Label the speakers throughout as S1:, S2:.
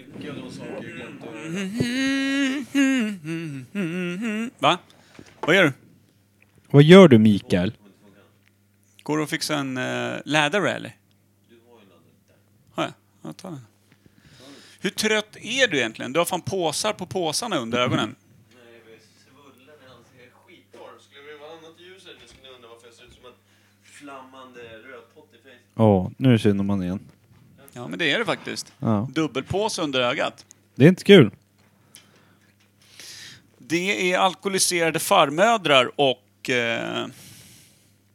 S1: saker gick jag inte...
S2: Va? Vad gör du?
S3: Vad gör du Mikael?
S2: Går du och fixar en uh, lädare eller? Har jag? Ja, ta den. Hur trött är du egentligen? Du har fan påsar på påsarna under ögonen.
S1: Nej, jag är svullen i ansiktet. Jag är skittorr. Skulle vi vara annat ljus här nu skulle ni undra varför jag ser ut som en flammande rödpott i face.
S3: Ja, nu känner man igen.
S2: Ja, men det är det faktiskt.
S3: Ja.
S2: Dubbelpåse under ögat.
S3: Det är inte kul.
S2: Det är alkoholiserade farmödrar och eh,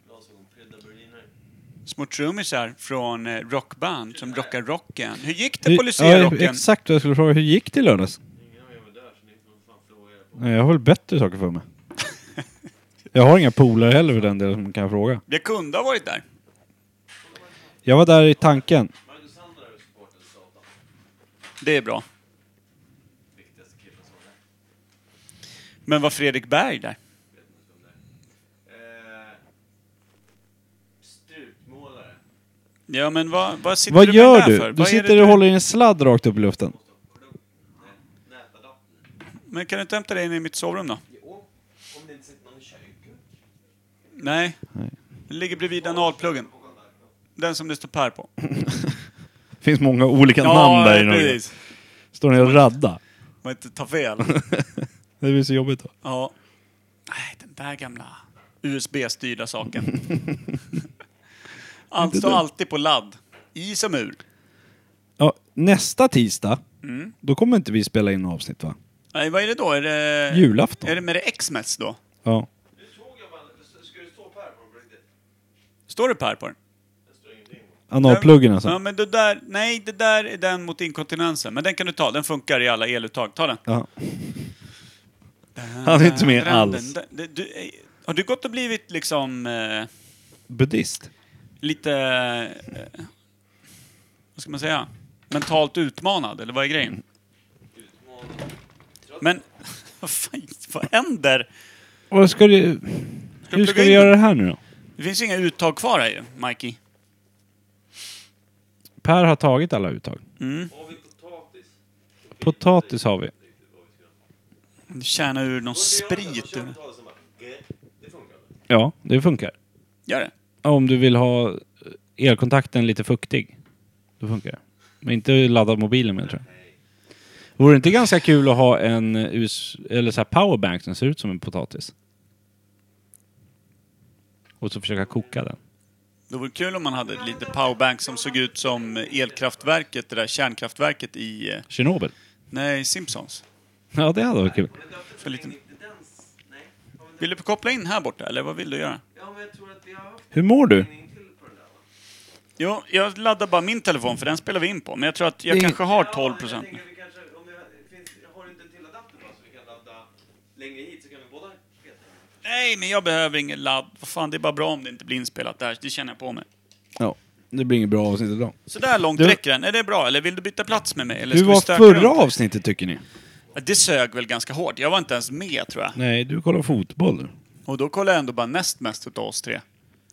S1: Glasögonprydda berliner.
S2: smuttrummisar från eh, rockband som rockar rocken. Hur gick det
S3: Hur-
S2: på
S3: ja,
S2: Lucia-rocken?
S3: exakt vad jag skulle fråga. Hur gick det i lördags?
S1: Ingen av er var där så ni får fan fråga er.
S3: Nej, Jag har väl bättre saker för mig. Jag har inga polare heller för den delen som kan fråga.
S2: Jag kunde ha varit där.
S3: Jag var där i tanken.
S1: Magnus Sandler supportade Zlatan.
S2: Det är bra.
S1: Viktigaste killen som var där.
S2: Men var Fredrik Berg där?
S1: Vet ni vem det är? Eh, Strutmålare.
S2: Ja, men vad, vad sitter
S3: Vad
S2: du
S3: gör
S2: med där
S3: du?
S2: för?
S3: Du
S2: Vad är
S3: sitter
S2: det
S3: och håller i en sladd rakt upp i luften.
S1: Nätadapter.
S2: Men kan du inte hämta dig in i mitt sovrum då?
S1: Jo, om det inte sitter någon i köket.
S2: Nej. Den ligger bredvid analpluggen. Den som det står Per på.
S3: finns många olika namn där i Norge.
S2: precis.
S3: Står ni och radda?
S2: Man inte tar fel.
S3: Det blir så jobbigt då.
S2: Ja. Nej, den där gamla USB-styrda saken. Allt står alltid på ladd. I som ur.
S3: Ja, nästa tisdag, då kommer inte vi spela in avsnitt va?
S2: Nej, vad är det då? Är det...
S3: Julafton.
S2: Är det med det Xmas då?
S3: Ja.
S1: Du såg jag bara, ska du stå på här på riktigt?
S2: Står det Per på den?
S1: Det står ingenting.
S3: Analpluggen
S2: Ja,
S3: alltså.
S2: men det där... Nej, det där är den mot inkontinensen. Men den kan du ta. Den funkar i alla eluttag. Ta den.
S3: Ja. Han är inte med alls.
S2: Den- den- du- eh, Har du gått och blivit liksom... Eh,
S3: Buddhist.
S2: lite... Eh, vad ska man säga? Mentalt utmanad, eller vad är grejen? Men vad fan, vad händer?
S3: Vad ska du... Hur
S2: plugga
S3: ska du
S2: in
S3: göra
S2: den?
S3: det här nu då?
S2: Det finns inga uttag kvar här ju, Mikey.
S3: Per har tagit alla uttag.
S1: Har vi potatis?
S3: Potatis har vi.
S2: Tjäna ur någon sprit.
S1: Kör
S2: ur-
S1: potatisen bara. "Ge." Det funkar väl?
S3: Ja, det funkar.
S2: Gör det.
S3: Om du vill ha elkontakten lite fuktig, då funkar det. Men inte ladda mobilen med tror jag. Vore det inte ganska kul att ha en US, eller så här powerbank som ser ut som en potatis? Och så försöka koka den.
S2: Det vore kul om man hade ett litet powerbank som såg ut som elkraftverket, det där kärnkraftverket i... eh,
S3: Tjernobyl.
S2: Nej, Simpsons.
S3: Ja, det hade varit kul.
S2: För lite...
S1: Inte dens? Nej. Ja, men det-
S2: Vill du koppla in här borta, eller vad vill du göra?
S1: Ja, men jag tror att vi har haft
S3: Hur mår du?
S1: en till på den där
S2: Jo,
S1: va?
S2: jag laddar bara min telefon för den spelar vi in på. Men jag tror att jag
S3: Ingen-
S2: kanske har
S1: Ja,
S2: 12
S1: men Jag
S2: procent.
S1: tänker att vi kanske, om det finns, har du inte en till adapter bara så vi kan ladda längre hit så kan vi båda peta.
S2: Nej, men jag behöver ingen ladd. Vad fan, det är bara bra om det inte blir inspelat där. Det känner jag på mig.
S3: Ja, det blir inget bra avsnitt idag.
S2: Så där långt
S3: Du-
S2: räcker den. Är det bra? Eller vill du byta plats med mig? Eller
S3: Hur
S2: ska vi
S3: var
S2: stöka
S3: förra
S2: runt?
S3: avsnittet tycker ni?
S2: Ja, Det sög väl ganska hårt. Jag var inte ens med, tror jag.
S3: Nej, du kollar fotboll nu.
S2: Och då kollade jag ändå bara näst mest utav oss tre.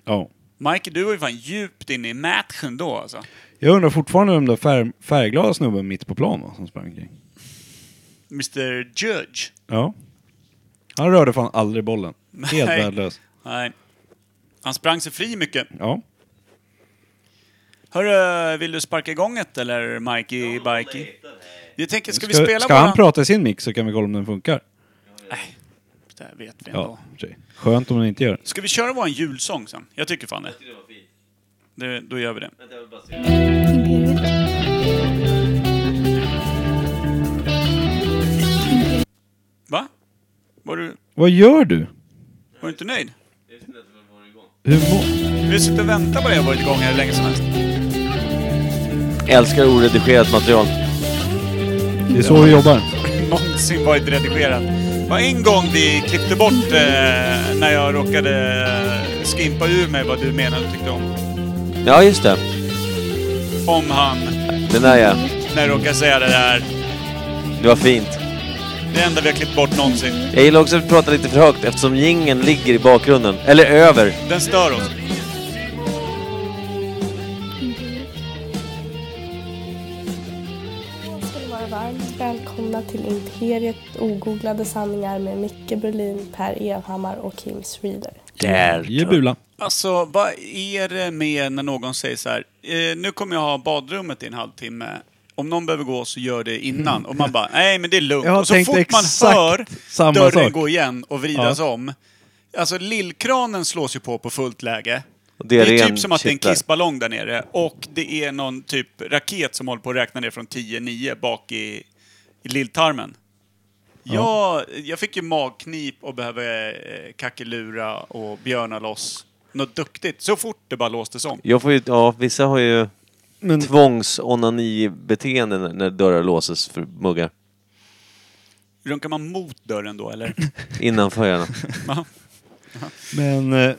S3: Ja.
S2: Mike, du var ju fan djupt inne i matchen då alltså.
S3: Jag undrar fortfarande om den färg, färgglada snubben mitt på plan var som sprang omkring.
S2: Mr Judge.
S3: Ja. Han rörde fan aldrig bollen.
S2: Nej.
S3: Helt värdelös.
S2: Nej. Han sprang sig fri mycket.
S3: Ja.
S2: Hörru, vill du sparka igång ett eller Mikey, Bikey? Jag tänker, ska, vi spela
S3: ska
S2: våran-
S3: han prata i sin mick så kan vi kolla om den funkar.
S2: Det här vet vi ändå.
S3: Ja. Skönt om den inte gör det.
S2: Ska vi köra våran julsång sen? Jag tycker fan det.
S1: Det var fint.
S2: det då gör vi det.
S1: Vänta, jag vill bara se.
S4: Imperiet.
S2: Va? Var du,
S3: Vad gör du?
S2: var du inte nöjd?
S1: Jag visste inte att det var igång.
S3: Hur mår...
S2: Vi sitter och väntar på det jag varit igång här hur länge som helst.
S5: Älskar oredigerat material.
S3: Det är så vi jobbar.
S2: Någonsin varit redigerat. Det var en gång vi klippte bort eh, när jag råkade eh, skimpa ur mig vad du menade och tyckte om.
S5: Ja, just det.
S2: Om han,
S5: Den där ja.
S2: när jag råkade säga det där.
S5: Det var fint.
S2: Det enda vi har klippt bort någonsin.
S5: Jag gillar också att prata lite för högt eftersom gingen ligger i bakgrunden. Eller över.
S2: Den stör oss.
S4: Imperiet. Ska det vara varmt välkomna till Imperiet ogooglade sanningar med Micke Berlin, Per Evhammar och Kim Schreeder.
S3: Ge bula.
S2: Alltså, vad är det med när någon säger så här, eh, nu kommer jag ha badrummet i en halvtimme. Om någon behöver gå så gör det innan. Och man bara, nej men det är lugnt.
S3: Jag har
S2: och så
S3: tänkt
S2: fort man
S3: exakt
S2: hör
S3: samma
S2: dörren
S3: sak.
S2: gå igen och vridas om. Alltså lillkranen slås ju på på fullt läge.
S5: Och
S2: Det
S5: det
S2: är,
S5: är
S2: typ
S5: ren
S2: som att det är en
S5: kittlar.
S2: kissballong där nere. Och det är någon typ raket som håller på att räkna ner från 10-9 bak i, i lilltarmen. Jag, jag fick ju magknip och behöver eh, kackelura och björna loss. Något duktigt. Så fort det bara låstes om.
S5: Jag får ju, ja, vissa har ju
S3: Men-
S5: tvångsonani-beteende när- när dörrar låses för muggar.
S2: Runkar man mot dörren då eller?
S5: Innanför gärna.
S2: Ja.
S3: Men eh,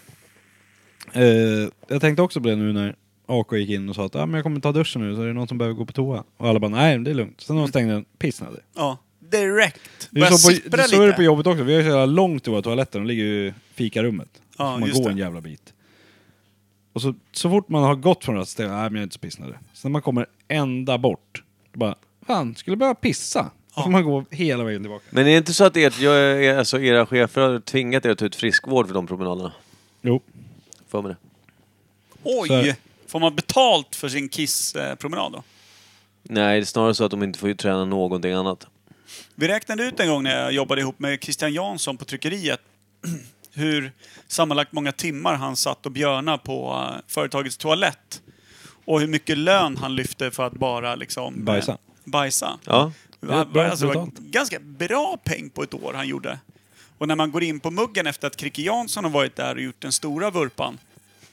S3: eh, jag tänkte också på det nu när AK gick in och sa att ah, men jag kommer ta duschen nu, så är det någon som behöver gå på toa. Och alla bara nej, det är lugnt. Sen när de stängde den, pissnade.
S2: ja. Direkt.
S3: Det är
S2: Börjar
S3: så, på,
S2: sippra
S3: det så är det på
S2: lite.
S3: jobbet också. Vi har ju så jävla långt till våra toaletter. De ligger ju i fikarummet.
S2: Ja,
S3: Ja, man
S2: just
S3: går
S2: det.
S3: en jävla bit. Och så, så fort man har gått från rastet, nej men jag är inte så pissnödig. Sen när man kommer ända bort, då bara, fan, skulle behöva pissa. Då får man gå hela vägen tillbaka.
S5: Men är det inte så att ert, jag är, alltså era chefer har tvingat er att ta ut friskvård för de promenaderna?
S3: Jo.
S5: För mig det.
S2: Oj! Får man betalt för sin kisspromenad då?
S5: Nej, det är snarare så att de inte får ju träna någonting annat.
S2: Vi räknade ut en gång när jag jobbade ihop med Christian Jansson på tryckeriet hur sammanlagt många timmar han satt och björna på eh, företagets toalett. Och hur mycket lön han lyfte för att bara liksom... eh,
S3: Bajsa.
S2: Bajsa.
S5: Ja.
S2: Det var-
S3: Det är bra
S2: alltså, det var
S3: betalt.
S2: ganska bra peng på ett år han gjorde. Och när man går in på muggen efter att Kricke Jansson har varit där och gjort den stora vurpan,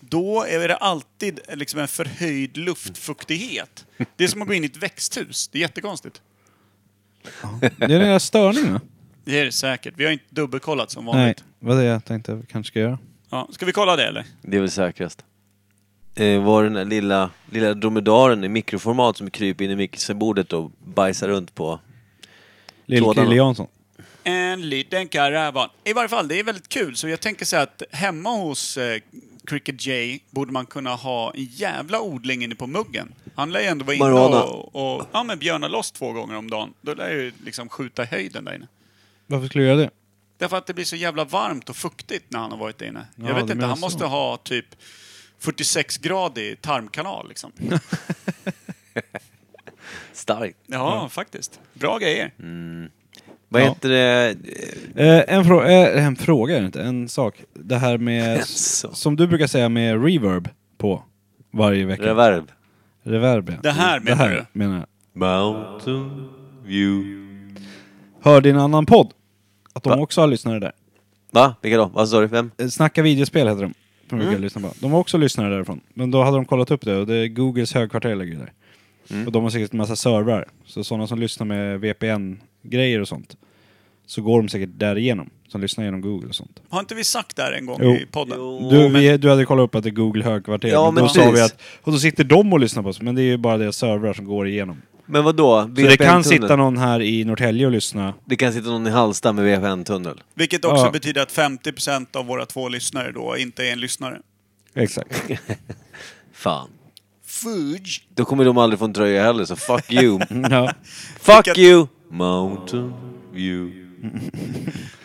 S2: då är det alltid liksom en förhöjd luftfuktighet. Det är som att gå in i ett växthus. Det är jättekonstigt.
S3: Det är den där störningen.
S2: Det är det säkert. Vi har inte dubbelkollat som
S3: Nej,
S2: vanligt.
S3: vad det är jag tänkte jag kanske ska göra.
S2: Ja, ska vi kolla det eller?
S5: Det är väl säkrast. Eh, var den där lilla, lilla dromedaren i mikroformat som kryper in i mixerbordet och bajsar runt på. Trådarna.
S3: Lill-Krille Jansson.
S2: En liten karavan. I varje fall, det är väldigt kul. Så jag tänker så här att hemma hos eh, Cricket J borde man kunna ha en jävla odling inne på muggen. Han lär ju ändå vara inne
S5: Marijuana.
S2: och, och ja, men björna loss två gånger om dagen. Då lär jag ju liksom skjuta i höjden där inne.
S3: Varför skulle jag göra det?
S2: Därför att det blir så jävla varmt och fuktigt när han har varit där inne.
S3: Ja,
S2: jag vet
S3: du
S2: inte,
S3: menar
S2: han
S3: så.
S2: måste ha typ 46-gradig tarmkanal liksom.
S5: Starkt.
S2: Ja, faktiskt. Bra grejer.
S3: Mm.
S5: Vad
S3: Ja.
S5: heter det? Eh,
S3: Eh, en, frå- eh, en fråga är det inte, en sak. Det här med,
S5: sak.
S3: som du brukar säga med reverb på varje vecka.
S5: Reverb.
S3: Reverb, ja.
S2: Det här
S3: Det
S2: menar
S3: här
S2: du?
S3: menar jag.
S5: Mountain view.
S3: Hörde i en annan podd att de
S5: Va?
S3: också har lyssnare där.
S5: Va? Vilka då? Vad sa du? Vem?
S3: Eh, Snacka videospel heter de. Som mm. lyssna på. De har också lyssnare därifrån. Men då hade de kollat upp det och det är Googles högkvarter ligger ju där. Och de har säkert en massa servrar. Så sådana som lyssnar med VPN-grejer och sånt. Så går de säkert därigenom. Som lyssnar genom Google och sånt.
S2: Har inte vi sagt det här en gång
S3: Jo.
S2: i podden?
S5: Jo.
S3: Du, vi, du hade kollat upp att det är Google högkvarter.
S5: Ja,
S3: men
S5: men
S3: då sa vi
S5: precis.
S3: att, och då sitter de och lyssnar på oss. Men det är ju bara deras servrar som går igenom.
S5: Men vad då?
S3: Så det kan sitta någon här i Norrtälje och lyssna.
S5: det kan sitta någon i Halsta med VPN-tunnel.
S2: Vilket också
S3: Ja.
S2: betyder att 50% av våra två lyssnare då inte är en lyssnare.
S3: Exakt.
S5: Fan.
S2: Fudge!
S5: Då kommer de aldrig få en tröja heller, så fuck you.
S3: ja.
S5: fuck you! Mountain view.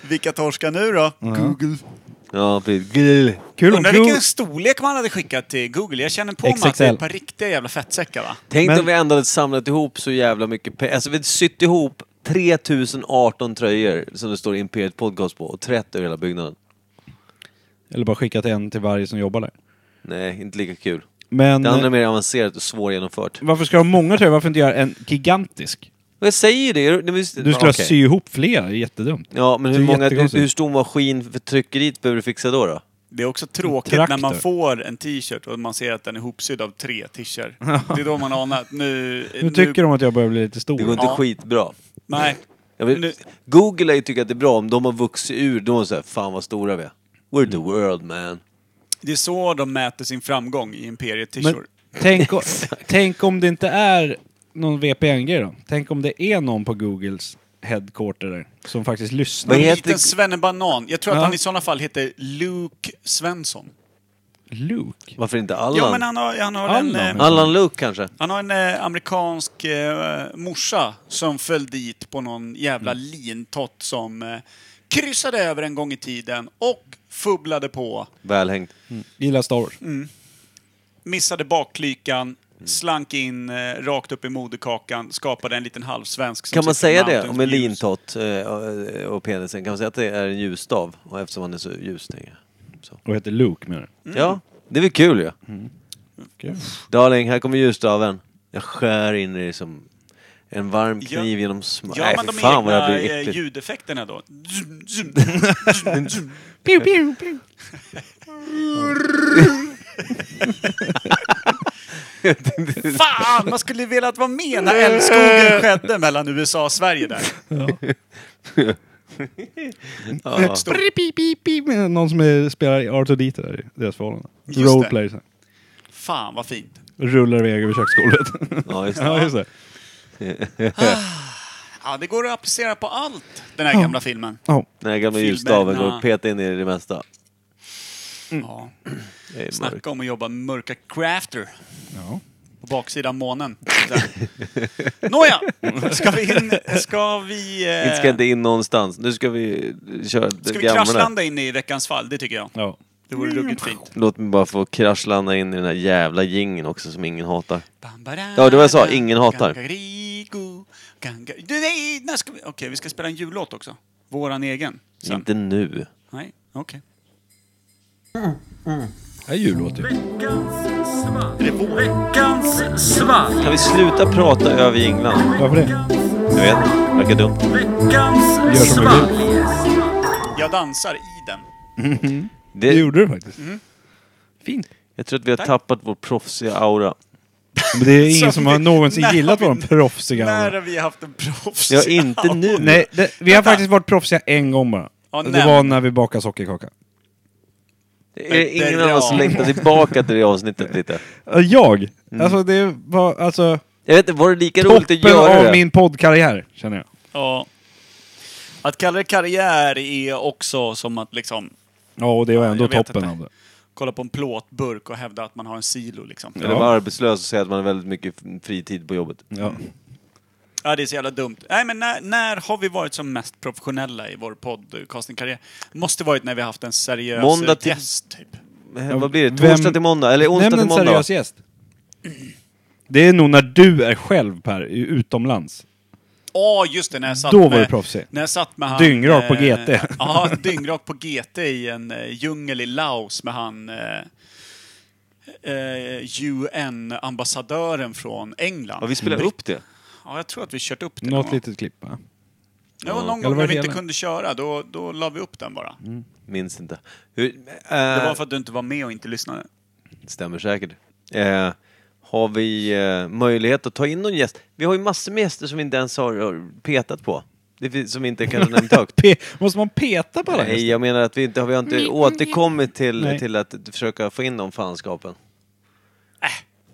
S2: Vilka torskar nu då? Google.
S5: Ja, precis. Gl.
S3: Kul om
S2: Undrar
S3: Google...
S2: vilken storlek man hade skickat till Google. Jag känner på mig att
S3: XXL.
S2: det är ett par riktiga jävla fettsäckar va?
S5: Tänk
S3: Men-
S5: om vi ändå hade samlat ihop så jävla mycket pengar. Alltså vi hade sytt ihop 3018 tröjor som det står Imperiet Podcast på och 30 över hela byggnaden.
S3: Eller bara skickat en till varje som jobbar där.
S5: Nej, inte lika kul.
S3: Men
S5: Det andra är
S3: eh,
S5: mer avancerat och svårgenomfört.
S3: varför ska de ha många tröjor? Varför inte göra en gigantisk?
S5: Men jag säger ju det. är- det är just-
S3: Du skulle
S5: okej.
S3: ha sy ihop flera, det är jättedumt.
S5: Ja, men
S3: Det är
S5: hur, många,
S3: jättekonstigt.
S5: hur stor maskin för tryckeriet behöver du fixa då? då?
S2: Det är också tråkigt
S3: Traktor.
S2: när man får en t-shirt och man ser att den är hopsydd av tre t-shirts. Det är då man anar att nu...
S3: Nu tycker de att jag börjar bli lite stor.
S5: Det går inte
S2: Ja.
S5: skitbra.
S2: Nej.
S5: Jag vill,
S2: Nu-
S5: Google lär ju tycka att det är bra om de har vuxit ur. De har såhär, fan vad stora vi är. We're the world man.
S2: Det är så de mäter sin framgång i Imperiet
S3: Men
S2: t-shirt.
S3: tänk, o- tänk om det inte är någon VPN-grej då? Tänk om det är någon på Googles headquarter där som faktiskt lyssnar.
S5: Vad
S2: En
S5: heter-
S2: liten svennebanan. Jag tror att
S3: Ja.
S2: han i sådana fall heter Luke Svensson.
S3: Luke?
S5: Varför inte Allan?
S2: Ja, men han har, han har en...
S3: Allan.
S2: eh,
S5: Allan Luke kanske?
S2: Han har en eh, amerikansk eh, morsa som föll dit på någon jävla
S5: Mm.
S2: lintott som eh, kryssade över en gång i tiden och fubblade på,
S5: Välhängd.
S3: Gillar Star Wars.
S5: Mm.
S2: missade bakklykan, slank in eh, rakt upp i moderkakan, skapade en liten halvsvensk. som
S5: Kan man
S2: sitter
S5: säga
S2: på
S5: det
S2: Mountains
S5: om en
S2: Muse.
S5: lintott eh, och- och penisen? Kan man säga att det är en ljusstav? Och eftersom han är så ljus, tänker jag. Så.
S3: Och heter Luke menar du?
S2: Mm.
S5: Ja, det är väl kul ju.
S3: Kul.
S5: Darling, här kommer ljusstaven. Jag skär in i som en varm kniv
S2: Ja.
S5: genom smör.
S2: Ja,
S5: Nej,
S2: men
S5: för
S2: de
S5: fan vad jag
S2: egna
S5: blir
S2: eh,
S5: äcklig.
S2: ljudeffekterna då. Zoom, zoom.
S3: Pew, pew, pew.
S2: Fan, man skulle velat vara med när älskogen skedde mellan USA och Sverige där.
S5: Ja.
S2: Stor-
S3: Pip, pip, pip. Någon som är, spelar i Art och Dita där, i deras förhållande.
S2: Just det.
S3: Roleplay. så här.
S2: Fan vad fint.
S3: Rullar iväg över köksgolvet.
S5: ja, just
S3: ja,
S5: det.
S3: just det.
S2: Ja, det går att applicera på allt, den här gamla filmen.
S3: Ja.
S5: Den här gamla
S2: Filmerna.
S5: ljusstaven går och petar in i det mesta.
S3: Mm.
S2: Ja.
S5: Det är mörkt.
S2: Snacka om att jobba med mörka crafter
S3: Ja.
S2: på baksidan månen. Där. Nåja, ska vi in... Ska vi... eh,
S5: Inte ska inte in någonstans. Nu ska vi eh, köra
S2: ska
S5: det
S2: vi
S5: gamla.
S2: kraschlanda in i veckans fall? Det tycker jag.
S3: ja. Mm.
S2: Det vore ruggigt fint.
S5: Låt mig bara få kraschlanda in i den här jävla gingen också som ingen hatar. Ja, det var jag sa, ingen hatar.
S2: Gangarigo, ganga- Du, Nej, när ska vi... Okej, vi ska spela en jullåt också. Våran egen. Sen.
S5: Inte nu.
S2: Nej, okej.
S3: Det är jullåt ju.
S5: Kan vi sluta prata över jinglarna?
S3: Varför det?
S5: Jag vet inte. Verkar dumt.
S3: Gör som du vill.
S2: Jag dansar i den.
S3: Det
S5: Det,
S3: gjorde du faktiskt.
S5: Mm.
S3: Fint.
S5: jag tror att vi har tappat vår proffsiga aura.
S3: Men det är ingen
S2: Som
S3: som har
S2: vi-
S3: någonsin
S2: när
S3: gillat
S2: vi-
S3: våran proffsiga
S2: När
S3: aura.
S2: har vi haft en proffs?
S5: Ja, inte nu.
S3: Nej, det, vi har
S2: Vänta.
S3: faktiskt varit proffsiga en gång bara.
S2: Ja,
S3: det
S2: nämn.
S3: var när vi bakade sockerkaka.
S5: Är det ingen
S2: Ja.
S5: annan som längtar tillbaka till det avsnittet lite?
S3: Ja, Jag? Alltså det var alltså
S5: Jag vet inte, var det lika roligt att
S3: toppen
S5: göra
S3: av
S5: det?
S3: min poddkarriär, känner jag.
S2: Ja. Att kalla det karriär är också som att liksom
S3: Ja, och det var ändå
S2: jag vet
S3: toppen
S2: inte.
S3: av det.
S2: kolla på en plåtburk och hävda att man har en silo liksom.
S5: Eller vara arbetslös och säga att man har väldigt mycket fritid på jobbet.
S3: Ja.
S2: Ja, det är så jävla dumt. Nej, men när, när har vi varit som mest professionella i vår podcastingkarriär? Måste varit när vi haft en seriös
S5: Måndag till-
S2: gäst, typ.
S5: Men vad blir det?
S3: Vem-
S5: Torsdag till måndag? Eller onsdag
S3: Nämn
S5: till
S3: en
S5: måndag?
S3: seriös gäst. Det är nog när du är själv Per, i- utomlands.
S2: Ja, just det, när jag satt
S3: Då var
S2: med...
S3: du proffsig.
S2: När jag satt med han...
S3: Dyngrak på
S2: eh,
S3: GT.
S2: Ja, dyngrak på GT i en eh, djungel i Laos med han... Eh, eh, UN-ambassadören från England.
S5: Ja, vi
S3: Mm.
S5: spelar upp det.
S2: Ja, jag tror att vi kört upp det. någon
S3: Något
S2: gång.
S3: litet klipp va?
S2: Det var någon
S3: Eller
S2: gång
S3: var
S2: när
S3: det
S2: vi inte
S3: hela?
S2: kunde köra, då, då la vi upp den bara.
S5: Mm. Minns inte. Hur, eh,
S2: Det var för att du inte var med och inte lyssnade.
S5: Stämmer säkert. Eh, har vi eh, möjlighet att ta in någon gäst? Vi har ju massor med gäster som vi inte ens har, har petat på. Det finns, som vi inte kanske nämnt högt.
S3: Pe- Måste man peta på alla
S5: Nej,
S3: gäster?
S5: jag menar att vi inte har, vi har inte återkommit till,
S3: Nej.
S5: till att försöka få in de fanskapen.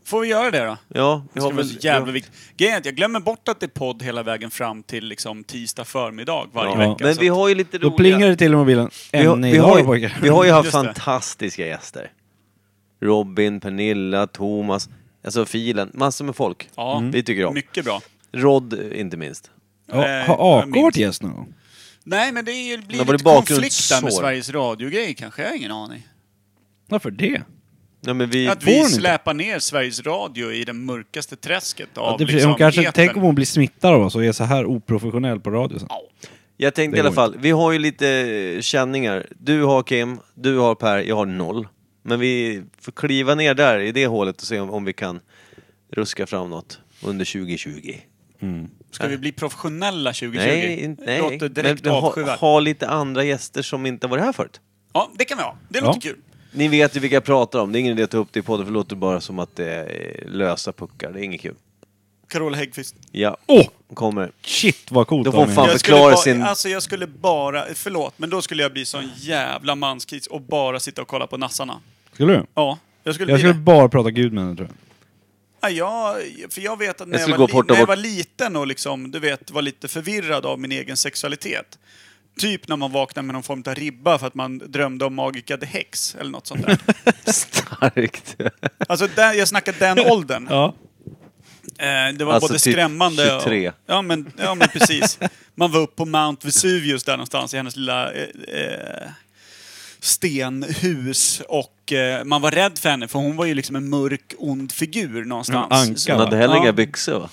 S2: Får vi göra det då?
S5: Ja,
S2: Det
S5: vi har
S2: ska vara
S5: väl...
S2: så jävla viktigt. Grejen är att jag glömmer bort att det är podd hela vägen fram till liksom tisdag förmiddag varje
S5: ja.
S2: vecka.
S5: Men
S2: så
S5: vi
S2: att-
S5: har ju lite
S3: Då
S5: roliga...
S3: plingar det till i mobilen.
S5: vi, har,
S3: Än
S5: vi, har
S3: idag
S5: ju,
S3: pojkar.
S5: vi har ju haft
S2: Just det.
S5: fantastiska gäster. Robin, Pernilla, Thomas, alltså filen, massor med folk. Mm.
S2: Ja.
S5: Vi tycker om.
S2: Mycket bra.
S5: Rod eh, inte minst.
S3: Ja,
S2: Eh,
S3: har AK
S2: jag minns.
S3: varit gäst någon gång?
S2: Nej, men det är ju- blir
S5: Men var
S2: lite
S5: det
S2: konflikt där med
S5: bakgrundssår?
S2: Sveriges Radio-grej kanske. Jag har ingen aning.
S3: Varför det?
S5: Ja, men vi...
S2: Att
S3: får hon
S2: vi
S3: inte.
S2: släpar ner Sveriges Radio i det mörkaste träsket av
S3: det
S2: liksom
S3: hon kanske,
S2: etern.
S3: tänk om hon blir smittad av oss och är så här oprofessionell på radio sen.
S2: Ja.
S5: Jag tänkte
S3: Det
S5: i alla
S3: går
S5: fall, vi har ju lite eh, känningar. Du har Kim, du har Per, jag har noll. Men vi får kliva ner där i det hålet och se om, om vi kan ruska fram något under 2020.
S2: Ska vi bli professionella 2020?
S5: Nej, inte- nej.
S2: Låter direkt
S5: men, men ha,
S2: avskyvärt.
S5: ha lite andra gäster som inte har varit här förut.
S2: Ja, det kan vi ha. Det
S3: Ja.
S2: låter kul.
S5: Ni vet ju vilka jag pratar om, det är ingen idé att ta upp det i podden för det låter bara som att det är lösa puckar, det är inget kul.
S2: Carola Häggkvist.
S5: Ja,
S3: Åh!
S5: kommer.
S3: Oh, Shit vad coolt
S5: Då får
S3: av mig.
S5: hon fan-
S2: Jag skulle,
S5: förklarar
S2: bara,
S5: sin-
S2: alltså jag skulle bara, förlåt, men då skulle jag bli sån jävla manskis och bara sitta och kolla på nassarna.
S3: Skulle du?
S2: Ja, jag skulle
S3: Jag
S2: bli
S3: skulle
S2: det.
S3: bara prata gud med henne tror jag.
S2: Ja, jag, för jag vet att när
S5: Jag
S2: jag,
S5: skulle gå
S2: var, li-
S5: bort och
S2: när jag
S5: bort.
S2: var liten och liksom, du vet, var lite förvirrad av min egen sexualitet. Typ när man vaknar med någon form av ribba för att man drömde om Magica the Hex eller något sånt där.
S5: Starkt.
S2: Alltså där, jag snackar den åldern.
S3: Ja.
S2: Eh, det var
S5: Alltså
S2: både
S5: typ
S2: skrämmande
S5: 23.
S2: och... Ja men, ja, men precis. Man var uppe på Mount Vesuvius där någonstans i hennes lilla eh, eh, stenhus. Och eh, man var rädd för henne, för hon var ju liksom en mörk, ond figur någonstans.
S3: Ja, anka.
S2: Så-
S5: Hon hade heller
S2: Ja.
S5: inga byxor va?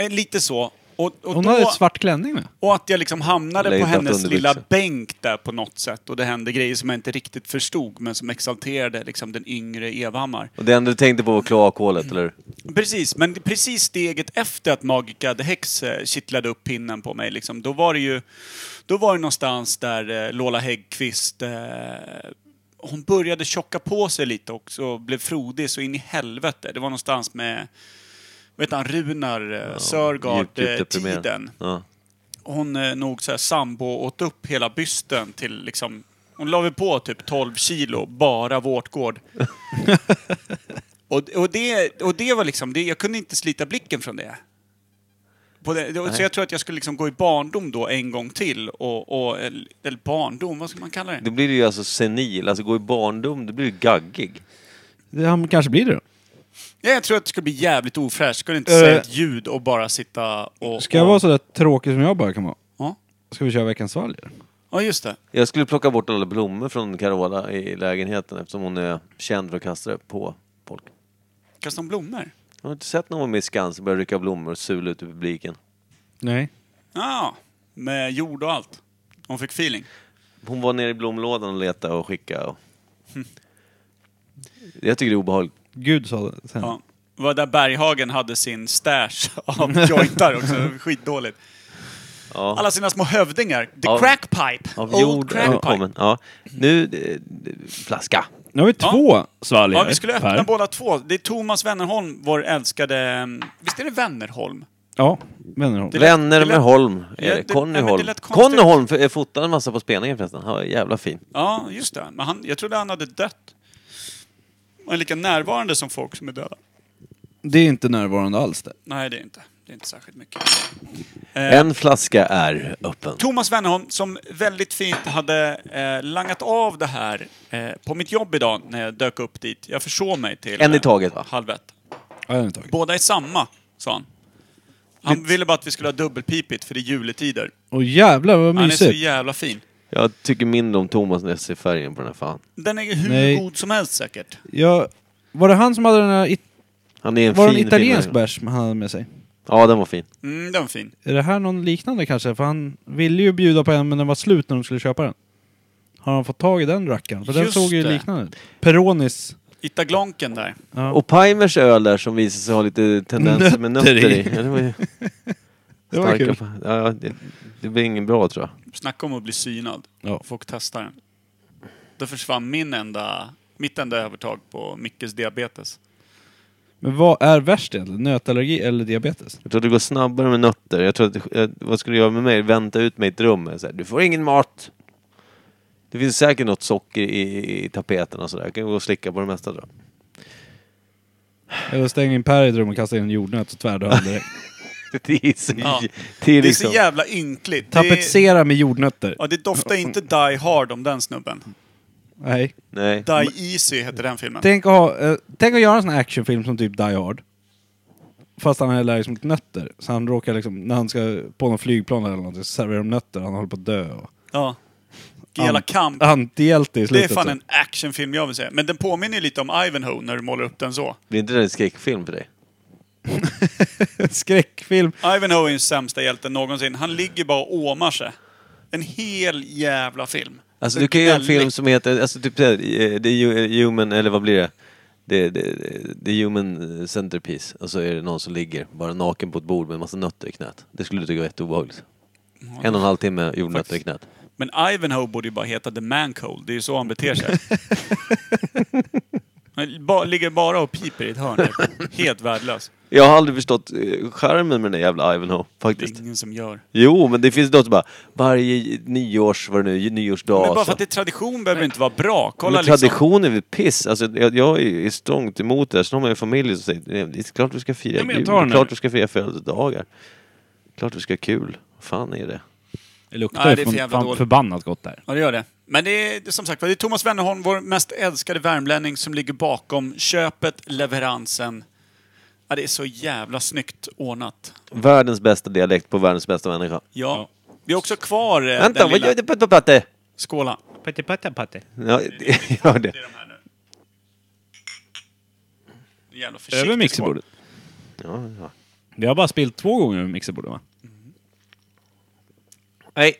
S2: eh, Lite så. Och, och
S3: Hon
S2: då,
S3: hade ett svart klänning med.
S2: Och att jag liksom hamnade
S5: Eller
S2: på
S5: inte haft
S2: hennes
S5: underbyxor.
S2: lilla bänk där på något sätt. Och det hände grejer som jag inte riktigt förstod, men som exalterade liksom den yngre Evhammar.
S5: Och det enda du tänkte på var kloakhålet, eller hur?
S2: Precis, men precis steget efter att Magica the Hex eh, kittlade upp pinnen på mig, liksom, då var det ju... Då var det någonstans där eh, Lola Häggkvist... Eh, hon började tjocka på sig lite också och blev frodig så in i helvete. Det var någonstans med... Vet han, Runar eh,
S5: Djupt, djupt deprimerad.
S2: Sörgard-tiden.
S5: Ja.
S2: hon eh, nog så här sambo åt upp hela bysten till liksom... Hon la väl på typ 12 kilo, bara vårtgård. och, och, det, och det var liksom, det, jag kunde inte slita blicken från det. På det det- så jag tror att jag skulle liksom gå i barndom då en gång till. Och, och, eller, eller barndom, vad ska man kalla det?
S5: Då blir du ju alltså senil, alltså gå i barndom, då blir du gaggig.
S3: Det, han kanske blir det då.
S2: Ja, jag tror att det skulle bli jävligt ofräscht. Skulle inte
S3: Eh.
S2: säga ett ljud och bara sitta och...
S3: Ska jag
S2: och,
S3: vara sådär tråkig som jag bara kan vara?
S2: Ja.
S3: Ska vi köra veckans svalg? eller?
S2: Ja, just det.
S5: Jag skulle plocka bort alla blommor från Carola i lägenheten eftersom hon är känd för att kasta det på folk.
S2: Kasta om blommor.
S5: Jag har inte sett någon med Skansen börja rycka blommor och sula ut i publiken.
S3: Nej.
S2: Ja, med jord och allt. Hon fick feeling.
S5: Hon var nere i blomlådan och letade och skickade. Och... Jag tycker det är obehagligt.
S3: Gud sa det sen.
S2: Ja. Mm. Det var där Berghagen hade sin stash av jointar också. Skitdåligt.
S5: Ja.
S2: Alla sina små hövdingar. The
S5: Av-
S2: crackpipe.
S5: Av
S2: Old
S5: jord
S2: crackpipe.
S5: kommen. Ja. Nu, eh, flaska.
S3: Nu har vi
S2: Ja.
S3: två svalg
S2: Ja,
S3: här,
S2: vi skulle öppna
S3: Per.
S2: båda två. Det är Thomas Wennerholm, vår älskade... mm, Visst är det Wennerholm?
S3: Ja, Wennerholm.
S2: Det lät-
S5: Vänner
S2: det lät-
S5: med Holm.
S2: Ja,
S5: är det.
S2: det-
S5: Conny
S2: nej, men det
S5: Holm.
S2: lät konstigt.
S5: Conny Holm för- eh, fotade en massa på spelningen förresten. Han var jävla fin.
S2: Ja, just det. Men han, jag trodde han hade dött. Han är lika närvarande som folk som är döda.
S3: Det är inte närvarande alls det.
S2: Nej, det är inte. Det är inte särskilt mycket. Eh.
S5: En flaska är öppen.
S2: Thomas Wennerholm som väldigt fint hade eh, langat av det här eh, på mitt jobb idag när jag dök upp dit. Jag försov mig till
S5: En i
S2: eh,
S5: taget, va?
S2: halv ett.
S3: Ja, den är tagen.
S2: Båda är samma, sa han. Han ville bara att vi skulle ha dubbelpipigt för det är juletider.
S3: Åh jävlar vad
S2: Han är så
S3: mysigt.
S2: jävla fin.
S5: Jag tycker mindre om Thomas när jag ser färgen på den här fan.
S2: Den är hur
S3: Nej.
S2: god som helst säkert.
S3: Jag, var det han som hade den här... It-
S5: Han är en
S3: var det
S5: fin
S3: en italiensk
S5: filmare.
S3: bärs han hade med sig?
S5: Ja, den var fin.
S2: Mm, den var fin.
S3: Är det här någon liknande kanske? För han ville ju bjuda på en men den var slut när de skulle köpa den. Har han fått tag i den rackaren? För den
S2: Just
S3: såg ju
S2: det.
S3: liknande ut. Peronis.
S2: Ittaglonken där.
S3: Ja.
S5: Och Paimers öl där som visar sig ha lite tendenser med
S3: Nötter i.
S5: nötter i. Ja, det var ju
S3: det var
S5: starka
S3: kul.
S5: pa- Ja, ja, det, det blir ingen bra tror jag.
S2: Snacka om att bli synad.
S3: Ja.
S2: Folk testar den. Då försvann min enda, mitt enda övertag på Mickes diabetes.
S3: Men vad är värst egentligen? Nötallergi eller diabetes?
S5: Jag tror att det går snabbare med nötter. Jag tror att, det- eh, vad skulle du göra med mig? Vänta ut mig i ett rum. Så här, du får ingen mat! Det finns säkert något socker i, i tapeten och sådär. Jag kan gå och slicka på det mesta tror jag.
S3: Eller stäng in Per i ett rum och kasta in en jordnöt och tvärdör honom direkt.
S5: Det är så,
S2: Ja.
S5: det är
S2: Det är så
S5: liksom,
S2: jävla ynkligt. Det är-
S3: Tapetsera med jordnötter.
S2: Ja, det doftar inte Die Hard om den snubben.
S3: Nej.
S5: nej.
S2: Die Easy heter den filmen.
S3: Tänk att, ha, eh, tänk att göra en sån här actionfilm som typ Die Hard. Fast han är allergisk mot nötter. Så han råkar liksom, när han ska på någon flygplan eller någonting så serverar de nötter han håller på att dö. Och
S2: Ja. Hela
S3: Ant-
S2: kamp.
S3: Antihjälte i
S2: Det är
S3: slutet.
S2: fan
S3: så.
S2: en actionfilm jag vill säga. Men den påminner ju lite om Ivanhoe när du målar upp den så.
S5: Blir inte det en skräckfilm för dig?
S3: Skräckfilm.
S2: Ivanhoe är den sämsta hjälten någonsin. Han ligger bara och åmar sig. En hel jävla film.
S5: Alltså du kan ju göra en
S2: Väldigt-
S5: film som heter, alltså typ såhär, eh, The Hu- Human, eller vad blir det? The, the, the Human Centerpiece. Och så är det någon som ligger bara naken på ett bord med en massa nötter i knät. Det skulle du tycka var jätteobehagligt. En och en halv timme jordnötter i
S2: Faktiskt.
S5: knät.
S2: Men Ivanhoe borde ju bara heta The Mancold. Det är ju så han beter sig. Han ba, ligger bara och piper i ett hörn. Helt värdelös.
S5: Jag har aldrig förstått eh, charmen med den där jävla Ivanhoe,
S2: Det
S5: faktiskt.
S2: är ingen som gör.
S5: Jo, men det finns de som bara, varje nyårs, vad det nu är, nyårsdag.
S2: Men bara
S5: så-
S2: för att det är tradition behöver det inte vara bra. Kolla
S5: men
S2: liksom.
S5: tradition är väl piss? Alltså, jag, jag är strångt emot det. Sen har man ju familj som säger det är klart du ska fira
S3: Ja, men jag
S5: jul,
S3: tar den här.
S5: klart du ska fira födelsedagar. Klart du ska ha kul. Vad fan är det?
S3: Det luktar
S2: Nej, det
S3: ju
S2: är för
S3: fan
S2: jävla dåligt.
S3: förbannat gott där.
S2: Ja, det gör det. Men det är det är som sagt var, det är Thomas Wennerholm, vår mest älskade värmlänning, som ligger bakom köpet, leveransen. Ja, det är så jävla snyggt ordnat.
S5: Världens bästa dialekt på världens bästa människa.
S2: Ja. Vi har också kvar eh,
S5: Vänta,
S2: den
S5: vad
S2: lilla
S5: gör du på- på platte?
S2: skåla.
S3: Patte patte patte.
S5: Ja, det- gör det.
S2: de här nu. Jävla försiktig
S3: Över
S2: skål.
S3: mixerbordet.
S5: Ja, ja.
S3: Vi har bara spilt två gånger över mixerbordet va?
S5: Mm. Nej.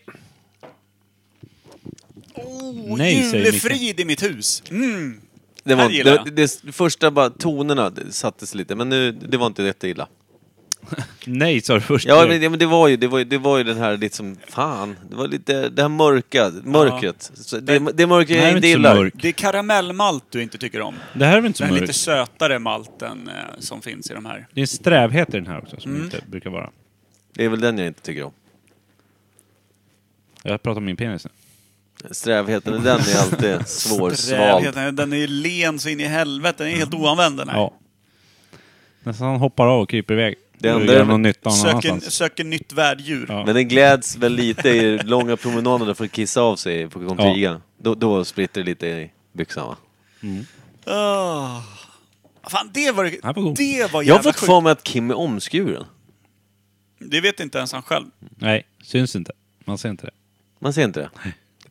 S2: Oh,
S3: Nej, säger Micke.
S2: julefrid i mitt hus. Mm.
S5: Det, var,
S2: Här gillar
S5: det,
S2: jag.
S5: det, det första bara tonerna det sattes lite, men nu, det var inte jätteilla.
S3: Nej sa du först.
S5: Ja, men, ja, men det, var ju, det, var ju, det var ju den här liksom, fan, det var lite, det här mörka, mörkret. Så Det, det
S3: Nej,
S5: mörkret
S3: det
S5: jag
S3: är
S5: inte
S3: inte så
S5: gillar.
S3: mörk.
S2: Det är karamellmalt du inte tycker om.
S3: Det här är väl inte så
S2: Den här lite
S3: mörkt?
S2: sötare malten eh, som finns i de här.
S3: Det är en strävhet i den här också som
S2: Mm.
S3: inte brukar vara.
S5: Det är väl den jag inte tycker om.
S3: Jag pratar om min penis nu.
S5: Strävheten, den är alltid svårsvald.
S2: Strävheten, Den är ju len så in i helvete. Den är helt oanvänd den här.
S3: Mm. Ja. Nästan han hoppar av och kryper iväg.
S5: Det
S3: Och
S5: enda
S3: gör
S5: är-
S3: någon nytta någon
S2: Söker,
S3: annanstans.
S2: söker nytt värddjur.
S3: Ja.
S5: Men den gläds väl lite i långa promenaderna för att kissa av sig på Contiga. Då, då spritter det lite i byxan va?
S2: Ah. Fan, det var, det
S3: här var god.
S2: var
S5: Jag har
S2: jävla
S5: fått
S2: sjukt.
S5: för mig att Kim är omskuren.
S2: Det vet inte ens han själv.
S3: Nej, syns inte. Man ser inte det.
S5: Man ser inte det.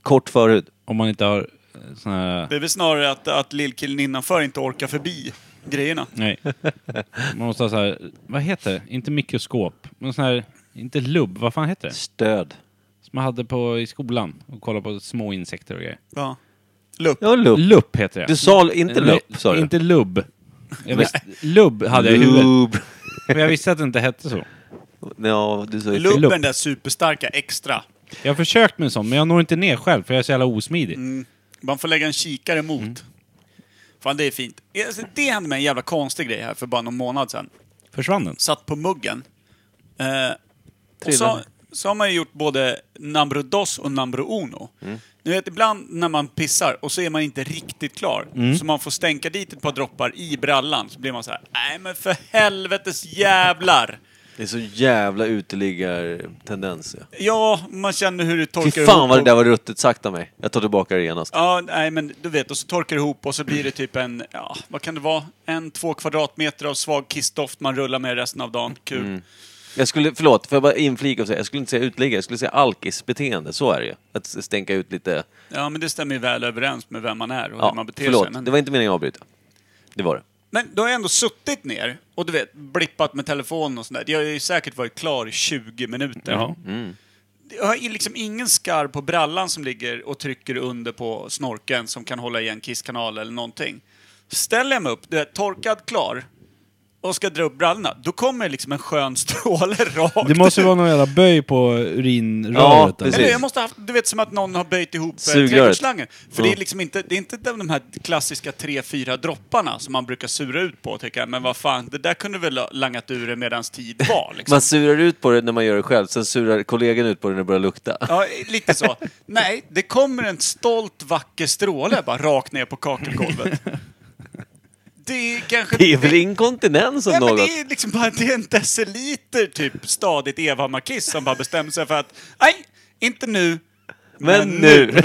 S5: Kort förhud.
S3: Om man inte har eh, sån här...
S2: Det är väl snarare att, att lillkillen innanför inte orkar förbi grejerna.
S3: Nej. Man måste ha så här... Vad heter det? Inte mikroskop. Men sån här... Inte lubb. Vad fan heter det?
S5: Stöd.
S3: Som man hade på, i skolan. Och kollade på små insekter och grejer.
S2: Ja. Lupp.
S5: Ja, lupp.
S3: Lupp heter det.
S5: Du sa inte
S3: Nej,
S5: lupp, sa du?
S3: Inte lubb. Jag visste, lubb hade jag i huvudet.
S5: Lubb.
S3: Men jag visste att det inte hette så.
S5: Ja, du sa ju
S2: Lupp är
S5: lubb.
S2: den där superstarka extra.
S3: Jag har försökt med en sån, men jag når inte ner själv för jag är så jävla osmidig.
S5: Mm.
S2: Man får lägga en kikare mot.
S3: Mm.
S2: Fan, det är fint. Alltså, Det hände mig en jävla konstig grej här för bara någon månad sedan.
S3: Försvann den?
S2: Satt på muggen. Eh, och så,
S5: Trillade.
S2: så har man ju gjort både Nambro Dos och Nambro Uno.
S5: Mm.
S2: Ni vet, ibland när man pissar och så är man inte riktigt klar.
S5: Mm.
S2: Så man får stänka dit ett par droppar i brallan. Så blir man så här, nej men för helvetes jävlar!
S5: Det är så jävla uteliggartendens. Ja.
S2: Ja, man känner hur det torkar
S5: Fy
S2: ihop
S5: fan vad det
S2: och-
S5: där var ruttet sagt av mig. Jag tar tillbaka det genast.
S2: Ja, nej men du vet, och så torkar det ihop och så blir det typ en, ja, vad kan det vara? En, två kvadratmeter av svag kissdoft man rullar med resten av dagen. Kul.
S5: Mm. Jag skulle, förlåt, får jag bara inflika och säga, jag skulle inte säga uteliggare, jag skulle säga alkisbeteende. Så är det ju. Att stänka ut lite.
S2: Ja, men det stämmer ju väl överens med vem man är och hur
S5: Ja,
S2: man beter
S5: förlåt.
S2: sig. Men,
S5: Det var inte meningen att avbryta. Det var det.
S2: men du har jag ändå suttit ner och du vet, blippat med telefonen och sådär. Jag har ju säkert varit klar i 20 minuter.
S3: Jaha.
S2: Jag har liksom ingen skarv på brallan som ligger och trycker under på snorken som kan hålla igen kisskanal eller någonting. Ställer jag mig upp, du vet, torkad, klar, och ska dra upp brallorna, då kommer liksom en skön stråle rakt.
S3: Det måste ju vara någon jävla böj på urinröret.
S5: Ja,
S3: eller?
S5: precis.
S2: Eller jag måste ha haft, du vet som att någon har böjt ihop eh,
S5: Sugröret.
S2: trädgårdsslangen. För
S5: Ja.
S2: det är liksom inte, det är inte de de här klassiska tre, fyra dropparna som man brukar sura ut på, tycker jag. Men vad fan, det där kunde väl ha langat ur det medans tid var, liksom.
S5: Man surar ut på det när man gör det själv, sen surar kollegan ut på det när det börjar lukta.
S2: Ja, lite så. Nej, det kommer en stolt vacker stråle bara rakt ner på kakelgolvet. Det är kanske...
S5: Det är väl inkontinens om
S2: Nej, men
S5: något?
S2: det är liksom bara det är en deciliter typ stadigt Evhammar-kiss som bara bestämmer sig för att nej, inte nu.
S5: Men nu!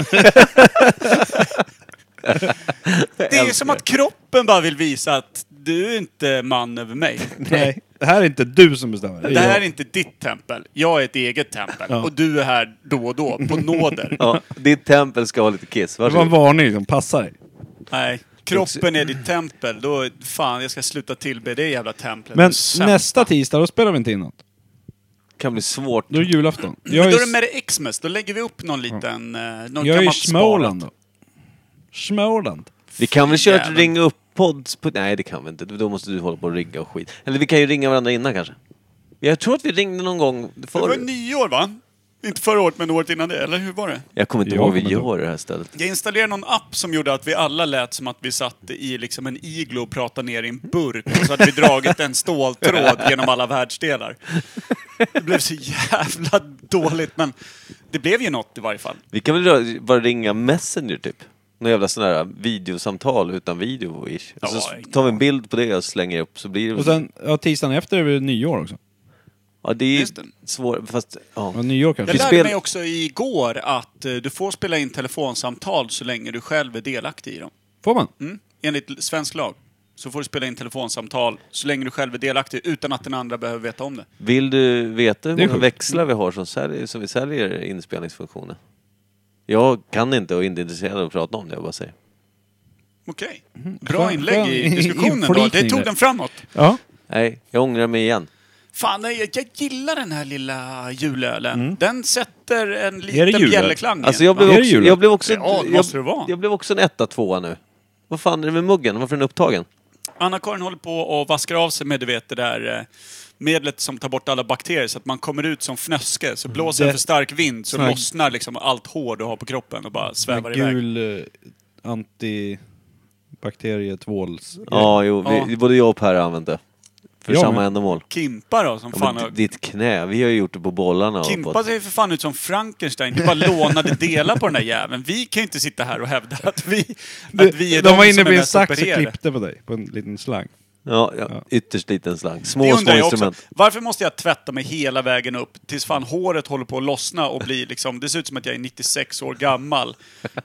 S2: Det är som att kroppen bara vill visa att du är inte man över mig.
S3: Nej, det här är inte du som bestämmer.
S2: Det här är inte ditt tempel. Jag är ett eget tempel.
S3: Ja.
S2: Och du är här då och då, på nåder.
S5: Ja, ditt tempel ska ha lite kiss, varsågod.
S3: varning liksom, passa dig.
S2: Nej, kroppen är ditt tempel. Då, fan, jag ska sluta tillbe det jävla templet.
S3: Men
S2: Du sämsta.
S3: nästa tisdag, då spelar vi inte in något.
S5: kan bli svårt.
S3: Då är det julafton. Jag
S2: Men då är
S3: är,
S2: det med det Xmas. Då lägger vi upp någon liten... eh, Någon
S3: jag är i
S2: gammalt
S3: Småland
S2: sparat.
S3: då. Småland.
S5: Vi kan väl köra ett
S2: Jäveln.
S5: ring upp-podd? Nej, det kan vi inte. Då måste du hålla på och rigga och skit. Eller vi kan ju ringa varandra innan kanske. Jag tror att vi ringde någon gång
S2: Det var
S5: förr.
S2: nyår, va? Inte förra året, men året innan det. Eller hur var det?
S5: Jag kommer inte
S3: Jag
S5: ihåg vad vi
S3: kommer inte
S5: gör i det här stället.
S2: Jag installerade någon app som gjorde att vi alla lät som att vi satt i liksom en iglo och pratade ner i en burk. Och så hade vi dragit en ståltråd genom alla världsdelar. Det blev så jävla dåligt, men det blev ju något i varje fall.
S5: Vi kan väl rö- bara ringa Messenger typ? Någon jävla sån här videosamtal utan video ish. Och så
S2: Ja,
S5: tar vi en bild på det och slänger upp så blir det...
S3: Och sen, ja, tisdagen efter är det nyår också.
S5: ja, Ja, det är
S2: Just det.
S5: svårt, fast... Ja.
S3: Ja, New York
S2: Jag
S3: kanske.
S5: lär-
S2: lärde
S5: spel-
S2: mig också igår att eh, du får spela in telefonsamtal så länge du själv är delaktig i dem.
S3: Får man?
S2: Mm. Enligt l- svensk lag så får du spela in telefonsamtal så länge du själv är delaktig utan att den andra behöver veta om det.
S5: Vill du veta hur
S3: Det är
S5: många
S3: sjukt.
S5: växlar vi har som, säljer, som vi säljer inspelningsfunktionen? Jag kan inte och är inte intresserad av att prata om det, jag bara säger.
S2: Okej.
S3: Mm. Skön-
S2: Bra inlägg i
S3: skön
S2: diskussionen då. Det
S3: inflikning
S2: tog
S3: där.
S2: den framåt.
S3: Ja.
S5: Nej, jag ångrar mig igen.
S2: Fan, nej, jag, jag gillar den här lilla julölen. Den sätter en
S3: det
S2: liten
S3: julöl?
S2: bjällerklang
S5: Alltså
S2: i
S5: jag
S2: den, va?
S3: Är
S5: blev
S3: det
S5: också,
S3: julen?
S5: jag blev också,
S2: Ja, det
S5: jag,
S2: måste det vara.
S5: jag blev också en etta, tvåa nu. Vad fan är det med muggen? Varför är den upptagen?
S2: Anna-Karin håller på och vaskar av sig med du vet, det där eh, medlet som tar bort alla bakterier så att man kommer ut som fnöske. Så blåser det
S3: Det-
S2: för stark vind så
S3: sån här-
S2: lossnar liksom allt hår du har på kroppen och bara svävar
S3: Med
S2: iväg.
S3: gul eh, antibakterietvåls...
S5: Ja, jo, vi,
S2: Ja.
S5: både jag och Per har använt det. För
S3: Jag
S5: samma
S3: med.
S5: ändamål.
S2: Kimpa då, som
S5: Ja,
S2: fan
S5: men
S2: har...
S5: d- ditt knä, vi har ju gjort det på bollarna. och
S2: Kimpa
S5: på-
S2: ser ju för fan ut som Frankenstein. Du bara lånade delar på den där jäveln. Vi kan ju inte sitta här och hävda att vi, att vi är de,
S3: de var inne
S2: som är
S3: på en
S2: mest
S3: sax och
S2: opererade.
S3: klippte på dig, på en liten slang.
S5: Ja, ja, ytterst liten slang.
S2: Det
S5: Små, små
S2: undrar jag också.
S5: instrument.
S2: Varför måste jag tvätta mig hela vägen upp tills fan håret håller på att lossna och blir liksom... Det ser ut som att jag är 96 år gammal.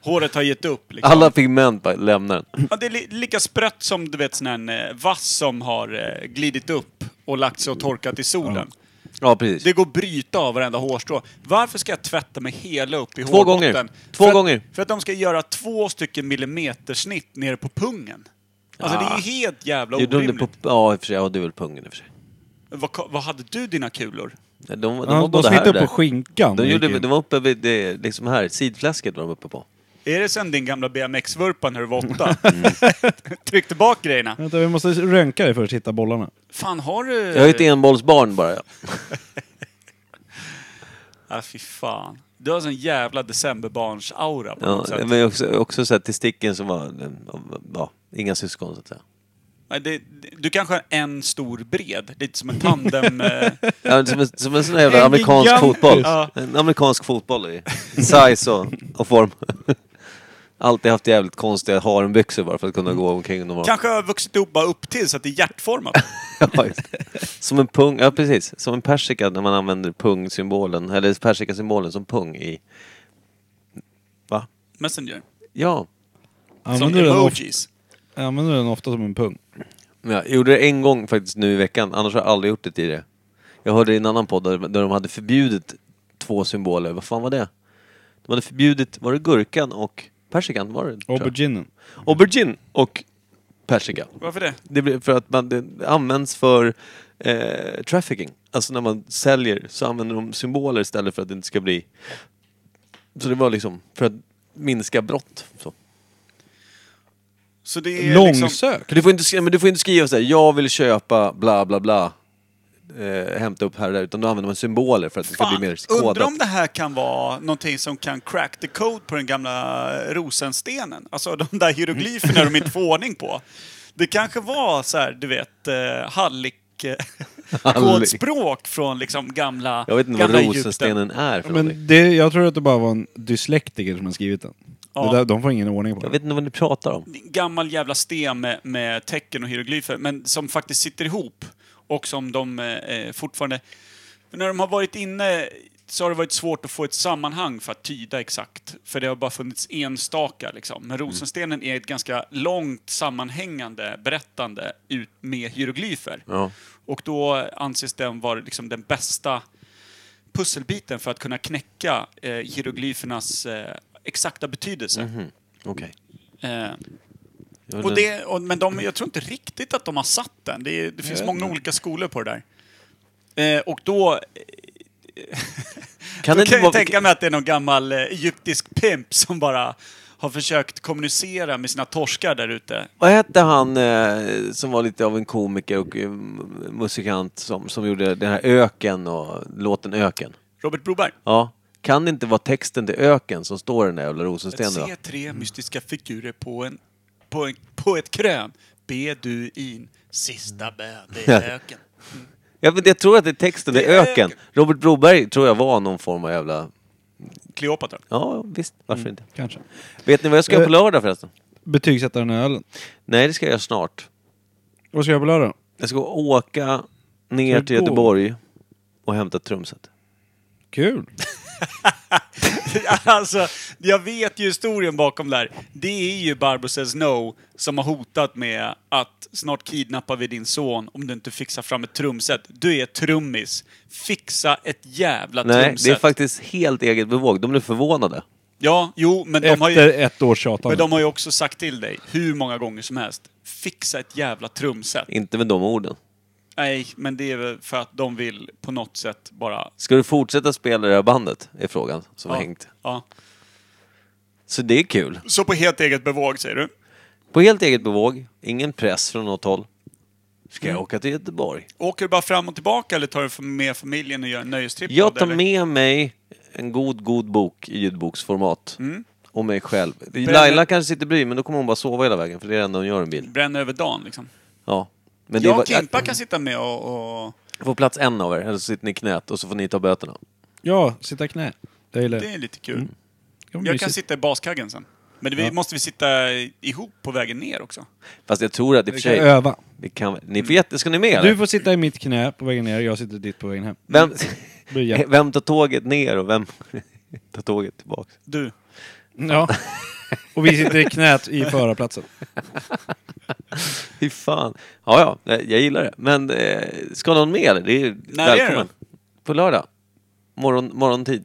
S2: Håret har gett upp liksom.
S5: Alla pigment bara lämnar den.
S2: Ja, det är li lika sprött som du vet sån här eh, vass som har eh, glidit upp och lagt sig och torkat i solen.
S5: Ja, precis.
S2: Det går att bryta av varenda hårstrå. Varför ska jag tvätta mig hela upp i
S5: Två
S2: hårbotten?
S5: gånger. Två
S2: för att,
S5: gånger.
S2: För att de ska göra två stycken millimetersnitt nere på pungen. Alltså det är ju helt jävla
S5: Gjorde de Ah. det
S2: orimligt.
S5: på... Ja, i och för sig. Ja, det är väl pungen i och för sig.
S2: Vad, ka- vad hade du dina kulor?
S5: De, de,
S3: De,
S5: de var
S3: de,
S5: både här och
S3: snittade
S5: där.
S3: på skinkan.
S5: De,
S3: och
S5: gjorde,
S3: gick in.
S5: de var uppe vid det, liksom här, sidfläsket var de uppe
S2: Eh.
S5: på.
S2: Är det sen din gamla BMX-vurpa när du var åtta?
S5: Mm.
S2: Tryck tillbaka grejerna.
S3: Vänta, vi måste röntga dig för att hitta bollarna.
S2: Fan, har du...
S5: Jag är ett enbollsbarn bara.
S2: ah, fy fan. Du har sån jävla decemberbarns-aura på
S5: Ja,
S2: något sätt.
S5: men jag också, också så här, testikeln som var, ja, inga syskon så att säga.
S2: Nej, det, det- du kanske har en stor bred, lite som en tandem... eh,
S5: Ja, som, en, som en sån här jävla
S3: En
S5: amerikansk
S3: gigantisk-
S5: fotboll.
S2: Ja.
S5: En amerikansk fotboll i size och, och form. Alltid haft jävligt konstiga harembyxor bara för att kunna gå omkring normalt.
S2: kanske har vuxit upp bara upp till så att det är hjärtformat.
S5: Ja, just det. som en pung, ja precis. Som en persika när man använder pungsymbolen, eller persikasymbolen som pung i... Va?
S2: Messenger.
S5: Ja.
S2: Som
S3: Använder du, den ofta,
S2: emojis.
S3: använder du den ofta som en pung?
S5: Men Jag gjorde det en gång faktiskt nu i veckan, annars har jag aldrig gjort det tidigare. Jag hörde i en annan podd där, där de hade förbjudit två symboler, vad fan var det? De hade förbjudit, var det gurkan och persikan? Var det, tror jag?
S3: Auberginen.
S5: Aubergine och persika.
S2: Varför det?
S5: Det blir för att man, det används för eh, trafficking. Alltså när man säljer så använder de symboler istället för att det inte ska bli... Så det var liksom för att minska brott. Så.
S2: Så det är liksom...
S3: Långsökt.
S5: För du får inte, skri- men du får inte skriva så här, jag vill köpa bla bla bla. Eh, hämta upp här och där. Utan då använder man symboler för att det ska bli mer
S2: Fan, undrar
S5: kodat.
S2: om det här kan vara någonting som kan crack the code på den gamla rosenstenen. Alltså de där hieroglyferna de inte får ordning på. Det kanske var så här, du vet, eh, hallik... eh, Kodspråk från liksom gamla
S5: Jag vet inte vad
S2: gamla Egypten.
S5: rosenstenen är för någonting.
S3: Men det, jag tror att det bara var en dyslektiker som har skrivit den.
S2: Ja.
S3: Det där, de får ingen ordning på
S5: Jag
S3: det.
S5: vet inte vad ni pratar om.
S2: gammal jävla sten med, med tecken och hieroglyfer, men som faktiskt sitter ihop. Och som de eh, fortfarande... För när de har varit inne så har det varit svårt att få ett sammanhang för att tyda exakt. För det har bara funnits enstaka liksom. Men Rosenstenen är ett ganska långt sammanhängande berättande ut med hieroglyfer.
S5: Ja.
S2: Och då anses den vara liksom den bästa pusselbiten för att kunna knäcka eh, hieroglyfernas eh, exakta betydelse.
S5: Okej.
S2: Eh,
S5: Jag vet
S2: och
S5: inte.
S2: det, och, men de, jag tror inte riktigt att de har satt den. Det, är, det finns många olika skolor på det där. Eh, och då, då
S5: Kan det
S2: kan
S5: inte
S2: jag
S5: vara...
S2: tänka mig att det är någon gammal eh, egyptisk pimp som bara har försökt kommunicera med sina torskar där ute.
S5: Vad hette han eh, som var lite av en komiker och eh, m- musikant som, som gjorde den här Öken och låten Öken?
S2: Robert Broberg.
S5: Ja. Kan det inte vara texten till Öken som står i den där jävla
S2: Att
S5: rosenstenen
S2: se
S5: då?
S2: tre mystiska figurer på, en, på, en, på ett krön. Be du in. Sista bön, det är öken.
S5: Jag, jag tror att det är texten till
S2: Det är
S5: Öken.
S2: Öken.
S5: Robert Broberg tror jag var någon form av jävla...
S2: Kleopatra.
S5: Ja, visst. Varför
S2: Mm.
S5: inte?
S3: Kanske.
S5: Vet ni vad jag ska göra på
S3: Eh.
S5: lördag förresten?
S3: Betygsätta den här ölen.
S5: Nej, det ska jag göra snart.
S3: Vad ska jag på lördag?
S5: Jag ska åka ner
S3: Ska du
S5: till
S3: gå?
S5: Göteborg och hämtat trumset.
S3: Kul!
S2: Alltså, jag vet ju historien bakom där. Det är ju Barbro Says No som har hotat med att snart kidnappar vi din son om du inte fixar fram ett trumset. Du är trummis. Fixa ett jävla
S5: Nej,
S2: trumset.
S5: det är faktiskt helt eget bevåg. De blev förvånade.
S2: Ja, jo, men de, har
S3: Efter
S2: ju,
S3: ett års tjatande.
S2: men de har ju också sagt till dig hur många gånger som helst. Fixa ett jävla trumset.
S5: Inte med de orden.
S2: Nej, men det är väl för att de vill på något sätt bara...
S5: Ska du fortsätta spela det här bandet? Är frågan som har hängt.
S2: ja.
S5: Så det är kul.
S2: Så på helt eget bevåg, säger du?
S5: På helt eget bevåg. Ingen press från något håll. Ska
S2: Mm.
S5: jag åka till Göteborg?
S2: Åker du bara fram och tillbaka eller tar du med familjen och gör en nöjestripp av
S5: Jag
S2: det,
S5: tar
S2: eller?
S5: med mig en god, god bok i ljudboksformat. Och mig själv.
S2: Mm. Bränner-
S5: Laila kanske sitter bredvid, men då kommer hon bara sova hela vägen, för det är det enda hon gör i en bil.
S2: bränner över dagen liksom.
S5: Ja. Men det
S2: jag
S5: var-
S2: och Kimpa kan sitta med och... och
S5: Jag får plats en av er, eller så sitter ni i knät och så får ni ta böterna.
S3: Ja, sitta i knä. Jag gillar
S2: det är lite kul.
S3: Mm, det.
S2: Jag kan sitta i baskaggen sen. Men vi, måste vi sitta ihop på vägen ner också?
S5: Fast jag tror att i och
S3: Vi
S5: för
S3: kan
S5: sig...
S3: öva.
S5: Vi kan, ni vet, ska ni med eller?
S3: Du får sitta i mitt knä på vägen ner, jag sitter ditt på vägen hem.
S5: Vem,
S3: blir
S2: Eh.
S3: jätte-
S5: vem tar tåget ner och vem tar tåget tillbaka?
S2: Du.
S3: Ja. Och vi sitter i knät i förarplatsen.
S5: Fy fan. Ja, ja, nej, jag gillar det. Men eh, ska någon med eller? Det är
S2: När är det
S5: På lördag. Morgon, morgontid.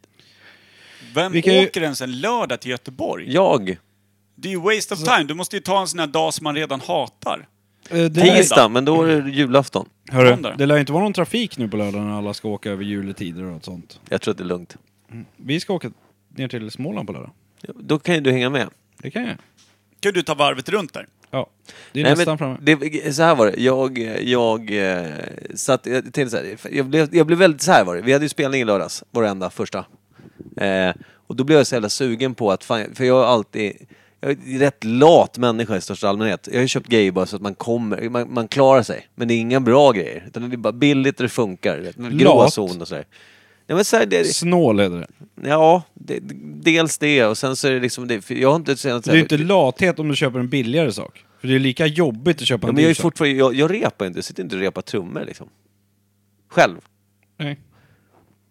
S2: Vem
S3: Vi kan ju-
S2: åker ens en lördag till Göteborg?
S5: Jag.
S2: Det är ju waste of time. Du måste ju ta en sån här dag som man redan hatar.
S3: Eh, Det lär,
S5: Tisdag, men då är det julafton.
S3: hörru, det lär ju inte vara någon trafik nu på lördagen när alla ska åka över juletider och något sånt.
S5: Jag tror att det är lugnt.
S3: Vi ska åka ner till Småland på lördag.
S5: Då kan ju du hänga med.
S3: Det kan jag.
S2: Kan du ta varvet runt där?
S3: Ja. Det är
S5: Nej,
S3: nästan
S5: men
S3: framme.
S5: Det, så här var det, jag, jag eh, satt, jag tänkte så här, jag blev, jag blev väldigt, så här var det, vi hade ju spelning i lördags, vår enda första. Eh, och då blev jag så jävla sugen på att, fan, för jag har alltid, jag är en rätt lat människa i största allmänhet. Jag har ju köpt grejer bara så att man kommer, man, man klarar sig. Men det är inga bra grejer, utan det är bara billigt och det funkar. du vet. Gråzon och sådär. Nej, men så här, det,
S3: Snål heter det.
S5: ja, det, dels det och sen så är det liksom det, för jag har inte... Senast,
S3: Det är ju inte lathet om du köper en billigare sak. För det är lika jobbigt att köpa
S5: Ja,
S3: en
S5: men jag, är
S3: dyr sak.
S5: fortfarande, jag, jag repar inte, jag sitter inte och repar trummor liksom. Själv.
S3: Nej.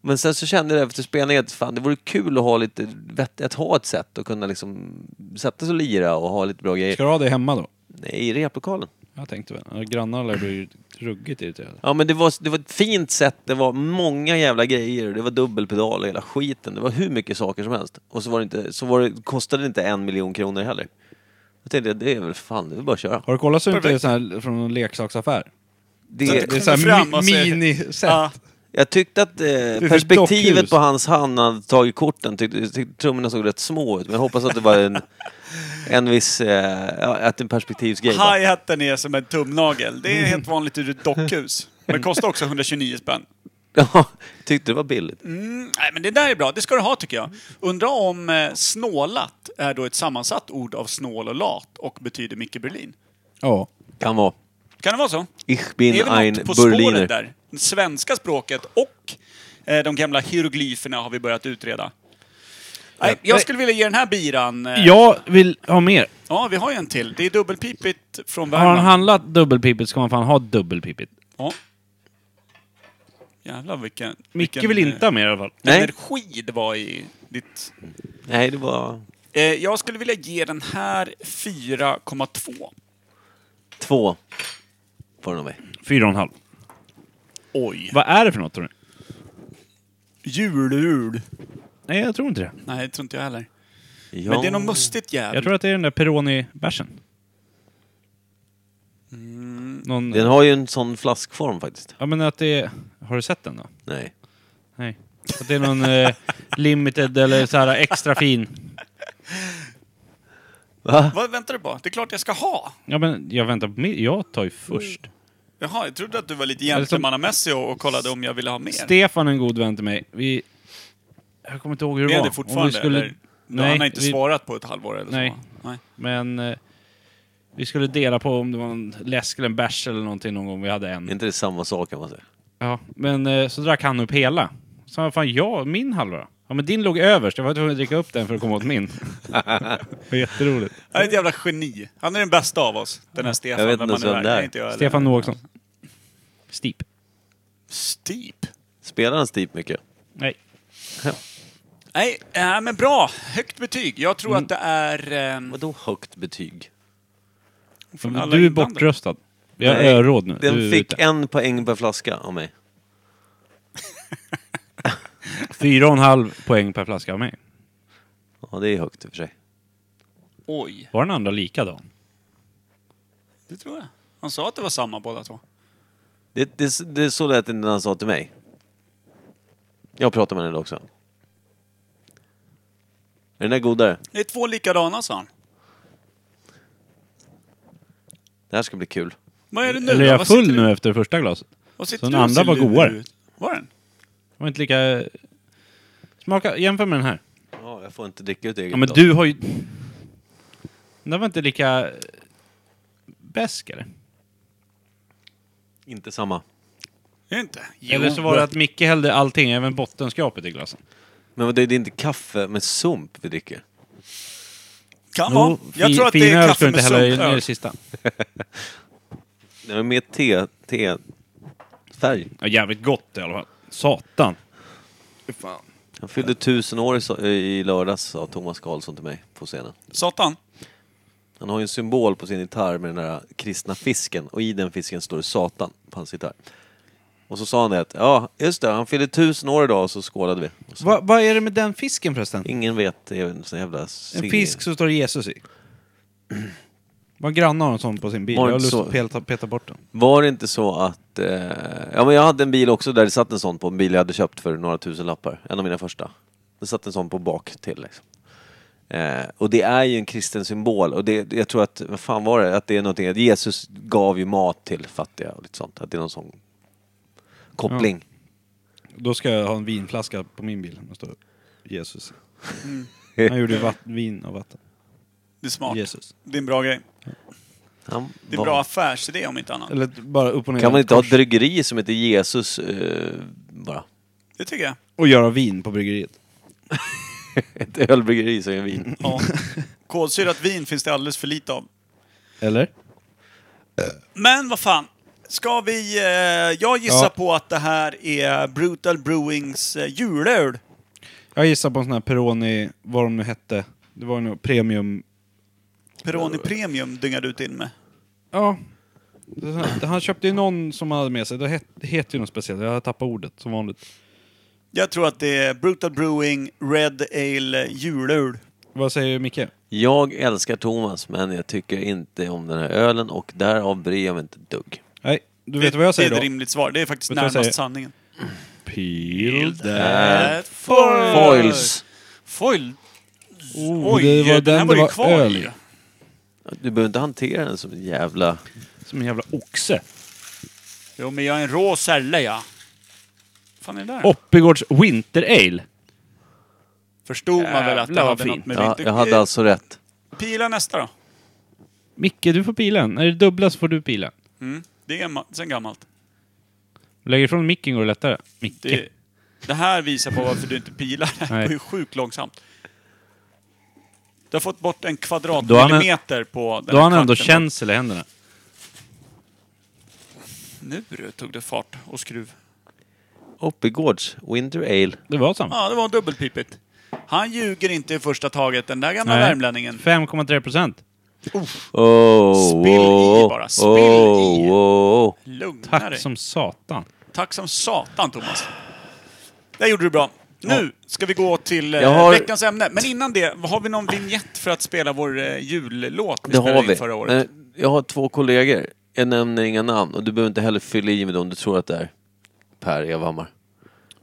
S5: Men sen så kände jag efter spelningen att fan, det vore kul att ha lite vett, att ha ett sätt att kunna liksom sätta sig och lira och ha lite bra grejer.
S3: Ska du ha det hemma då?
S5: Nej, i replokalen.
S3: Jag tänkte väl. Ja, Grannarna lär bli ruggigt irriterade.
S5: Ja men det var, det var ett fint sätt, det var många jävla grejer och det var dubbelpedal och hela skiten. Det var hur mycket saker som helst. Och så, var det inte, så var det, kostade det inte en miljon kronor heller. Jag tänkte, det är väl fan, det är bara att köra.
S3: Har du kollat så det inte är
S2: Perfekt.
S3: sån här från en leksaksaffär?
S5: Det,
S3: Det är så här
S2: fram
S3: mi-
S2: och säger-
S3: miniset.
S2: Ja.
S5: Jag tyckte att eh,
S3: för
S5: perspektivet
S3: dockhus.
S5: på hans hand när han tagit korten, tyckte, tyckte trummorna såg rätt små ut. Men jag hoppas att det var en, en viss, eh, ja, att en perspektivsgrej. bara.
S2: Hi-haten är som en tumnagel. Det är helt vanligt ur ett dockhus. Men kostar också 129 spänn.
S5: Ja, tyckte det var billigt.
S2: Mm, nej, men det där är bra. Det ska du ha tycker jag. Undra om eh, snålat är då ett sammansatt ord av snål och lat och betyder Micke Berlin.
S3: Ja.
S5: Kan vara.
S2: Kan det vara så?
S5: Ich bin
S2: Det är väl
S5: ein
S2: något på
S5: Berliner.
S2: spåret där. Det svenska språket och eh, de gamla hieroglyferna har vi börjat utreda. Nej, jag skulle vilja ge den här biran... eh,
S3: Jag vill ha mer.
S2: ja, vi har ju en till. Det är dubbelpipigt från
S3: Har han
S2: Värmland.
S3: handlat dubbelpipigt ska man fan ha dubbelpipigt.
S2: Ja. Jävlar vilken...
S3: Micke
S2: vilken,
S3: vill inte
S2: eh,
S3: ha mer i alla fall.
S5: Nej.
S2: Energi det var i ditt
S5: Nej, det var
S2: Eh, jag skulle vilja ge den här 4,2.
S5: två. Får den av mig.
S3: Fyra och en halv.
S2: Oj.
S3: Vad är det för något tror du?
S2: Julul.
S3: Nej, jag tror inte det.
S2: Nej, det tror inte jag heller.
S5: Ja.
S2: Men det är något mustigt jävel.
S3: Jag tror att det är den där Peroni-bärsen.
S2: Mm.
S3: Någon...
S5: Den har ju en sån flaskform faktiskt.
S3: Ja, men att det är... Har du sett den då?
S5: Nej.
S3: Nej. Att det är någon eh, limited eller så här extra fin.
S5: Va?
S2: Vad väntar du på? Det är klart jag ska ha.
S3: Ja, men jag väntar på min. Jag tar ju
S2: Mm.
S3: först.
S2: Jaha, jag trodde att du var lite
S3: som-
S2: gentlemannamässig och, och kollade om jag ville ha mer.
S3: Stefan, en god vän till mig. Vi... Jag kommer inte ihåg hur det
S2: är
S3: var.
S2: det
S3: Om vi
S2: fortfarande?
S3: skulle-
S2: eller? Nej,
S3: Nej,
S2: han har inte
S3: vi-
S2: svarat på ett halvår eller så.
S3: Nej.
S2: Nej.
S3: Men eh, vi skulle dela på om det var en läsk eller en bärs eller någonting någon gång. Vi hade
S5: Är
S3: en.
S5: inte det samma sak kan man säga?
S3: Ja, men eh, så drack han upp hela. Så vad fan jag, min halva då? Ja men din låg överst, jag var tvungen att dricka upp den för att komma åt min. det var jätteroligt.
S2: Han är ett jävla geni. Han är den bästa av oss, den här Stefan.
S5: Jag vet
S2: vem
S5: inte
S2: han nu
S5: vem
S2: är.
S5: det är.
S2: Nej, inte jag heller.
S3: Stefan Noaksson. Steep.
S2: Steep.
S5: Spelar han Steep mycket?
S3: Nej.
S2: Nej, äh, men bra. Högt betyg. Jag
S3: Mm.
S2: tror att det är... ehm,
S5: Vadå högt betyg?
S2: från alla
S3: Du är
S2: inblandade.
S3: bortröstad. Vi har
S5: Nej,
S3: öråd nu.
S5: Den
S3: Du är
S5: fick
S3: ute.
S5: en poäng per flaska av mig.
S3: Fyra och en halv poäng per flaska av mig.
S5: Ja, det är högt i och för sig.
S2: Oj,
S3: Var den andra likadan?
S2: det tror jag. Han sa att det var samma båda två.
S5: Det, det, det är så lät det när han sa till mig. Jag pratade med henne idag också. Är den där godare?
S2: Det är två likadana, sa han.
S5: Det här ska bli kul.
S2: Vad är det nu
S3: Eller är
S2: då?
S3: jag
S2: Vad sitter
S3: full
S2: du-
S3: nu efter första glaset?
S2: vad sitter
S3: Så den
S2: du och
S3: andra
S2: ser
S3: var
S2: lurig
S3: godare.
S2: ut? Var den?
S3: Det var inte lika... Smaka, jämför med den här.
S5: Ja, jag får inte dricka ut eget
S3: Ja men
S5: glas.
S3: du har ju... Den där var inte lika... Bäsk eller?
S5: Inte samma.
S2: Inte? Jo,
S3: Eller så var det att Micke hällde allting, även bottenskrapet i glasen.
S5: Men vadå, det är inte kaffe med sump vi dricker?
S2: kan vara. Jag
S3: fi-
S2: tror att det
S3: finöl
S2: är
S3: ska du
S2: kaffe
S3: inte
S2: med
S3: hälla i nu är
S2: sumpöl.
S3: det sista.
S5: Det är mer te, te... Färg.
S3: Ja, jävligt gott i alla fall. Satan.
S5: Han fyllde tusen år i, so- i lördags, sa Thomas Karlsson till mig på scenen.
S2: Satan.
S5: Han har ju en symbol på sin gitarr med den där kristna fisken och i den fisken står det Satan på hans gitarr. Och så sa han det att, ja just det, han fyllde tusen år idag och så skålade vi. Och så,
S3: Vad är det med den fisken förresten?
S5: Ingen vet, det är en sån jävla... sig-
S3: En fisk så står det Jesus i. Var granne har en sån på sin bil. Jag
S5: Var det
S3: har
S5: inte
S3: lust
S5: så?
S3: att peta, peta bort den.
S5: Var det inte så att... Eh, ja men jag hade en bil också där det satt en sån på, en bil jag hade köpt för några tusen lappar. En av mina första. Det satt en sån på bak till liksom. Eh, och det är ju en kristen symbol och det, jag tror att, vad fan var det? Att det är någonting, att Jesus gav ju mat till fattiga och lite sånt. Att det är någon sån koppling.
S3: Då ska jag ha en vinflaska på min bil. Det står Jesus. Han gjorde ju vatt, vin av vatten.
S2: Det är smart.
S3: Jesus.
S2: Det är en bra grej.
S5: Han
S2: Det är
S5: var-
S2: en bra affärsidé om inte annat.
S3: Eller bara upp och ner.
S5: Kan man inte ha
S3: kors
S5: ett bryggeri som heter Jesus eh, bara?
S2: Det tycker jag.
S3: Och göra vin på bryggeriet.
S5: Ett ölbryggeri som är vin.
S2: Ja. Kolsyrat vin finns det alldeles för lite av.
S3: Eller?
S2: Men vad fan. Ska vi... Eh, jag gissar
S3: Ja.
S2: på att det här är Brutal Brewings eh, julöl.
S3: Jag gissar på en sån här Peroni, vad de nu hette. Det var nog premium...
S2: Peroni Premium dyngade ut in med.
S3: Ja. Det är sån här- Han köpte ju någon som han hade med sig. Det het- heter ju något speciellt. Jag har tappat ordet som vanligt.
S2: Jag tror att det är Brutal Brewing Red Ale julöl.
S3: Vad säger Micke?
S5: Jag älskar Thomas men jag tycker inte om den här ölen och därav bryr jag mig inte ett dugg.
S3: Nej, du vet vad jag säger
S2: Det är
S3: då?
S2: ett rimligt svar. Det är faktiskt
S3: Vet du vad jag
S2: närmast
S3: säger?
S2: sanningen.
S3: Peel
S5: that
S2: foil.
S5: Foils!
S2: Foil.
S3: Oh,
S2: Oj,
S3: det var
S2: den här
S3: den
S2: var
S3: det
S2: ju
S3: var
S2: kvar
S3: öl
S2: i.
S3: i.
S5: Du behöver inte hantera den som en jävla...
S3: Som en jävla oxe.
S2: Jo, men jag är en rå sälle, ja. fan är det där?
S3: Oppigårds Winter Ale.
S2: Förstod man väl att det
S3: Jävlar, vad
S2: hade något
S3: fint.
S2: med
S5: Ja,
S2: vinter- Eh,
S5: jag hade alltså rätt.
S2: Pila nästa då.
S3: Micke, du får pilen. När det dubblas får du pilen.
S2: Mm. Det är ma- sen gammalt.
S3: Lägger ifrån micken går det lättare. Micke.
S2: Det, det här visar på varför du inte pilar. Det här
S3: Nej.
S2: går ju sjukt långsamt. Du har fått bort en
S3: Då har han en-
S2: kvadratmillimeter på den
S3: Då har
S2: här
S3: han ändå
S2: kvarten.
S3: känsel i händerna.
S2: Nu du, tog det fart och skruv.
S5: Oppigårds Winter Ale.
S3: Det var samma.
S2: Ja, det var dubbelpipigt. Han ljuger inte i första taget, den där gamla
S3: Nej.
S2: värmlänningen.
S3: 5,3 procent.
S5: Oh,
S2: Spill i
S5: oh,
S2: bara, spill
S5: oh,
S2: i.
S5: oh, oh.
S2: Lugna
S3: Tack
S2: dig.
S3: som satan.
S2: Tack som satan, Thomas. Det gjorde du bra. Nu ska vi gå till eh,
S5: Jag har-
S2: veckans ämne. Men innan det, har vi någon vignett för att spela vår eh, jullåt vi
S5: Det
S2: spelade
S5: har
S2: in förra
S5: vi. Eh,
S2: året?
S5: Men Jag har två kollegor. Jag nämner inga namn och du behöver inte heller fylla i med dem du tror att det är. Per Evhammar.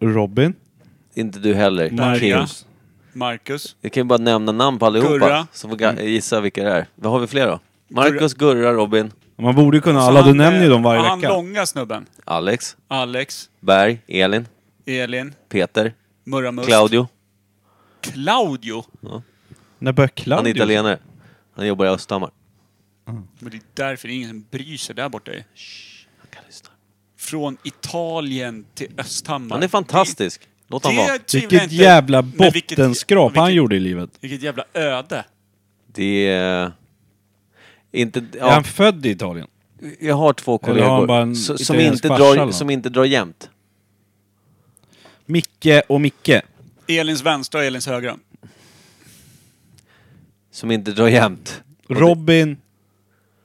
S3: Robin.
S5: Inte du heller. Kim.
S2: Marcus. Marcus.
S5: Jag kan ju bara nämna namn på allihopa.
S2: Gurra. Mm.
S5: Så får ga- gissa vilka det är. Vad har vi fler då? Marcus, Gurra, Robin,
S3: Man borde ju kunna
S2: Så
S3: alla. Du
S2: han,
S3: nämner ju
S2: eh,
S3: dem varje
S2: Han
S3: vecka.
S2: långa snubben.
S5: Alex,
S2: Alex.
S5: Berg, Elin,
S2: Elin.
S5: Peter,
S2: Murramust.
S5: Claudio.
S2: Claudio.
S3: När börjar Claudio?
S5: Han är italienare. Han jobbar i Östhammar.
S2: Men det är därför det är ingen som bryr sig där borta. ju.
S5: Han kan lyssna.
S2: Från Italien till Östhammar.
S5: Han är fantastisk. Låt han vara.
S2: Det tvivlar jag
S3: Vilket
S2: inte-
S3: jävla
S2: Men vilket-
S3: bottenskrap han
S2: vilket-
S3: gjorde i livet.
S2: Vilket jävla öde.
S5: Det är... Inte,
S3: Är
S5: ja,
S3: han född i Italien?
S5: jag har två
S3: Eller har han
S5: kollegor
S3: bara en
S5: s- som,
S3: italiensk
S5: inte
S3: farsa eller
S5: drar,
S3: något?
S5: som inte drar jämnt.
S3: Micke och Micke.
S2: Elins vänstra och Elins högra.
S5: Som inte drar jämnt.
S3: Robin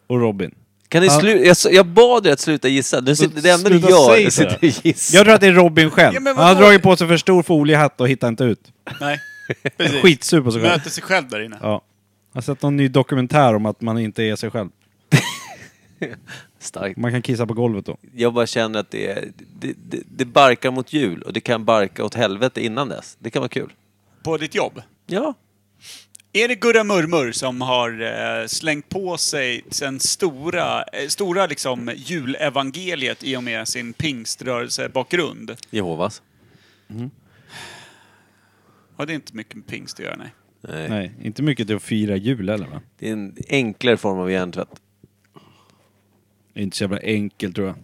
S3: och Robin.
S5: Kan ni
S3: Ja.
S5: sluta? Jag, s- jag bad er att sluta gissa. Nu sitter, det enda ni
S3: Sluta
S5: gör
S3: säg
S5: är
S3: det.
S5: att sitta och gissa.
S3: Jag tror att det är Robin själv.
S2: Ja, men
S3: Han har
S2: vadå?
S3: dragit på sig för stor foliehatt och hittar inte ut.
S2: Nej.
S3: Precis.
S2: Precis.
S3: Skitsur på sig själv.
S2: Möter sig själv där inne.
S3: Ja. Jag har sett någon ny dokumentär om att man inte är sig själv.
S5: Starkt.
S3: Man kan kissa på golvet då.
S5: Jag bara känner att det, är, det, det, det barkar mot jul och det kan barka åt helvete innan dess. Det kan vara kul.
S2: På ditt jobb.
S5: Ja.
S2: Är det Gurra Murmur som har eh, slängt på sig den stora, eh, stora liksom julevangeliet i och med sin pingströrelsebakgrund?
S5: Jehovas.
S2: Har det inte mycket med pingst att göra, nej.
S5: Nej.
S3: Nej, inte mycket till att fira jul heller va?
S5: Det är en enklare form av hjärntvätt.
S3: Det är inte så jävla enkelt tror jag.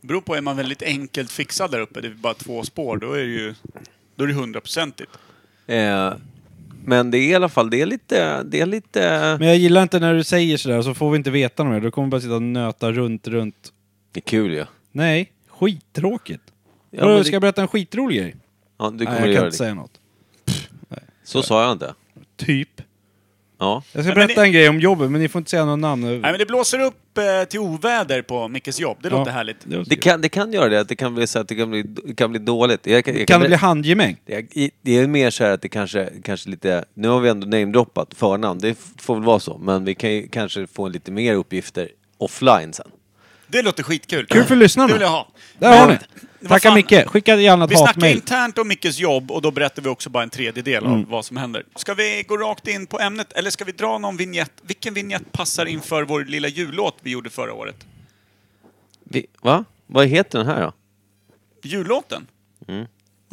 S2: Det beror på, är man väldigt enkelt fixad där uppe, det är bara två spår, då är det ju då är det hundraprocentigt.
S5: Eh, men det är i alla fall, det är lite, det är lite...
S3: Men jag gillar inte när du säger sådär så får vi inte veta något mer. Då kommer vi bara sitta och nöta runt, runt.
S5: Det är kul ju. Ja.
S3: Nej, skittråkigt.
S5: Ja,
S3: Vadå,
S5: men
S3: ska
S5: det-
S3: jag berätta en skitrolig grej?
S5: Ja, du
S3: Nej,
S5: kommer
S3: jag
S5: att
S3: kan
S5: göra
S3: inte
S5: det.
S3: säga något.
S5: Så sa jag inte.
S3: Typ.
S5: Ja.
S3: Jag ska
S2: men
S3: berätta
S2: ni-
S3: en grej om jobbet, men ni får inte säga något namn.
S2: Nej, men det blåser upp eh, till oväder på Mickes jobb, det låter härligt.
S3: Det,
S5: Det
S3: kan,
S5: kan, det kan göra det, att det kan bli så att det kan bli, det kan bli dåligt. Jag, jag, jag
S3: det bli handgemäng?
S5: Jag, det är mer så här att det kanske, kanske lite, nu har vi ändå namedroppat förnamn, det f- får väl vara så, men vi kan ju kanske få lite mer uppgifter offline sen.
S2: Det låter skitkul.
S3: Kul för lyssnarna.
S2: Det vill jag ha.
S3: Där har
S2: Men-
S3: ni!
S2: Vad
S3: Tacka
S2: fan,
S3: Micke! Skicka gärna
S2: Vi
S3: ett
S2: snackar
S3: hatmejl.
S2: internt om Mickes jobb och då berättar vi också bara en tredjedel
S3: Mm.
S2: av vad som händer. Ska vi gå rakt in på ämnet eller ska vi dra någon vignett? Vilken vignett passar inför vår lilla jullåt vi gjorde förra året?
S5: Vi, va? Vad heter den här då?
S2: Jullåten? Nej,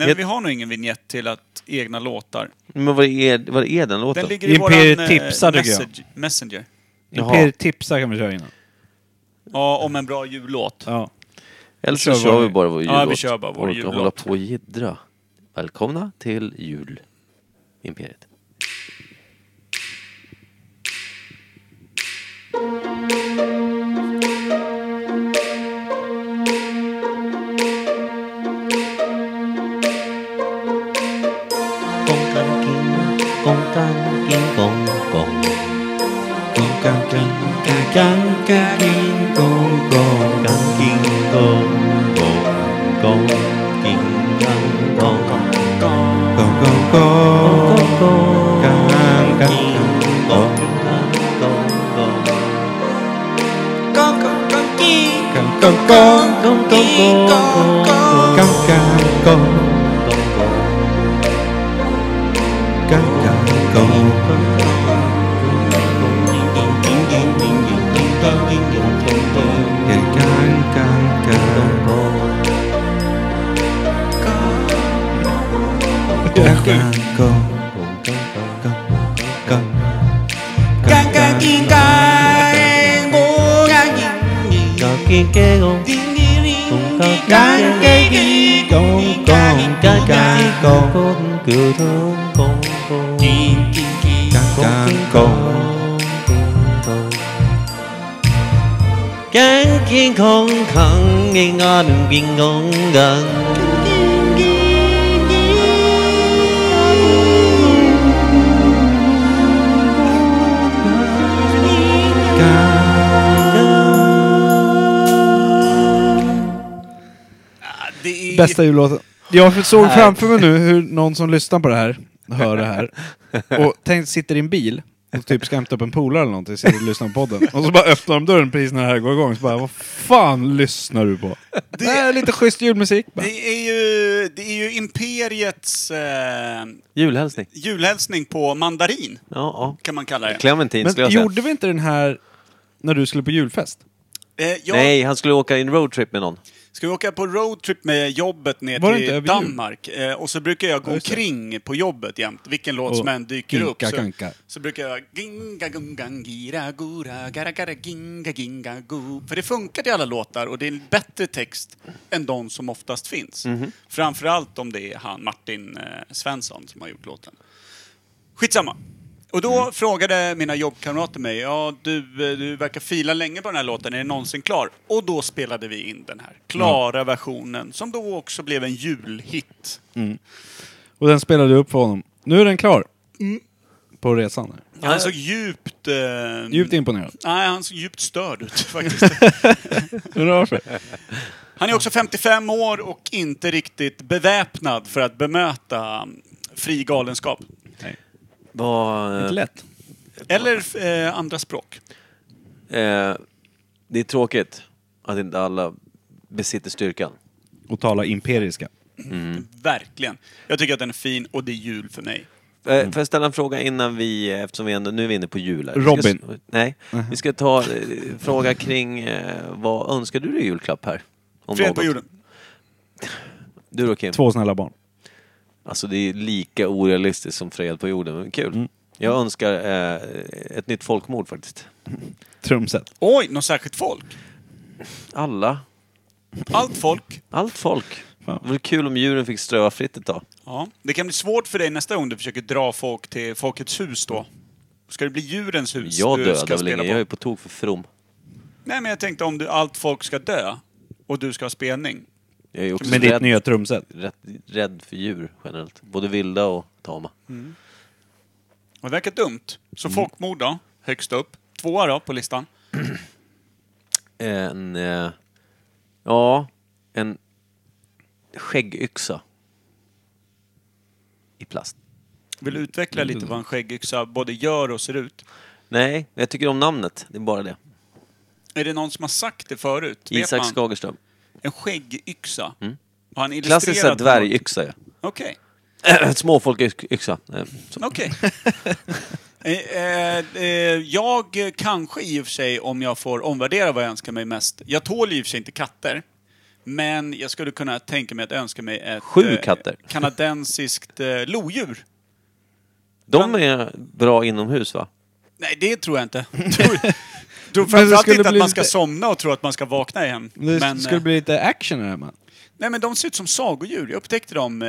S2: men vi har nog ingen vignett till att egna låtar.
S5: Men vad är, vad är den låten?
S2: Den ligger i
S3: Imperiet
S2: våran
S3: tipsar, tycker jag.
S2: message, Messenger.
S5: Jaha.
S3: Imperiet tipsa kan vi köra innan.
S2: Ja, om en bra jullåt.
S3: Ja.
S5: Eller så
S3: kör
S5: kör
S3: vår-
S5: vi bara vår
S2: Ja,
S5: jullåt.
S2: vi kör bara vår
S5: Orkar
S2: jullåt.
S5: hålla på och jiddra. Välkomna till jul, Imperiet.
S2: Det är...
S3: Bästa jullåten. Jag såg framför mig nu hur någon som lyssnar på det här, hör det här, och tänk, sitter i en bil och typ ska hämta upp en polare eller någonting, sitter och lyssnar på podden. Och så bara öppnar de dörren precis när det här går igång, så bara vad fan lyssnar du på? Det är lite schysst julmusik bara.
S2: Det är ju, det är ju Imperiets eh,
S5: Julhälsning.
S2: julhälsning på mandarin,
S5: Ja,
S2: kan man kalla det.
S5: ja. Clementin skulle
S3: Men
S5: jag säga.
S3: gjorde vi inte den här när du skulle på julfest?
S2: Eh, jag,
S5: Nej, han skulle åka in roadtrip med någon.
S2: Ska vi åka på roadtrip med jobbet ner
S3: Var det inte
S2: till
S3: över jul?
S2: Danmark? Eh, och så brukar jag gå
S3: Ja, just det.
S2: omkring på jobbet jämt, vilken låt
S3: Och
S2: som än dyker
S3: ginka,
S2: upp. Så,
S3: ganka.
S2: så brukar jag ginga gungan gira gura gara gara ginga ginga go. För det funkar i alla låtar och det är en bättre text än de som oftast finns.
S3: Mhm.
S2: Framförallt om det är han Martin eh, Svensson som har gjort låten. Skitsamma. Och då
S3: Mm.
S2: frågade mina jobbkamrater mig, ja du, eh, du verkar fila länge på den här låten, är den någonsin klar? Och då spelade vi in den här klara
S3: Mm.
S2: versionen, som då också blev en julhit.
S3: Och den spelade du upp för honom. Nu är den klar. Mm. På resan. där.
S2: Han såg Alltså djupt... Eh,
S3: Djupt imponerad.
S2: Nej, han såg djupt störd ut faktiskt.
S3: Undrar varför.
S2: Han är också 55 år och inte riktigt beväpnad för att bemöta mm, fri galenskap.
S5: Vad...
S3: Inte lätt.
S2: Eller eh, andra språk.
S5: Eh, det är tråkigt att inte alla besitter styrkan.
S3: Och tala imperiska.
S2: Verkligen. Jag tycker att den är fin och det är jul för mig.
S3: Mm.
S5: Eh, får jag ställa en fråga innan vi, eh, eftersom vi ändå, nu är vi inne på jul här. Vi
S3: Robin. Mm-hmm.
S5: Ska, s- nej, vi ska ta eh, fråga kring eh, vad önskar du dig i julklapp här? Om
S2: Fred på
S5: något.
S2: jorden.
S5: Du då Kim?
S3: Två snälla barn.
S5: Alltså det är lika orealistiskt som fred på jorden, men kul.
S3: Mm.
S5: Jag önskar eh, ett nytt folkmord faktiskt.
S3: Trumset.
S2: Oj, något särskilt folk.
S5: Alla,
S2: Allt folk.
S5: allt folk.
S3: Fan.
S5: Det vore kul om djuren fick ströva fritt ett tag.
S2: Ja. Det kan bli svårt för dig nästa gång du försöker dra folk till Folkets hus då. Ska det bli djurens hus
S5: Jag
S2: du
S5: dödar
S2: ska
S5: väl
S2: spela
S5: ingen,
S2: på?
S5: jag är på tok för from.
S2: Nej, men jag tänkte om du, allt folk ska dö och du ska ha spelning.
S5: Jag är också
S3: Med ditt
S5: rädd,
S3: nya trumset.
S5: rätt, rädd för djur generellt. Både vilda och tama.
S2: Och det verkar dumt. Så
S5: Mm.
S2: folkmord då, högst upp. Tvåa då på listan.
S5: En... Eh, ja, en skäggyxa. I plast.
S2: Vill du utveckla
S5: Mm.
S2: lite vad en skäggyxa både gör och ser ut?
S5: Nej, jag tycker om namnet. Det är bara det.
S2: Är det någon som har sagt det förut? Vet
S5: Isak
S2: man?
S5: Skagerström.
S2: En skäggyxa? Har han illustrerat
S5: Klassisk sån här
S2: något?
S5: dvärgyxa ja.
S2: Okej.
S5: Småfolkyxa. Eh, så.
S2: Okej. Eh, eh, eh, jag eh, kanske i och för sig, om jag får omvärdera vad jag önskar mig mest. Jag tål i och för sig inte katter. Men jag skulle kunna tänka mig att önska mig ett
S5: Sju
S2: eh,
S5: katter.
S2: kanadensiskt eh, lodjur.
S5: De är bra inomhus va?
S2: Nej, det tror jag inte. Tror- tror framförallt
S3: skulle
S2: inte att
S3: bli
S2: man ska
S3: lite-
S2: somna och tro att man ska vakna igen.
S3: Det
S2: Men,
S3: skulle
S2: eh,
S3: bli lite action i det här man.
S2: Nej men de ser ut som sagodjur. Jag upptäckte dem eh,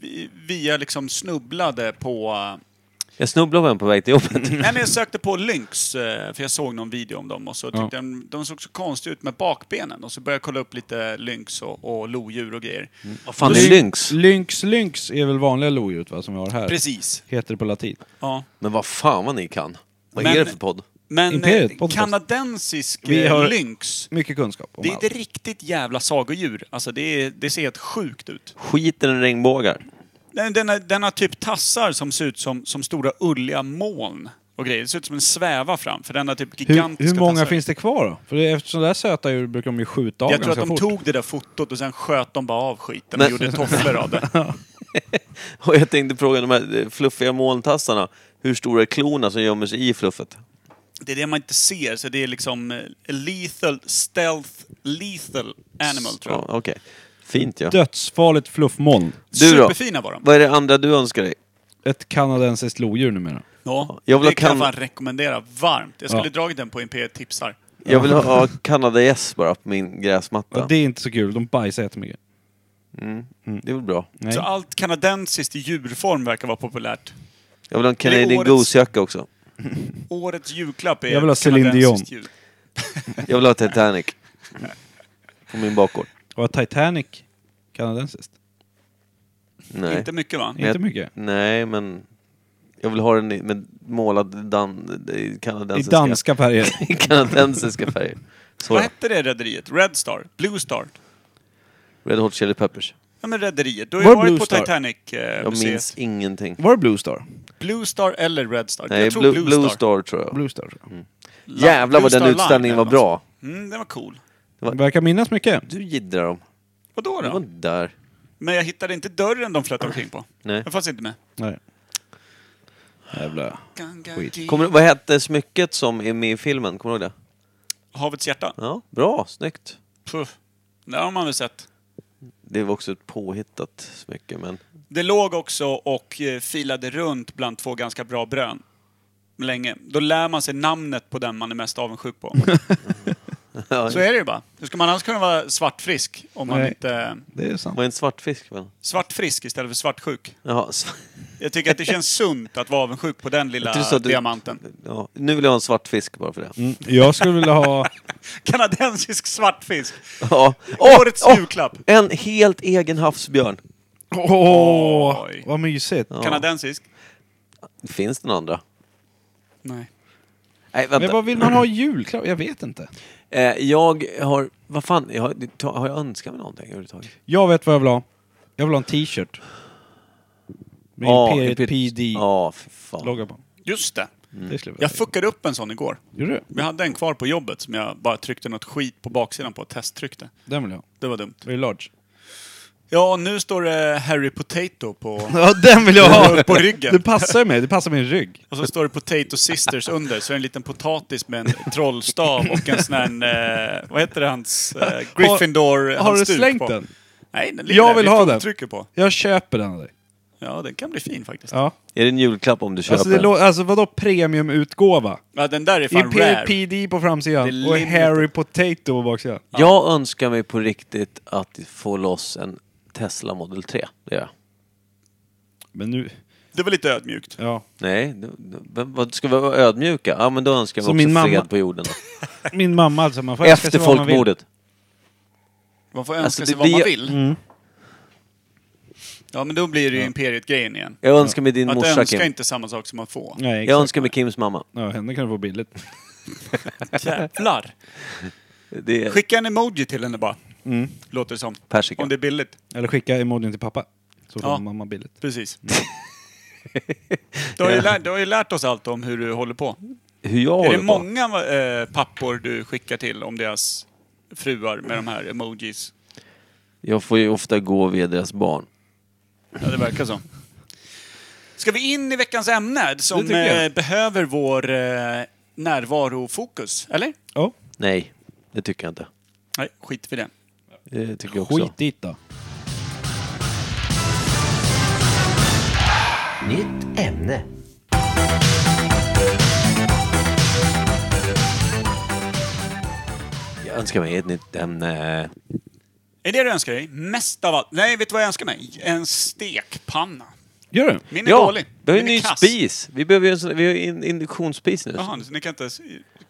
S2: vi- via liksom snubblade på... eh,
S5: Jag snubblade på en på väg till jobbet.
S2: Nej men jag sökte på Lynx, eh, för jag såg någon video om dem och så tyckte jag de, de såg så konstiga ut med bakbenen. Och så började jag kolla upp lite Lynx och, och lodjur och grejer.
S3: Mm.
S5: Vad fan
S2: Lynx.
S5: är lynx?
S3: Lynx lynx är väl vanliga lodjuret va, som vi har här?
S2: Precis.
S3: Heter det på latin.
S2: Ja.
S5: Men vad fan vad ni kan. Vad
S2: Men-
S5: är det för podd?
S2: Men
S3: Imperiet
S2: eh,
S3: Podcast.
S2: kanadensisk
S3: Vi
S2: eh,
S3: har-
S2: Lynx,
S3: Mycket kunskap om
S2: det är
S3: allt.
S2: ett riktigt jävla sagodjur. Alltså det, är, det ser helt sjukt ut.
S5: Skiten i regnbågar.
S2: Den, den, har, den har typ tassar som ser ut som, som stora ulliga moln och grejer. Det ser ut som en sväva fram, för den har typ
S3: Hur,
S2: gigantiska
S3: hur många
S2: tassar.
S3: finns det kvar då? För det- eftersom det där söta djur brukar de ju skjuta av
S2: Jag tror att
S3: ganska
S2: de
S3: fort.
S2: tog det där fotot och sen sköt de bara av skiten och
S5: Men-
S2: gjorde tofflor av det.
S5: Och jag tänkte fråga de här eh, fluffiga molntassarna. Hur stora är klorna som gömmer sig i fluffet?
S2: Det är det man inte ser, så det är liksom eh, lethal, stealth, lethal animal tror jag.
S5: Ja, Okej. Fint ja.
S3: Dödsfarligt fluffmoln.
S5: Du då?
S2: Superfina var de.
S5: Vad är det andra du önskar dig?
S3: Ett kanadensiskt lodjur numera.
S2: Ja,
S5: Jag vill ha
S2: det kan jag
S5: kan-
S2: fan rekommendera varmt. Jag skulle
S3: Ja.
S2: dragit den på Imperiet tipsar.
S5: Jag vill ha kanadagäss bara på min
S3: Ja.
S5: gräsmatta.
S3: Det
S5: Det...
S3: är inte så kul, de bajsar jättemycket.
S5: är väl bra.
S3: Nej.
S2: Så allt kanadensiskt i djurform verkar vara populärt.
S5: Jag vill ha en Canadian
S2: årets-
S5: Goose-jacka också.
S2: Årets julklapp är
S3: Jag vill ha
S2: ett
S3: Céline
S2: kanadensiskt djur.
S5: Jag vill ha Titanic. på min bakgård.
S3: Var Titanic kanadensiskt?
S5: Nej.
S2: Inte mycket va?
S5: Men jag-
S3: Inte mycket.
S5: Nej, men... Jag vill ha den i- med målad dan... i
S3: I
S5: kanadensiska...
S3: danska färger.
S5: I kanadensiska färger. Så,
S2: Vad hette det rederiet? Red Star? Blue Star?
S5: Red Hot Chili Peppers.
S2: Ja men rederiet. Du har
S3: Var
S2: ju
S3: det
S2: varit
S3: Blue
S2: på
S3: Star?
S5: Jag minns
S2: Titanic-museet.
S5: ingenting.
S3: Var det Blue Star?
S2: Blue Star eller Red Star?
S5: Nej,
S2: jag tror
S5: Blue,
S2: Blue,
S5: Blue
S2: Star.
S5: Star tror jag.
S3: Blue Star tror jag.
S2: La-
S5: Jävlar vad
S2: Blue
S5: den
S2: Star Line
S5: utställningen var
S2: eller något
S5: bra.
S2: sånt. Mm, den var cool.
S3: Verkar minnas mycket.
S5: Du jiddrar dem.
S2: Vadå
S5: Du var
S2: då?
S5: inte där.
S2: Men jag hittade inte dörren de flöt omkring på.
S5: Nej.
S2: Den fanns inte med.
S3: Nej. Jävla... Skit.
S5: Kommer, du- vad hette smycket som är med i filmen? Kommer du ihåg det?
S2: Havets hjärta?
S5: Ja, bra. Snyggt.
S2: Puff. Det har man väl sett.
S5: Det var också ett påhittat smycke, men...
S2: Det låg också och eh, filade runt bland två ganska bra brön. Länge. Då lär man sig namnet på den man är mest avundsjuk på.
S5: Ja,
S2: Så är det ju bara. Hur ska man annars kunna vara svartfrisk om man
S3: Nej.
S2: inte...
S3: Det är sant.
S5: var en svartfisk, men...
S2: Svartfrisk istället för svartsjuk.
S5: Jaha, sv-
S2: Jag tycker att det känns sunt att vara avundsjuk på den lilla
S5: Jag tror så att du-
S2: diamanten.
S5: Ja, nu vill jag ha en svart fisk bara för det.
S3: Mm, jag skulle vilja ha...
S2: Kanadensisk svartfisk.
S5: Ja.
S2: Årets julklapp.
S5: En helt egen havsbjörn.
S3: Åh,
S2: Oj.
S3: vad mysigt!
S5: Ja.
S2: Kanadensisk?
S5: Finns det några andra?
S2: Nej.
S5: Nej, vänta.
S3: Men vad vill man ha i julklapp? Jag vet inte.
S5: Eh, jag har... Vad fan, jag har, ta- har jag önskat mig någonting överhuvudtaget?
S3: Jag vet vad jag vill ha. Jag vill ha en t-shirt. Med
S5: Ja,
S3: Imperiet
S5: Imperiet-
S3: PD-logga
S5: Ja, Mm. fy fan.
S3: på.
S2: Just det.
S3: Det skulle jag
S2: Jag fuckade upp en sån igår.
S3: Gjorde du?
S2: Vi hade en kvar på jobbet som jag bara tryckte något skit på baksidan på och testtryckte.
S3: Den vill jag ha.
S2: Det var dumt.
S3: Very large.
S2: Ja, nu står det Harry Potato på...
S3: Ja, den vill jag ha!
S2: På ryggen.
S3: Det passar mig, det passar min rygg.
S2: Och så står det Potato Sisters under, så är det en liten potatis med en trollstav och en sån här... Eh, vad heter det, hans... Eh, Gryffindor...
S3: Har
S2: hans
S3: du
S2: duk
S3: slängt
S2: på.
S3: den?
S2: Nej, den ligger
S3: Jag
S2: där.
S3: vill
S2: Vi
S3: ha
S2: får-
S3: den.
S2: trycker på.
S3: Jag köper den av dig.
S2: Ja, den kan bli fin faktiskt. Ja,
S3: Ja.
S5: Är det en julklapp om du köper
S3: Alltså, det
S5: den?
S3: lå- alltså vadå premiumutgåva?
S2: den där är fan
S3: Imperiet
S2: rare.
S3: PD på
S2: Det är
S3: framsidan och
S2: limited.
S3: Harry Potato på baksidan.
S5: Jag önskar mig på riktigt att få loss en Tesla Model 3. Det gör jag.
S3: Men nu...
S2: Det var lite ödmjukt.
S3: Ja.
S5: Nej, det- det- vem- vad- ska vi vara ödmjuka? Ja, men då önskar
S3: Så
S5: jag mig
S3: min
S5: också
S3: mamma-
S5: fred på jorden. då.
S3: Min mamma alltså, man får älska
S5: Efter
S3: sig vad man vill.
S5: folkmordet.
S2: Man får önska
S5: Alltså,
S2: sig
S5: det-
S2: vad
S5: det-
S2: man vill.
S3: Mm.
S2: Ja, men då blir det ju Imperiet-grejen igen.
S5: Jag önskar mig din
S2: Att
S5: morsa
S2: önska
S5: Kim.
S2: är inte samma sak som att få.
S3: Nej,
S5: Jag
S3: exakt.
S5: önskar mig Kims mamma.
S3: Ja, henne kan du få billigt.
S2: Jävlar!
S5: Det är
S2: Skicka en emoji till henne bara.
S5: Mm.
S2: Låter det som.
S5: persika.
S2: Om det är billigt.
S3: Eller skicka emojin till pappa. Så får
S2: Ja.
S3: mamma billigt.
S2: Precis.
S5: Mm.
S2: du, har ju lärt, du har ju lärt oss allt om hur du håller på.
S5: Hur jag
S2: är
S5: håller
S2: det
S5: på.
S2: många eh, pappor du skickar till om deras fruar med de här emojis?
S5: Jag får ju ofta gå via deras barn.
S2: Ja, det verkar så. Ska vi in i veckans ämne
S3: Det
S2: som
S3: tycker jag.
S2: eh, behöver vår eh, närvarofokus? Eller?
S3: Ja.
S5: Nej, det tycker jag inte.
S2: Nej, skit vi i det.
S5: Det tycker jag också.
S3: Skit dit då.
S6: Nytt ämne.
S5: Jag önskar mig ett nytt ämne.
S2: Är det du önskar dig? Mest av allt? Nej, vet du vad jag önskar mig? En stekpanna.
S3: Gör du?
S2: Min är
S5: Ja,
S2: dålig.
S5: vi har ju en
S2: Min
S5: ny
S2: är kass.
S5: spis. Vi behöver ju en sån, vi har ju en induktionsspis nu.
S2: Jaha, så ni kan inte ens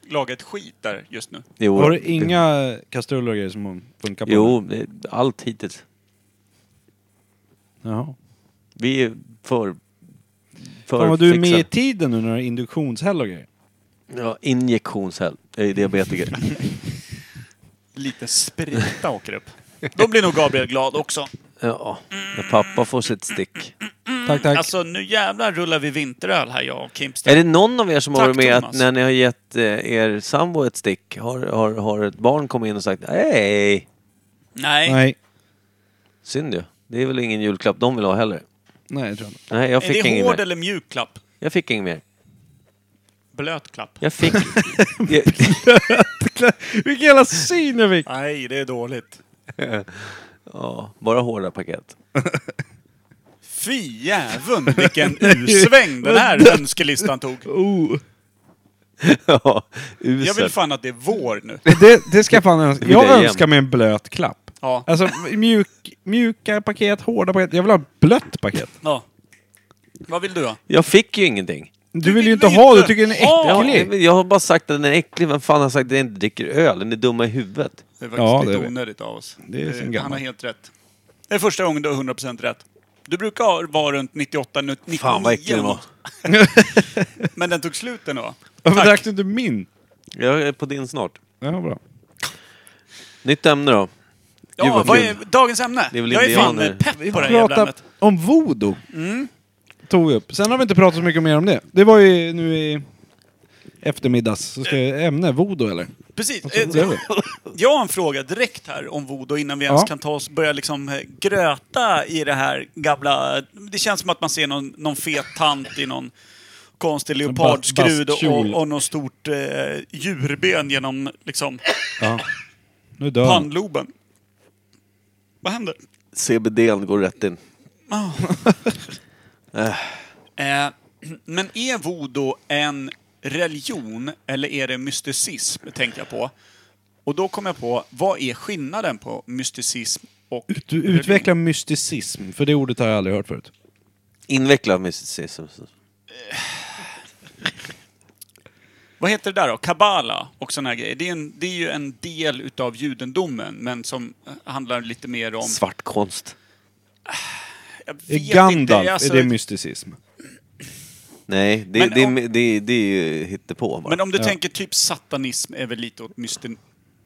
S2: laga ett skit där just nu.
S5: Jo,
S3: Har du inga kastruller och grejer som hon funkar på?
S5: Jo, det är allt hittills.
S3: Jaha.
S5: Vi är för... för
S3: Fan vad du är med
S5: fixa.
S3: i tiden nu när du har induktionshäll och grejer.
S5: Ja, injektionshäll. Jag är diabetiker.
S2: Lite sprita åker upp. Då blir nog Gabriel glad också.
S5: ja, när pappa får sitt stick.
S3: Tack, tack.
S2: Alltså nu jävlar rullar vi vinteröl här jag och Kimster.
S5: Är det någon av er som har
S2: Tack,
S5: varit med att
S2: Thomas.
S5: när ni har gett eh, er sambo ett stick, har, har, har ett barn kommit in och sagt hej?
S2: Nej.
S3: Nej.
S5: Synd ju. Det är väl ingen julklapp de vill ha heller.
S3: Nej, jag tror inte.
S5: Nej, jag
S2: Är
S5: fick
S2: det
S5: ingen
S2: hård
S5: mer.
S2: eller mjuk klapp?
S5: Jag fick ingen mer.
S2: Blöt klapp?
S5: Jag fick... jag,
S3: Vilken jävla syn jag fick!
S2: Nej, det är dåligt.
S5: ja, bara hårda paket.
S2: Fy jävun vilken usväng den här önskelistan tog.
S3: Oh.
S5: ja,
S2: Jag vill
S5: usel.
S2: fan att det är vår nu.
S3: Det, det ska jag fan önska.
S5: vill jag
S3: Jag
S5: igen.
S3: önskar mig en blöt klapp.
S2: Ja.
S3: Alltså mjuk, mjuka paket, hårda paket. Jag vill ha ett blött paket.
S2: ja. Vad vill du då?
S5: Jag fick ju ingenting.
S3: Du vill ju
S2: vill
S3: inte
S2: ju
S3: ha, du
S2: inte
S3: tycker den
S2: ha.
S3: är
S5: Jag,
S3: äcklig.
S5: jag har bara sagt att den är äcklig. Vem fan har sagt att jag inte dricker öl? Den är dumma i huvudet.
S2: Det är faktiskt
S3: Ja, det
S2: lite
S3: är vi.
S2: onödigt av oss.
S3: Det är
S2: Eh,
S3: sen gammalt.
S2: Han har helt rätt. Det är första gången du har 100% rätt. Du brukar vara runt 98, nu- 99.
S5: Fan vad äcklig den var.
S2: Men den tog slut ändå.
S3: Varför
S2: Tack.
S3: drack du inte min?
S5: Jag är på din snart.
S3: Ja, bra.
S5: Nytt ämne då. Gud,
S2: Ja,
S5: vad
S2: vad
S5: kul.
S2: är dagens ämne?
S5: Det är väl
S2: jag är fan
S5: indianer.
S2: pepp på det här jävla
S3: Prata
S2: ämnet. Mm.
S3: om voodoo. Tog vi upp. Sen har vi inte pratat så mycket mer om det. Det var ju nu i eftermiddags. Så
S2: Eh.
S3: ska jag ämne voodoo eller?
S2: Precis. Eh,
S3: Och så gör vi.
S2: Jag har en fråga direkt här om voodoo innan vi ens
S3: Ja.
S2: kan ta oss, börja liksom eh, gröta i det här gamla... Det känns som att man ser någon, någon fet tant i någon konstig leopardskrud och,
S3: bastkjol.
S2: och, och något stort eh, djurben genom liksom,
S3: Ja. Nu dör han.
S2: pannloben. Vad händer?
S5: CBD'n går rätt in.
S2: Eh, men är voodoo en religion eller är det mysticism, tänkte jag på. Och då kom jag på, vad är skillnaden på mysticism och
S3: Du
S2: religion?
S3: utvecklar mysticism, för det ordet har jag aldrig hört förut.
S1: Inveckla mysticism.
S2: Vad heter det där då? Kabbala och sådana här grejer. Det är, en, det är ju en del utav judendomen, men som eh, handlar lite mer om...
S1: Svart konst.
S2: Jag vet
S7: Är Gandalf,
S2: inte, alltså-
S7: är det mysticism?
S1: Nej, det,
S2: Men
S1: det,
S2: om-
S1: det, det, det är ju hittepå bara.
S2: Men om du tänker typ satanism är väl lite åt mysti-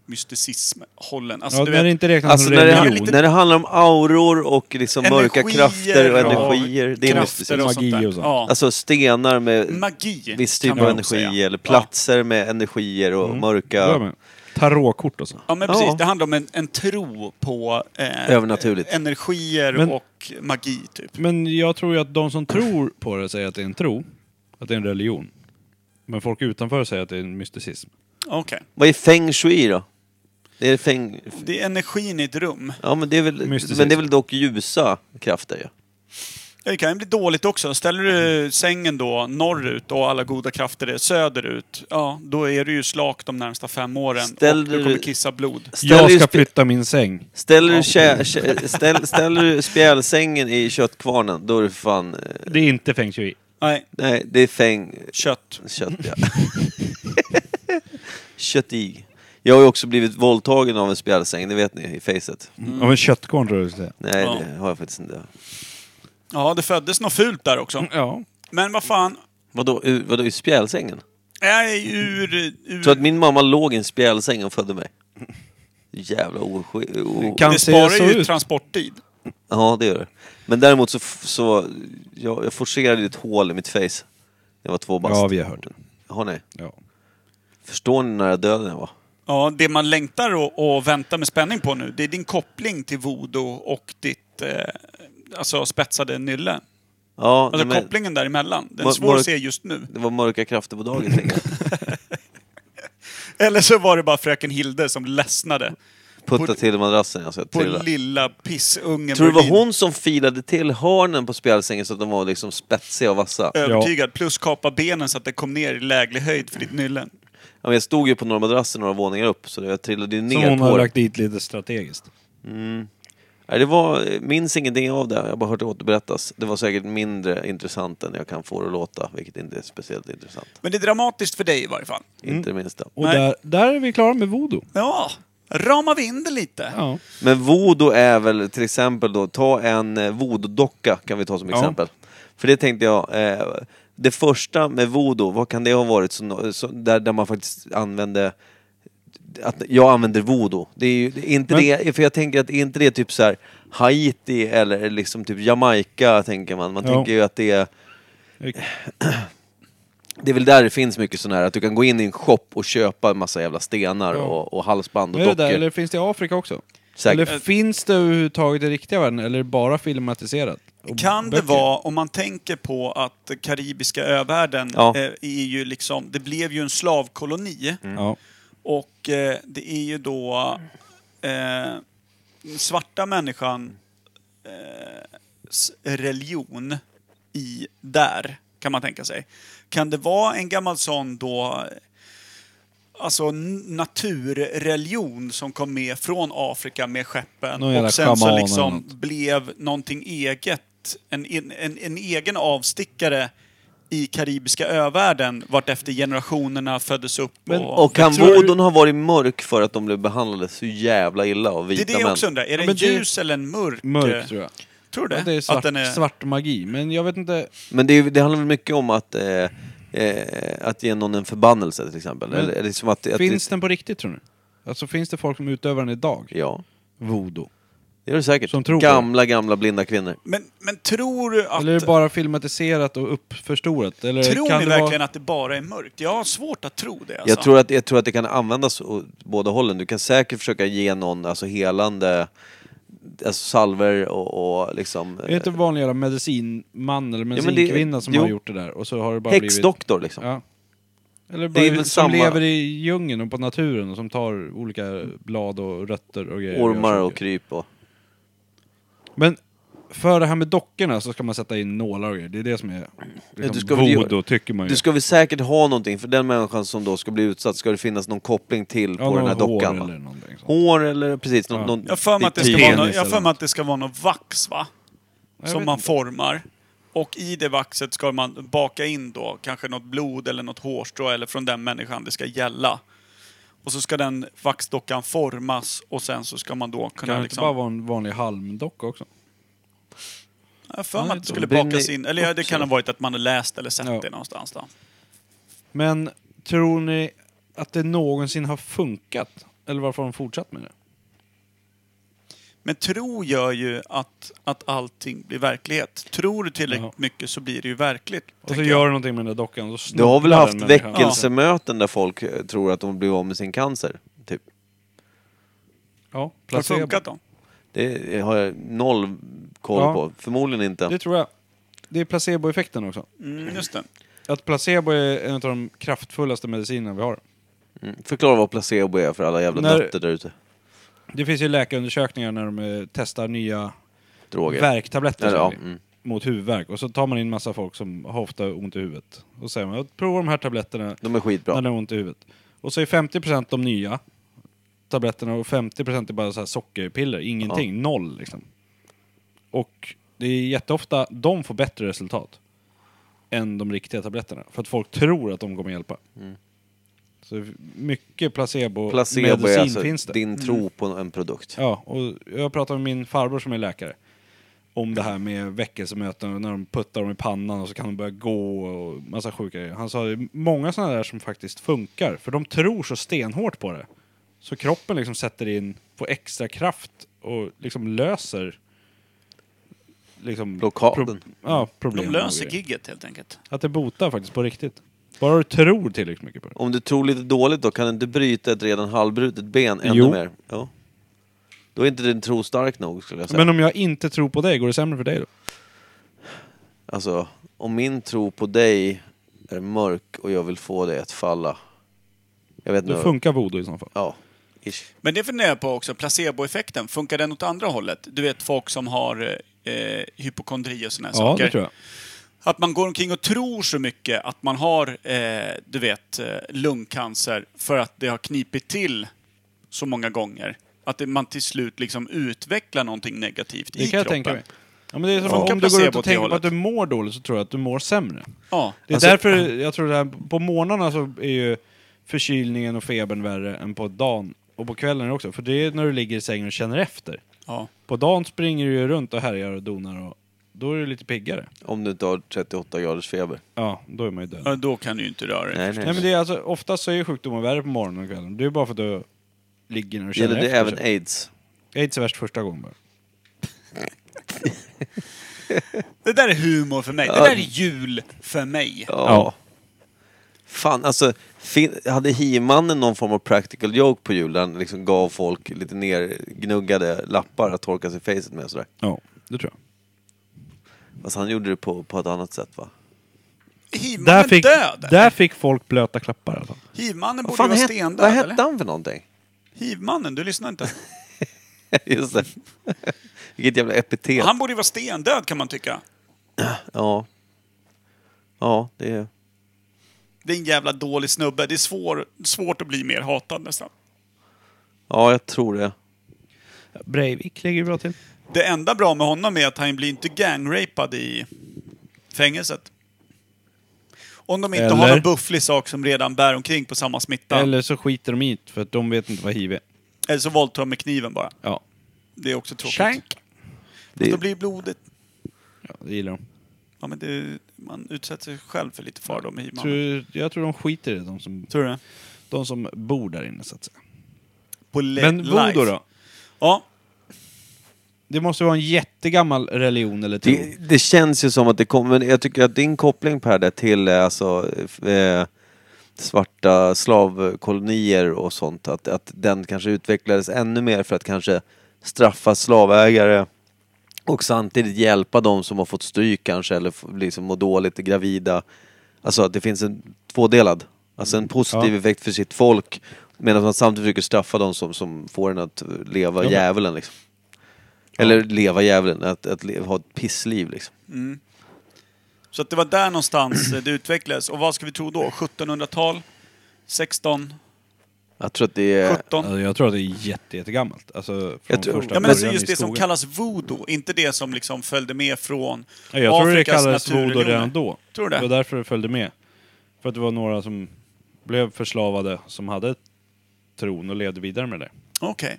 S2: mysticism-hållen. Alltså,
S3: Ja,
S2: du
S3: när det
S2: vet,
S3: inte räknas
S1: Alltså
S3: som
S1: när
S3: religion.
S1: det, när det handlar om auror och liksom mörka
S2: energier
S1: krafter och
S2: och
S1: energier. Det är
S2: krafter
S1: mysticism.
S2: och sånt där.
S3: Magi och sånt.
S2: Ja.
S1: Alltså stenar med
S2: Magi.
S1: viss
S2: kan
S1: typ
S2: man
S1: av
S2: också
S1: energi
S2: säga.
S1: eller platser med energier och mörka...
S3: Mm. Bra med. Tarotkort och så.
S2: Ja, men precis.
S1: Ja.
S2: Det handlar om en, en tro på eh,
S1: Övernaturligt.
S2: energier
S3: Men-
S2: och magi, typ.
S3: Men jag tror ju att de som tror på det säger att det är en tro, att det är en religion. Men folk utanför säger att det är en mysticism.
S2: Okej.
S1: Vad är feng shui då? Det är feng...
S2: Det är energin i ett rum.
S1: Ja men det är väl,
S3: Mysticism.
S1: men det är väl dock ljusa krafter ja.
S2: Ja, Det kan ju bli dåligt också. Ställer du
S1: Mm.
S2: sängen då norrut och alla goda krafter är söderut, ja, då är du ju slak de närmsta fem åren
S1: Ställer
S2: och du
S1: du-
S2: kommer kissa blod.
S1: Ställer
S3: jag
S1: du
S3: ska
S1: spe-
S3: flytta min säng.
S1: Ställer du, kä- kä- ställ, ställer du spjälsängen i köttkvarnen, då är det fan... eh,
S3: Det är inte feng shui.
S2: Nej,
S1: Nej, det är fäng...
S2: kött.
S1: Kött, ja. Köttig. Jag har ju också blivit våldtagen av en spjälsäng, det vet ni, i facet.
S3: Av en köttkorn tror jag du skulle säga.
S1: Nej,
S2: Ja.
S1: det har jag faktiskt inte.
S2: Ja, det föddes något fult där
S1: Mm.
S2: också.
S3: Ja.
S2: Men vad fan,
S1: Vadå, ur, vadå, i spjälsängen?
S2: jag är ju ur... ur
S1: Så att min mamma låg i en spjälsäng och födde mig? Jävla osky... O...
S3: Kan
S2: det
S3: se
S2: sparar
S3: så
S2: ju
S3: ut.
S2: transporttid.
S1: Ja, det gör det. Men däremot så... f- så jag, jag forcerade ett hål i mitt face. när Jag var två bast.
S3: Ja, vi har hört det.
S1: Har ni?
S3: Ja.
S1: Förstår ni när jag döden jag var?
S2: Ja, det man längtar och, och väntar med spänning på nu, det är din koppling till voodoo och ditt eh, alltså spetsade nylle.
S1: Ja,
S2: Alltså
S1: nej, men
S2: kopplingen däremellan. Den är
S1: Mör-
S2: svår
S1: mörk-
S2: att se just nu.
S1: det var mörka krafter på dagen, tänker jag.
S2: Eller så var det bara fröken Hilde som ledsnade
S1: Putta
S2: På-
S1: till madrassen, alltså. Jag
S2: på
S1: trillade.
S2: lilla pissungen
S1: Tror du det var
S2: Berlin.
S1: hon som filade till hörnen på spjälsängen så att de var liksom spetsiga och vassa? Ja,
S2: Övertygad. Plus kapa benen så att det kom ner i läglig höjd för ditt nyllen.
S1: men jag stod ju på några madrasser några våningar upp så jag trillade ju
S3: Som
S1: ner
S3: hon
S1: på
S3: har
S1: det.
S3: lagt dit lite strategiskt.
S1: Nej, det var, minns ingenting av det, jag har bara hört det återberättas. Det var säkert mindre intressant än jag kan få det att låta, vilket inte är speciellt intressant.
S2: Men det är dramatiskt för dig i varje fall.
S1: Inte det minsta.
S3: Mm. Och
S2: Nej.
S3: där, där är vi klara med voodoo.
S2: Ja, ramar vi in det lite.
S3: Ja.
S1: Men voodoo är väl till exempel då, ta en eh, voodoo-docka kan vi ta som
S3: Ja.
S1: exempel. För det tänkte jag, eh, det första med voodoo, vad kan det ha varit som, som, där, där man faktiskt använde att jag använder voodoo. Det är ju det är inte
S3: Men-
S1: det, för jag tänker att är inte det typ så här Haiti eller liksom typ Jamaica tänker man. Man
S3: Ja.
S1: tänker ju att det är Eh, det är väl där det finns mycket sån här, att du kan gå in i en shop och köpa en massa jävla stenar
S3: Ja.
S1: och, och halsband och
S3: Är det
S1: dockor.
S3: där, eller finns det i Afrika också?
S1: Säkert.
S3: Eller finns det överhuvudtaget i riktiga världen, eller är det bara filmatiserat? Och
S2: Kan det
S3: böcker?
S2: vara, om man tänker på att karibiska övärlden
S1: Ja. Mm.
S2: eh, är ju liksom, det blev ju en slavkoloni.
S3: Ja.
S2: Och eh, det är ju då eh, den svarta människan eh, s- religion i där, kan man tänka sig. Kan det vara en gammal sån då Alltså n- naturreligion som kom med från Afrika med skeppen
S3: Någon jävla
S2: och sen
S3: schaman
S2: så
S3: eller
S2: liksom
S3: något.
S2: blev någonting eget, en, en, en, en egen avstickare i karibiska övärlden vartefter generationerna föddes upp.
S3: Men-
S2: och,
S1: Och kan
S3: tror du-
S1: voodon ha varit mörk för att de blev behandlade så jävla illa av
S2: Det
S1: vita
S2: är det jag
S1: män?
S2: också undrar. Är det
S3: men
S2: en
S3: det-
S2: ljus eller en mörk? eh,
S3: Mörkt tror jag.
S2: Tror du
S3: Att
S2: det?
S3: det är svart,
S2: Att den är...
S3: svart magi, men jag vet inte.
S1: Men det, är ju- det handlar väl mycket om att, eh, eh, att ge någon en förbannelse till exempel?
S3: Men
S1: Eller, eller som att, att
S3: finns den på riktigt tror du? Alltså finns det folk som utövar den idag?
S1: Ja,
S3: Voodoo.
S1: det gör det säkert.
S3: Som tror på
S1: gamla, gamla blinda kvinnor.
S2: Men, men tror du att...
S3: Eller är det bara filmatiserat och uppförstorat? Eller
S2: Tror
S3: kan
S2: ni
S3: det vara-
S2: verkligen att det bara är mörkt? Jag har svårt att tro det. Alltså.
S1: Jag, tror att, jag tror att det kan användas åt båda hållen. Du kan säkert försöka ge någon alltså, helande alltså, salver och, och liksom...
S3: Är det inte vanlig jävla medicinman eller
S1: det-
S3: medicinkvinna som
S1: jo.
S3: har gjort det där? Och så har det bara blivit...
S1: häxdoktor liksom.
S3: Ja. Eller bara
S1: är väl
S3: som
S1: samma-
S3: lever i djungeln och på naturen och som tar olika blad och rötter och grejer. gör
S1: Ormar
S3: saker.
S1: och kryp och...
S3: Men för det här med dockorna så ska man sätta in nålar och grejer. Det är det som är
S1: du
S3: liksom,
S1: ska väl
S3: voodoo,
S1: göra-
S3: tycker man ju.
S1: Du ska väl säkert ha någonting, för den människan som då ska bli utsatt ska det finnas någon koppling till på
S3: någon
S1: den här dockan.
S3: Hår
S1: va?
S3: eller någonting sånt.
S1: Hår eller precis, någon,
S3: Ja.
S1: någon
S2: jag har för mig att det ska
S1: tyg.
S2: vara nå-
S3: Penis
S2: jag har
S3: eller
S2: för mig att det ska vara någon vax, va?
S3: vet
S2: Som man
S3: inte.
S2: formar. Och i det vaxet ska man baka in då kanske något blod eller något hårstrå eller från den människan det ska gälla. Och så ska den vaxdockan formas och sen så ska man då
S3: Kan
S2: kunna
S3: det inte
S2: liksom...
S3: bara vara en vanlig halmdocka också?
S2: Jag har för mig
S3: Nej,
S2: att det
S3: då
S2: skulle
S1: brinner
S2: bakas
S1: det
S2: in. Eller ja, det
S1: upp
S2: kan ha varit att man har läst eller sett
S3: Ja.
S2: det någonstans då.
S3: Men tror ni att det någonsin har funkat? Eller varför har de fortsatt med det?
S2: Men tro gör ju att, att allting blir verklighet. Tror du tillräckligt
S3: Ja.
S2: mycket så blir det ju verkligt.
S3: Och så
S2: tänker
S3: gör
S2: jag.
S3: du någonting med den där dockan och så
S1: Du har väl
S3: snubblar den
S1: haft
S3: människan.
S1: väckelsemöten där folk eh, tror att de blir av med sin cancer? Typ.
S3: Ja,
S2: Har det
S3: placebo.
S2: funkat då?
S1: Det har jag noll koll
S3: Ja.
S1: på. Förmodligen inte.
S3: Det tror jag. Det är placeboeffekten också.
S2: Mm, just det.
S3: Att placebo är en av de kraftfullaste medicinerna vi har.
S1: Mm. Förklara vad placebo är för alla jävla
S3: När-
S1: nötter där ute.
S3: Det finns ju läkarundersökningar när de eh, testar nya
S1: Droger.
S3: värktabletter
S1: Eller,
S3: säger
S1: ja,
S3: vi,
S1: mm.
S3: mot huvudvärk. Och så tar man in massa folk som har ofta ont i huvudet. Och säger man prova de här tabletterna
S1: De är skitbra.
S3: när det har ont i huvudet. Och så är 50% de nya tabletterna och 50% är bara så här sockerpiller. Ingenting. Noll liksom. Och det är jätteofta de får bättre resultat än de riktiga tabletterna. För att folk tror att de kommer hjälpa. Så mycket placebo,
S1: Mm. Placebo är
S3: medicin
S1: alltså
S3: finns det.
S1: din tro på en produkt.
S3: Ja, och jag pratade med min farbror som är läkare. Om det här med väckelsemöten och när de puttar dem i pannan och så kan de börja gå och massa sjuka grejer. Han sa det är många sådana där som faktiskt funkar. För de tror så stenhårt på det. Så kroppen liksom sätter in, får extra kraft och liksom löser liksom
S1: Blockaden.
S3: ja, problem.
S2: De
S3: och
S2: löser
S3: grejer.
S2: gigget helt enkelt.
S3: Att det botar faktiskt på riktigt. Bara du tror tillräckligt mycket på det.
S1: Om du tror lite dåligt då, kan du inte bryta ett redan halvbrutet ben ännu
S3: Jo.
S1: mer? Jo. Då är inte din tro stark nog skulle jag säga.
S3: Men om jag inte tror på dig, går det sämre för dig då?
S1: Alltså, om min tro på dig är mörk och jag vill få dig att falla. Jag vet inte.
S3: Då
S1: vad-
S3: funkar voodoo i så fall.
S1: Ja. Ish.
S2: Men det funderar jag på också, placeboeffekten, funkar den åt andra hållet? Du vet folk som har eh, hypokondri och såna här
S3: Ja,
S2: saker.
S3: det tror jag.
S2: Att man går omkring och tror så mycket att man har, eh, du vet, eh, lungcancer för att det har knipit till så många gånger. Att det, man till slut liksom utvecklar någonting negativt i
S3: Det kan jag
S2: kroppen.
S3: tänka mig. Ja, men det är som
S2: Ja.
S3: om du
S2: Funkar
S3: går ut
S2: placebo
S3: och
S2: åt det
S3: tänker på att
S2: hållet?
S3: du mår dåligt så tror jag att du mår sämre.
S2: Ja.
S3: Det är
S1: Alltså-
S3: därför jag tror det här, på morgnarna så är ju förkylningen och febern värre än på dagen. Och på kvällen också, för det är när du ligger i sängen och känner efter.
S2: ja.
S3: På dagen springer du ju runt och härjar och donar och då är du lite piggare.
S1: Om du inte har 38 graders feber.
S3: Ja, då är man ju död.
S2: Ja, Då kan du ju inte röra dig.
S1: Nej,
S3: Nej men det är alltså, oftast så är ju sjukdomar värre på morgonen och kvällen. Det är ju bara för att du ligger ner och känner
S1: Gäller det
S3: efter.
S1: även
S3: sig.
S1: aids?
S3: Aids är värst första gången bara.
S2: Det där är humor för mig. Det där är jul för mig.
S1: Ja. Fan, alltså. Fin- hade He-mannen någon form av practical joke på jul där han liksom gav folk lite nergnuggade lappar att torka sig i facet med och sådär?
S3: Ja, det tror jag.
S1: Fast han gjorde det på, på ett annat sätt va?
S2: Hivmannen
S3: Där fick,
S2: död!
S3: där fick folk blöta klappar alltså.
S2: Hivmannen borde ju
S1: Vad fan
S2: vara
S1: hette, vad
S2: stendöd,
S1: hette
S2: eller?
S1: han för någonting?
S2: Hivmannen, du lyssnar inte.
S1: Just det. Vilket jävla epitet.
S2: Han borde ju vara stendöd kan man tycka.
S1: Ja. Ja, det är...
S2: Det är en jävla dålig snubbe. Det är svår, svårt att bli mer hatad nästan.
S1: Ja, jag tror det.
S3: Breivik ligger ju bra till.
S2: Det enda bra med honom är att han blir inte gangrapad i fängelset. Om de inte har
S3: Eller-
S2: någon bufflig sak som redan bär omkring på samma smitta. Eller,
S3: Eller så skiter de i det för att de vet inte vad hiv är.
S2: så våldtar de med kniven bara.
S3: Ja.
S2: Det är också tråkigt.
S3: Shank.
S2: Fast
S1: Det-
S2: Då blir blodet...
S3: ja det gillar de.
S2: Ja, men det, man utsätter sig själv för lite fara då med hivmannen. Tror,
S3: Tror, jag tror de skiter i det, de som,
S2: du det?
S3: de som bor där inne så att säga.
S2: På le-
S3: Men voodoo
S2: life.
S3: då?
S2: Ja.
S3: Det måste vara en jättegammal religion eller tro.
S1: Det, det känns ju som att det kommer, men jag tycker att din koppling Per där till eh, alltså, eh, svarta slavkolonier och sånt, att, att den kanske utvecklades ännu mer för att kanske straffa slavägare och samtidigt hjälpa de som har fått stryk kanske eller f- liksom må dåligt, är gravida. Alltså att det finns en tvådelad, alltså en positiv
S3: Mm, Ja.
S1: effekt för sitt folk medan man samtidigt försöker straffa de som, som får en att leva
S3: Ja, men-
S1: djävulen liksom. Eller leva djävulen, att, att le- ha ett pissliv liksom.
S2: Så att det var där någonstans eh, det utvecklades. Och vad ska vi tro då? 1700-tal? 16?
S1: Jag tror att det är...
S2: 17.
S3: Alltså, jag tror att det är jätte, jättegammalt. Alltså, från
S1: Jag tror-
S3: första
S2: Ja, men
S3: början
S2: alltså just
S3: i
S2: det som
S3: skogen.
S2: kallas voodoo, inte det som liksom följde med från
S3: Ja, jag tror det
S2: Afrikas
S3: kallades voodoo
S2: naturreligioner.
S3: redan då.
S2: Tror du
S3: Det var
S2: det?
S3: därför det följde med. För att det var några som blev förslavade som hade tron och levde vidare med det.
S2: Okej.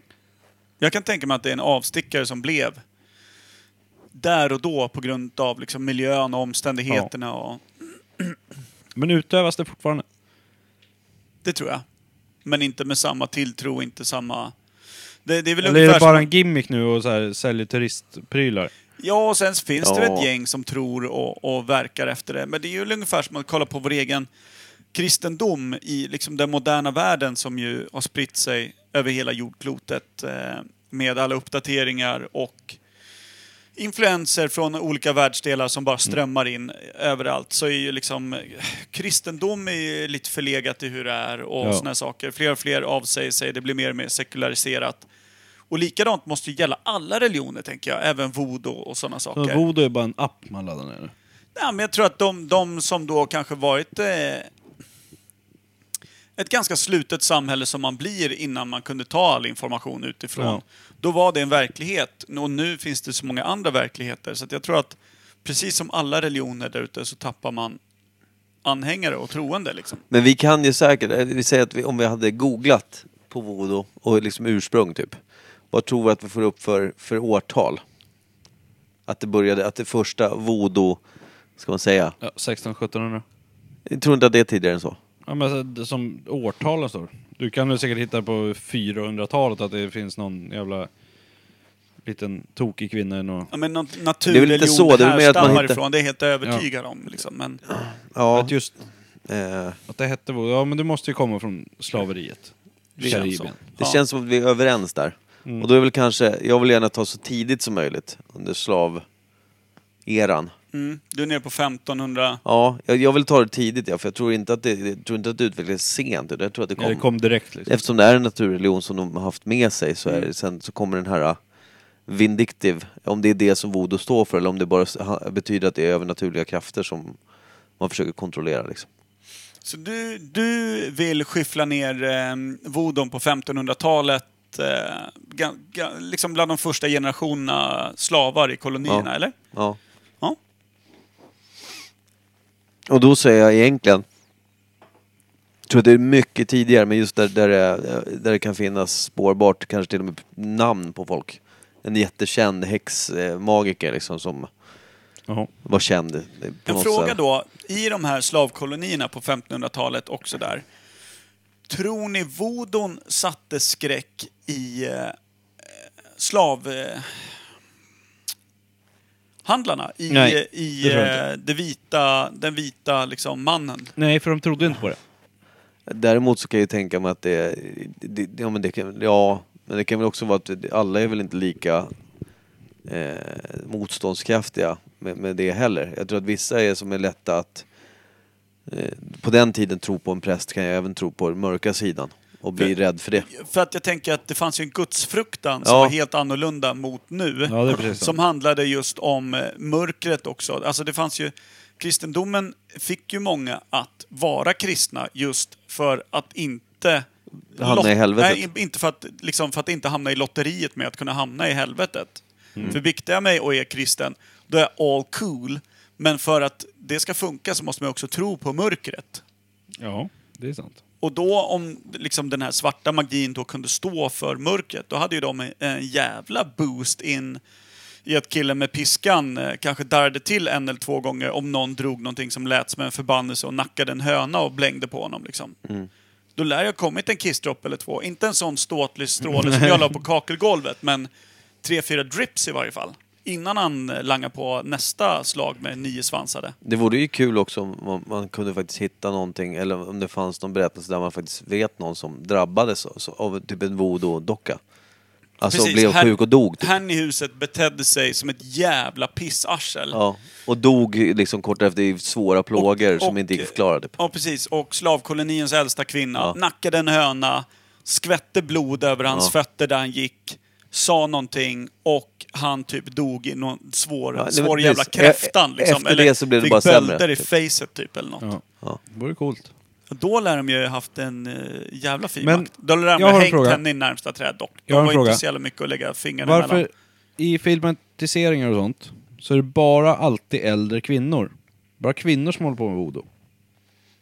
S2: Jag kan tänka mig att det är en avstickare som blev där och då på grund av liksom miljön och omständigheterna. Och,
S3: Men utövas det fortfarande?
S2: det tror jag. Men inte med samma tilltro, inte samma... Det, det är väl
S3: Eller är
S2: ungefär
S3: det bara
S2: som...
S3: en gimmick nu och så här, säljer turistprylar?
S2: Ja, och sen finns det väl ett
S1: Ja.
S2: gäng som tror och, och verkar efter det. Men det är ju ungefär som att kolla på vår egen kristendom i liksom den moderna världen som ju har spritt sig över hela jordklotet eh, med alla uppdateringar och influenser från olika världsdelar som bara strömmar in överallt. Så är ju liksom eh, kristendom är ju lite förlegat i hur det är och
S3: Ja.
S2: såna här saker. Fler och fler avsäger sig, det blir mer och mer sekulariserat. Och likadant måste ju gälla alla religioner, tänker jag. Även voodoo och sådana saker.
S3: Så Voodoo är bara en app man laddar ner?
S2: Nej, men jag tror att de, de som då kanske varit eh, ett ganska slutet samhälle som man blir innan man kunde ta all information utifrån.
S3: Ja.
S2: Då var det en verklighet och nu finns det så många andra verkligheter. Så att jag tror att precis som alla religioner där ute så tappar man anhängare och troende. Liksom.
S1: Men vi kan ju säkert, eh, vi säger att vi, om vi hade googlat på voodoo och liksom ursprung typ. Vad tror vi att vi får upp för, för årtal? Att det började, att det första voodoo, ska man säga.
S3: Ja, 1600-1700.
S1: Jag tror inte att det är tidigare än så.
S3: Ja, men så- det som årtalen står. Du kan väl säkert hitta på 400-talet att det finns någon jävla liten tokig kvinna i någon...
S2: Ja, men någon
S1: är väl inte så,
S2: naturreligion
S1: det är väl mer att man
S2: härstammar
S1: hittar-
S2: ifrån, det är jag helt övertygad om. Liksom. Men,
S1: Ja,
S3: Att just
S1: eh,
S3: att det hette voodoo, ja men det måste ju komma från slaveriet.
S2: Det känns så.
S3: Karibien.
S1: Eh, det
S2: Ja. Mm.
S1: känns som att vi är överens där. Och då är väl kanske, jag vill gärna ta så tidigt som möjligt under slaveran.
S2: mm, du är nere på 1500...
S1: Ja, jag, jag vill ta det tidigt ja, för jag tror inte att det, jag tror inte att det utvecklades sent. utan Jag tror att det
S3: Ja,
S1: kom,
S3: det kom direkt liksom.
S1: Eftersom det är en naturreligion som de har haft med sig så, är
S2: Mm.
S1: det, sen, så kommer den här ah, vindictive, om det är det som voodoo står för eller om det bara s- ha- betyder att det är övernaturliga krafter som man försöker kontrollera liksom.
S2: Så du, du vill skyffla ner eh, vodon på 1500-talet, eh, ga, ga, liksom bland de första generationerna slavar i kolonierna,
S1: Ja.
S2: eller?
S1: Ja.
S2: Ja.
S1: Och då säger jag egentligen, jag tror att det är mycket tidigare, men just där, där, det, där det kan finnas spårbart, kanske till och med namn på folk. En jättekänd häxmagiker liksom som
S3: Jaha.
S1: var känd. eh, På
S2: En
S1: något
S2: fråga
S1: sätt.
S2: då, i de här slavkolonierna på 1500-talet också där. Tror ni vodon satte skräck i eh, slavhandlarna? Eh, handlarna? I,
S3: Nej,
S2: i
S3: det tror jag
S2: eh, det vita, den vita liksom, mannen?
S3: Nej, för de trodde inte på det.
S1: Däremot så kan jag ju tänka mig att det, det, det, ja, men det kan, ja, men det kan väl också vara att det- alla är väl inte lika eh, motståndskraftiga med, med det heller. Jag tror att vissa är som är lätta att eh, på den tiden tro på en präst kan jag även tro på den mörka sidan och bli rädd för det.
S2: För att jag tänker att det fanns ju en gudsfruktan som
S1: Ja.
S2: var helt annorlunda mot nu.
S3: Ja, det är precis så.
S2: som handlade just om eh, mörkret också. Alltså det fanns ju... Kristendomen fick ju många att vara kristna just för att inte...
S1: Hamna
S2: lot-
S1: i helvetet.
S2: Nej, inte för att, liksom, för att inte hamna i lotteriet med att kunna hamna i helvetet.
S3: Mm.
S2: För biktar jag mig och är kristen, då är jag all cool. Men för att det ska funka så måste man också tro på mörkret.
S3: Ja, det är sant.
S2: Och då om liksom, den här svarta magin då kunde stå för mörkret, då hade ju de en, en jävla boost in i att killen med piskan eh, kanske darrade till en eller två gånger om någon drog någonting som lät som en förbannelse och nackade en höna och blängde på honom. Liksom. Då lär jag ha kommit en kissdropp eller två. Inte en sån ståtlig stråle som jag la på kakelgolvet, men tre, fyra drips i varje fall. Innan han eh, langar på nästa slag med nio svansade.
S1: Det vore ju kul också om man, man kunde faktiskt hitta någonting eller om det fanns någon berättelse där man faktiskt vet någon som drabbades av- så- av typ en voodoo-docka. Alltså
S2: Precis,
S1: blev
S2: här-
S1: sjuk och dog. Typ.
S2: Herrn i huset betedde sig som ett jävla pissarsel.
S1: Ja, och dog liksom kort efter i svåra plågor som
S2: och-
S1: inte gick att förklara. Typ.
S2: Ja, precis. Och slavkoloniens äldsta kvinna
S1: Ja.
S2: nackade en höna, skvätte blod över hans
S1: Ja.
S2: fötter där han gick, sa någonting och han typ dog i någon svår,
S1: Ja, det var
S2: svår jävla
S1: precis. E-
S2: kräftan. Liksom.
S1: efter det så blev det
S2: fick
S1: bara
S2: bölder
S1: sämre,
S2: i
S1: typ.
S2: facet typ eller något.
S3: Ja.
S1: Ja.
S3: Det vore coolt.
S2: Och då lär de ju haft en eh, jävla fin
S3: Men
S2: makt. Då lär de
S3: jag har
S2: ju
S3: en
S2: hängt
S3: fråga.
S2: henne i närmsta träd dock. De
S3: Jag har en
S2: var ju inte
S3: fråga.
S2: så jävla mycket att lägga fingrarna
S3: Varför
S2: emellan.
S3: i filmatiseringar och sånt så är det bara alltid äldre kvinnor? Bara kvinnor som håller på med voodoo.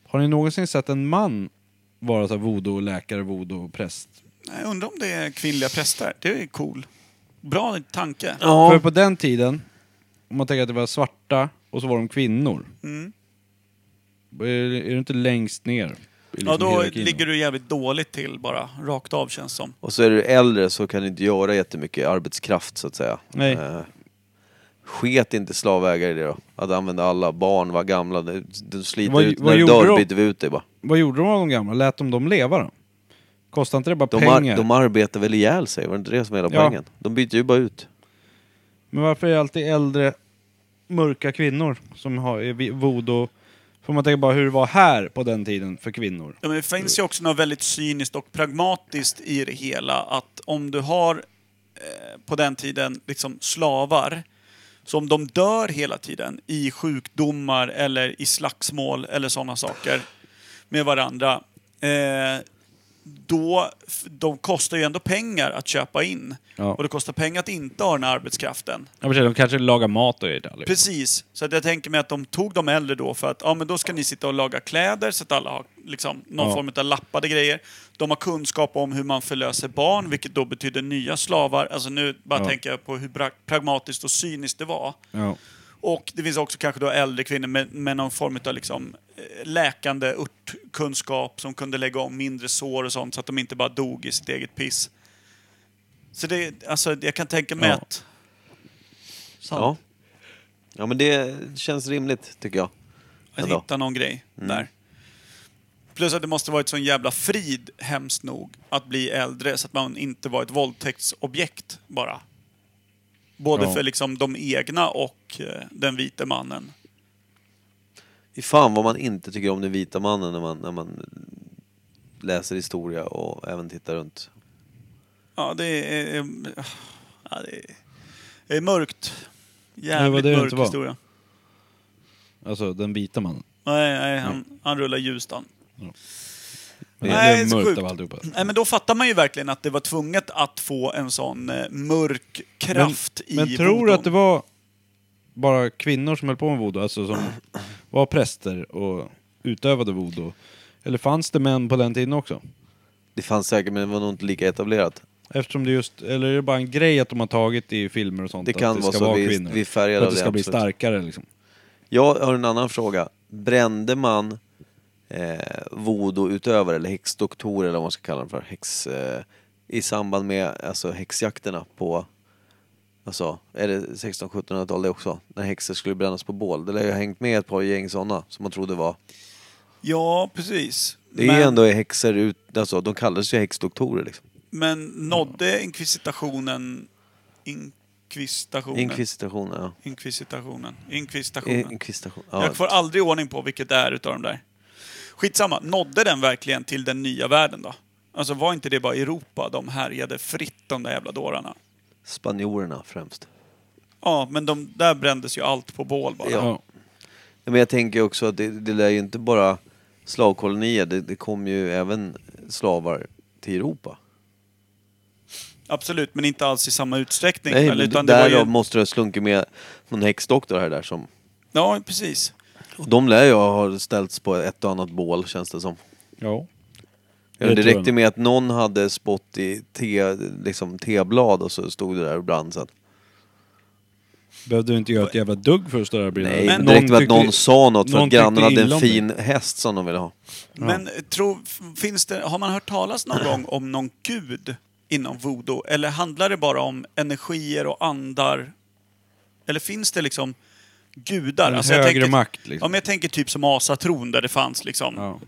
S3: Har ni någonsin sett en man vara så här voodoo-läkare, voodoo-präst?
S2: Jag undrar om det är kvinnliga präster. Det är cool. Bra tanke.
S3: För på den tiden, om man tänker att det var svarta och så var de kvinnor.
S2: Mm.
S3: Är, är det inte längst ner? i
S2: Ja,
S3: liksom
S2: då
S3: hierarkin?
S2: ligger du jävligt dåligt till bara. Rakt av känns som.
S1: Och så är du äldre så kan du inte göra jättemycket arbetskraft så att säga.
S3: Nej.
S1: Eh, sket inte slavägare i det då. Att använda alla, barn var gamla, du, du sliter
S3: Vad-
S1: ut,
S3: vad
S1: när du
S3: gjorde
S1: dör
S3: de?
S1: byter vi ut dig bara.
S3: Vad gjorde de av de gamla? Lät de dem leva då? Kostade inte det bara
S1: De,
S3: pengar?
S1: ar, de arbetar väl ihjäl sig, var det inte det som var hela
S3: Ja.
S1: poängen? De byter ju bara ut.
S3: Men varför är det alltid äldre mörka kvinnor som har är vi- voodoo? Får man tänka bara hur det var här på den tiden för kvinnor.
S2: Ja, men det finns ju också något väldigt cyniskt och pragmatiskt i det hela. Att om du har eh, på den tiden liksom slavar som de dör hela tiden i sjukdomar eller i slagsmål eller sådana saker med varandra. Eh, då, f- de kostar ju ändå pengar att köpa in.
S3: Ja.
S2: Och det kostar pengar att inte ha den här arbetskraften.
S3: de kanske lagar mat och är liksom. det
S2: Precis. Så att jag tänker mig att de tog de äldre då för att ja, men då ska ni sitta och laga kläder så att alla har liksom, någon
S3: Ja.
S2: form av lappade grejer. De har kunskap om hur man förlöser barn, vilket då betyder nya slavar. Alltså nu bara
S3: Ja.
S2: tänker jag på hur pra- pragmatiskt och cyniskt det var.
S3: Ja.
S2: Och det finns också kanske då äldre kvinnor med, med någon form av liksom eh, läkande örtkunskap som kunde lägga om mindre sår och sånt så att de inte bara dog i sitt eget piss. Så det, alltså jag kan tänka mig
S3: Ja.
S2: att...
S1: Ja. ja men det känns rimligt tycker jag.
S2: Att
S1: Ändå.
S2: hitta någon grej
S3: Mm.
S2: där. Plus att det måste varit sån jävla frid, hemskt nog, att bli äldre så att man inte var ett våldtäktsobjekt bara. Både
S3: Ja.
S2: för liksom de egna och eh, den vite mannen.
S1: Fy fan vad man inte tycker om den vita mannen när man, när man läser historia och även tittar runt.
S2: Ja, det är... eh, Ja, det är, det är mörkt.
S3: det
S2: Jävligt
S3: det
S2: mörk
S3: inte var.
S2: historia.
S3: Alltså den vita mannen.
S2: Nej, nej han, han rullar ljust han.
S3: Det
S2: Nej,
S3: är
S2: så
S3: mörkt
S2: sjukt.
S3: av alltihopa.
S2: Nej, men då fattar man ju verkligen att det var tvunget att få en sån eh, mörk kraft i
S3: Men tror du
S2: voodoo.
S3: att det var bara kvinnor som höll på med voodoo? Alltså som var präster och utövade voodoo? Eller fanns det män på den tiden också?
S1: Det fanns säkert men det var nog inte lika etablerat.
S3: Eftersom det just, eller är det bara en grej att de har tagit i filmer och sånt?
S1: Det kan
S3: att det
S1: vara
S3: ska
S1: så,
S3: vara
S1: vi-
S3: kvinnor.
S1: vi är färgade
S3: För att
S1: av
S3: det
S1: det,
S3: ska bli
S1: absolut.
S3: starkare liksom.
S1: Jag har en annan fråga. Brände man eh, voodoo-utövare, eller häxdoktorer eller vad man ska kalla dem för, häx, eh, i samband med alltså, häxjakterna på Alltså, är det 1600-1700-tal det också? När häxor skulle brännas på bål. Det lär ju ha hängt med ett par gäng sådana som man trodde var...
S2: Ja, precis.
S1: Det är ju ändå häxor ut... Alltså, de kallades ju häxdoktorer liksom.
S2: Men nådde inkvisitationen... Inkvisitationen?
S1: Inkvisitionen, ja.
S2: inkvisitationen? Inkvisitationen.
S1: Inkvisitation. Ja.
S2: Jag får aldrig ordning på vilket det är utav de där. Skitsamma, nådde den verkligen till den nya världen då? Alltså var inte det bara Europa de härjade fritt, de där jävla dårarna?
S1: Spanjorerna främst.
S2: Ja, men de där brändes ju allt på bål bara.
S1: Ja. Ja, Men jag tänker också att det, det lär ju inte bara slavkolonier, det, det kom ju även slavar till Europa.
S2: Absolut, men inte alls i samma utsträckning.
S1: Nej,
S2: väl,
S1: men
S2: utan det var
S1: därav
S2: ju...
S1: måste det ha slunkit med någon häxdoktor här där som...
S2: Ja, precis.
S1: Och de lär ju ha ställts på ett och annat bål känns det som.
S3: Ja.
S1: Ja,
S3: Det
S1: det
S3: tror jag.
S1: räckte med att någon hade spott i te, liksom teblad och så stod det där och brann sen.
S3: Behövde du inte göra ett jävla dugg för att stå där och brinna?
S1: Nej,
S2: Men
S1: det räckte med att
S3: tyckte-
S1: någon sa något för
S3: någon
S1: att grannen
S3: tyckte
S1: hade
S3: illa
S1: en
S3: om dig.
S1: fin häst som de ville ha.
S2: Men eh, tro, finns det, har man hört talas någon gång om någon gud inom voodoo? Eller handlar det bara om energier och andar? Eller finns det liksom gudar? Alltså,
S3: En
S2: jag
S3: högre
S2: tänker,
S3: makt, liksom.
S2: Om jag tänker typ som asatron där det fanns liksom.
S3: Ja.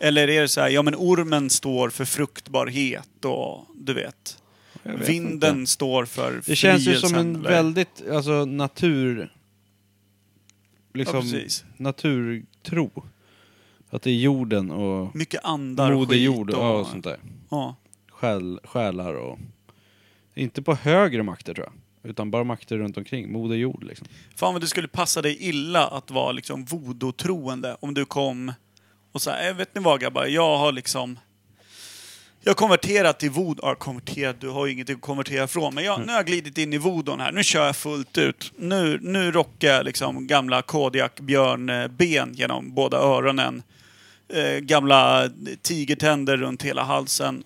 S2: Eller är det så här, ja men ormen står för fruktbarhet och du vet.
S3: vet
S2: Vinden står för
S3: Det känns ju som
S2: förnyelsen,
S3: en
S2: eller-
S3: väldigt, alltså natur...
S2: Ja,
S3: Liksom,
S2: precis.
S3: naturtro. Att det är jorden och
S2: Mycket andar och
S3: moder
S2: skit.
S3: jord och,
S2: och,
S3: ja, och sånt där.
S2: Ja.
S3: Själ, själar och... Inte på högre makter tror jag. Utan bara makter runt omkring. Moder jord liksom.
S2: Fan vad det skulle passa dig illa att vara liksom voodoo-troende om du kom Och så här, "Eh, vet ni vad grabbar, jag har liksom... Jag har konverterat till Voodoo. Ja, konverterat, du har ju ingenting att konvertera från. Men jag, nu har jag glidit in i Voodoo här. Nu kör jag fullt ut. Nu, nu rockar jag liksom gamla Kodiak-björnben genom båda öronen. Eh, gamla tigertänder runt hela halsen.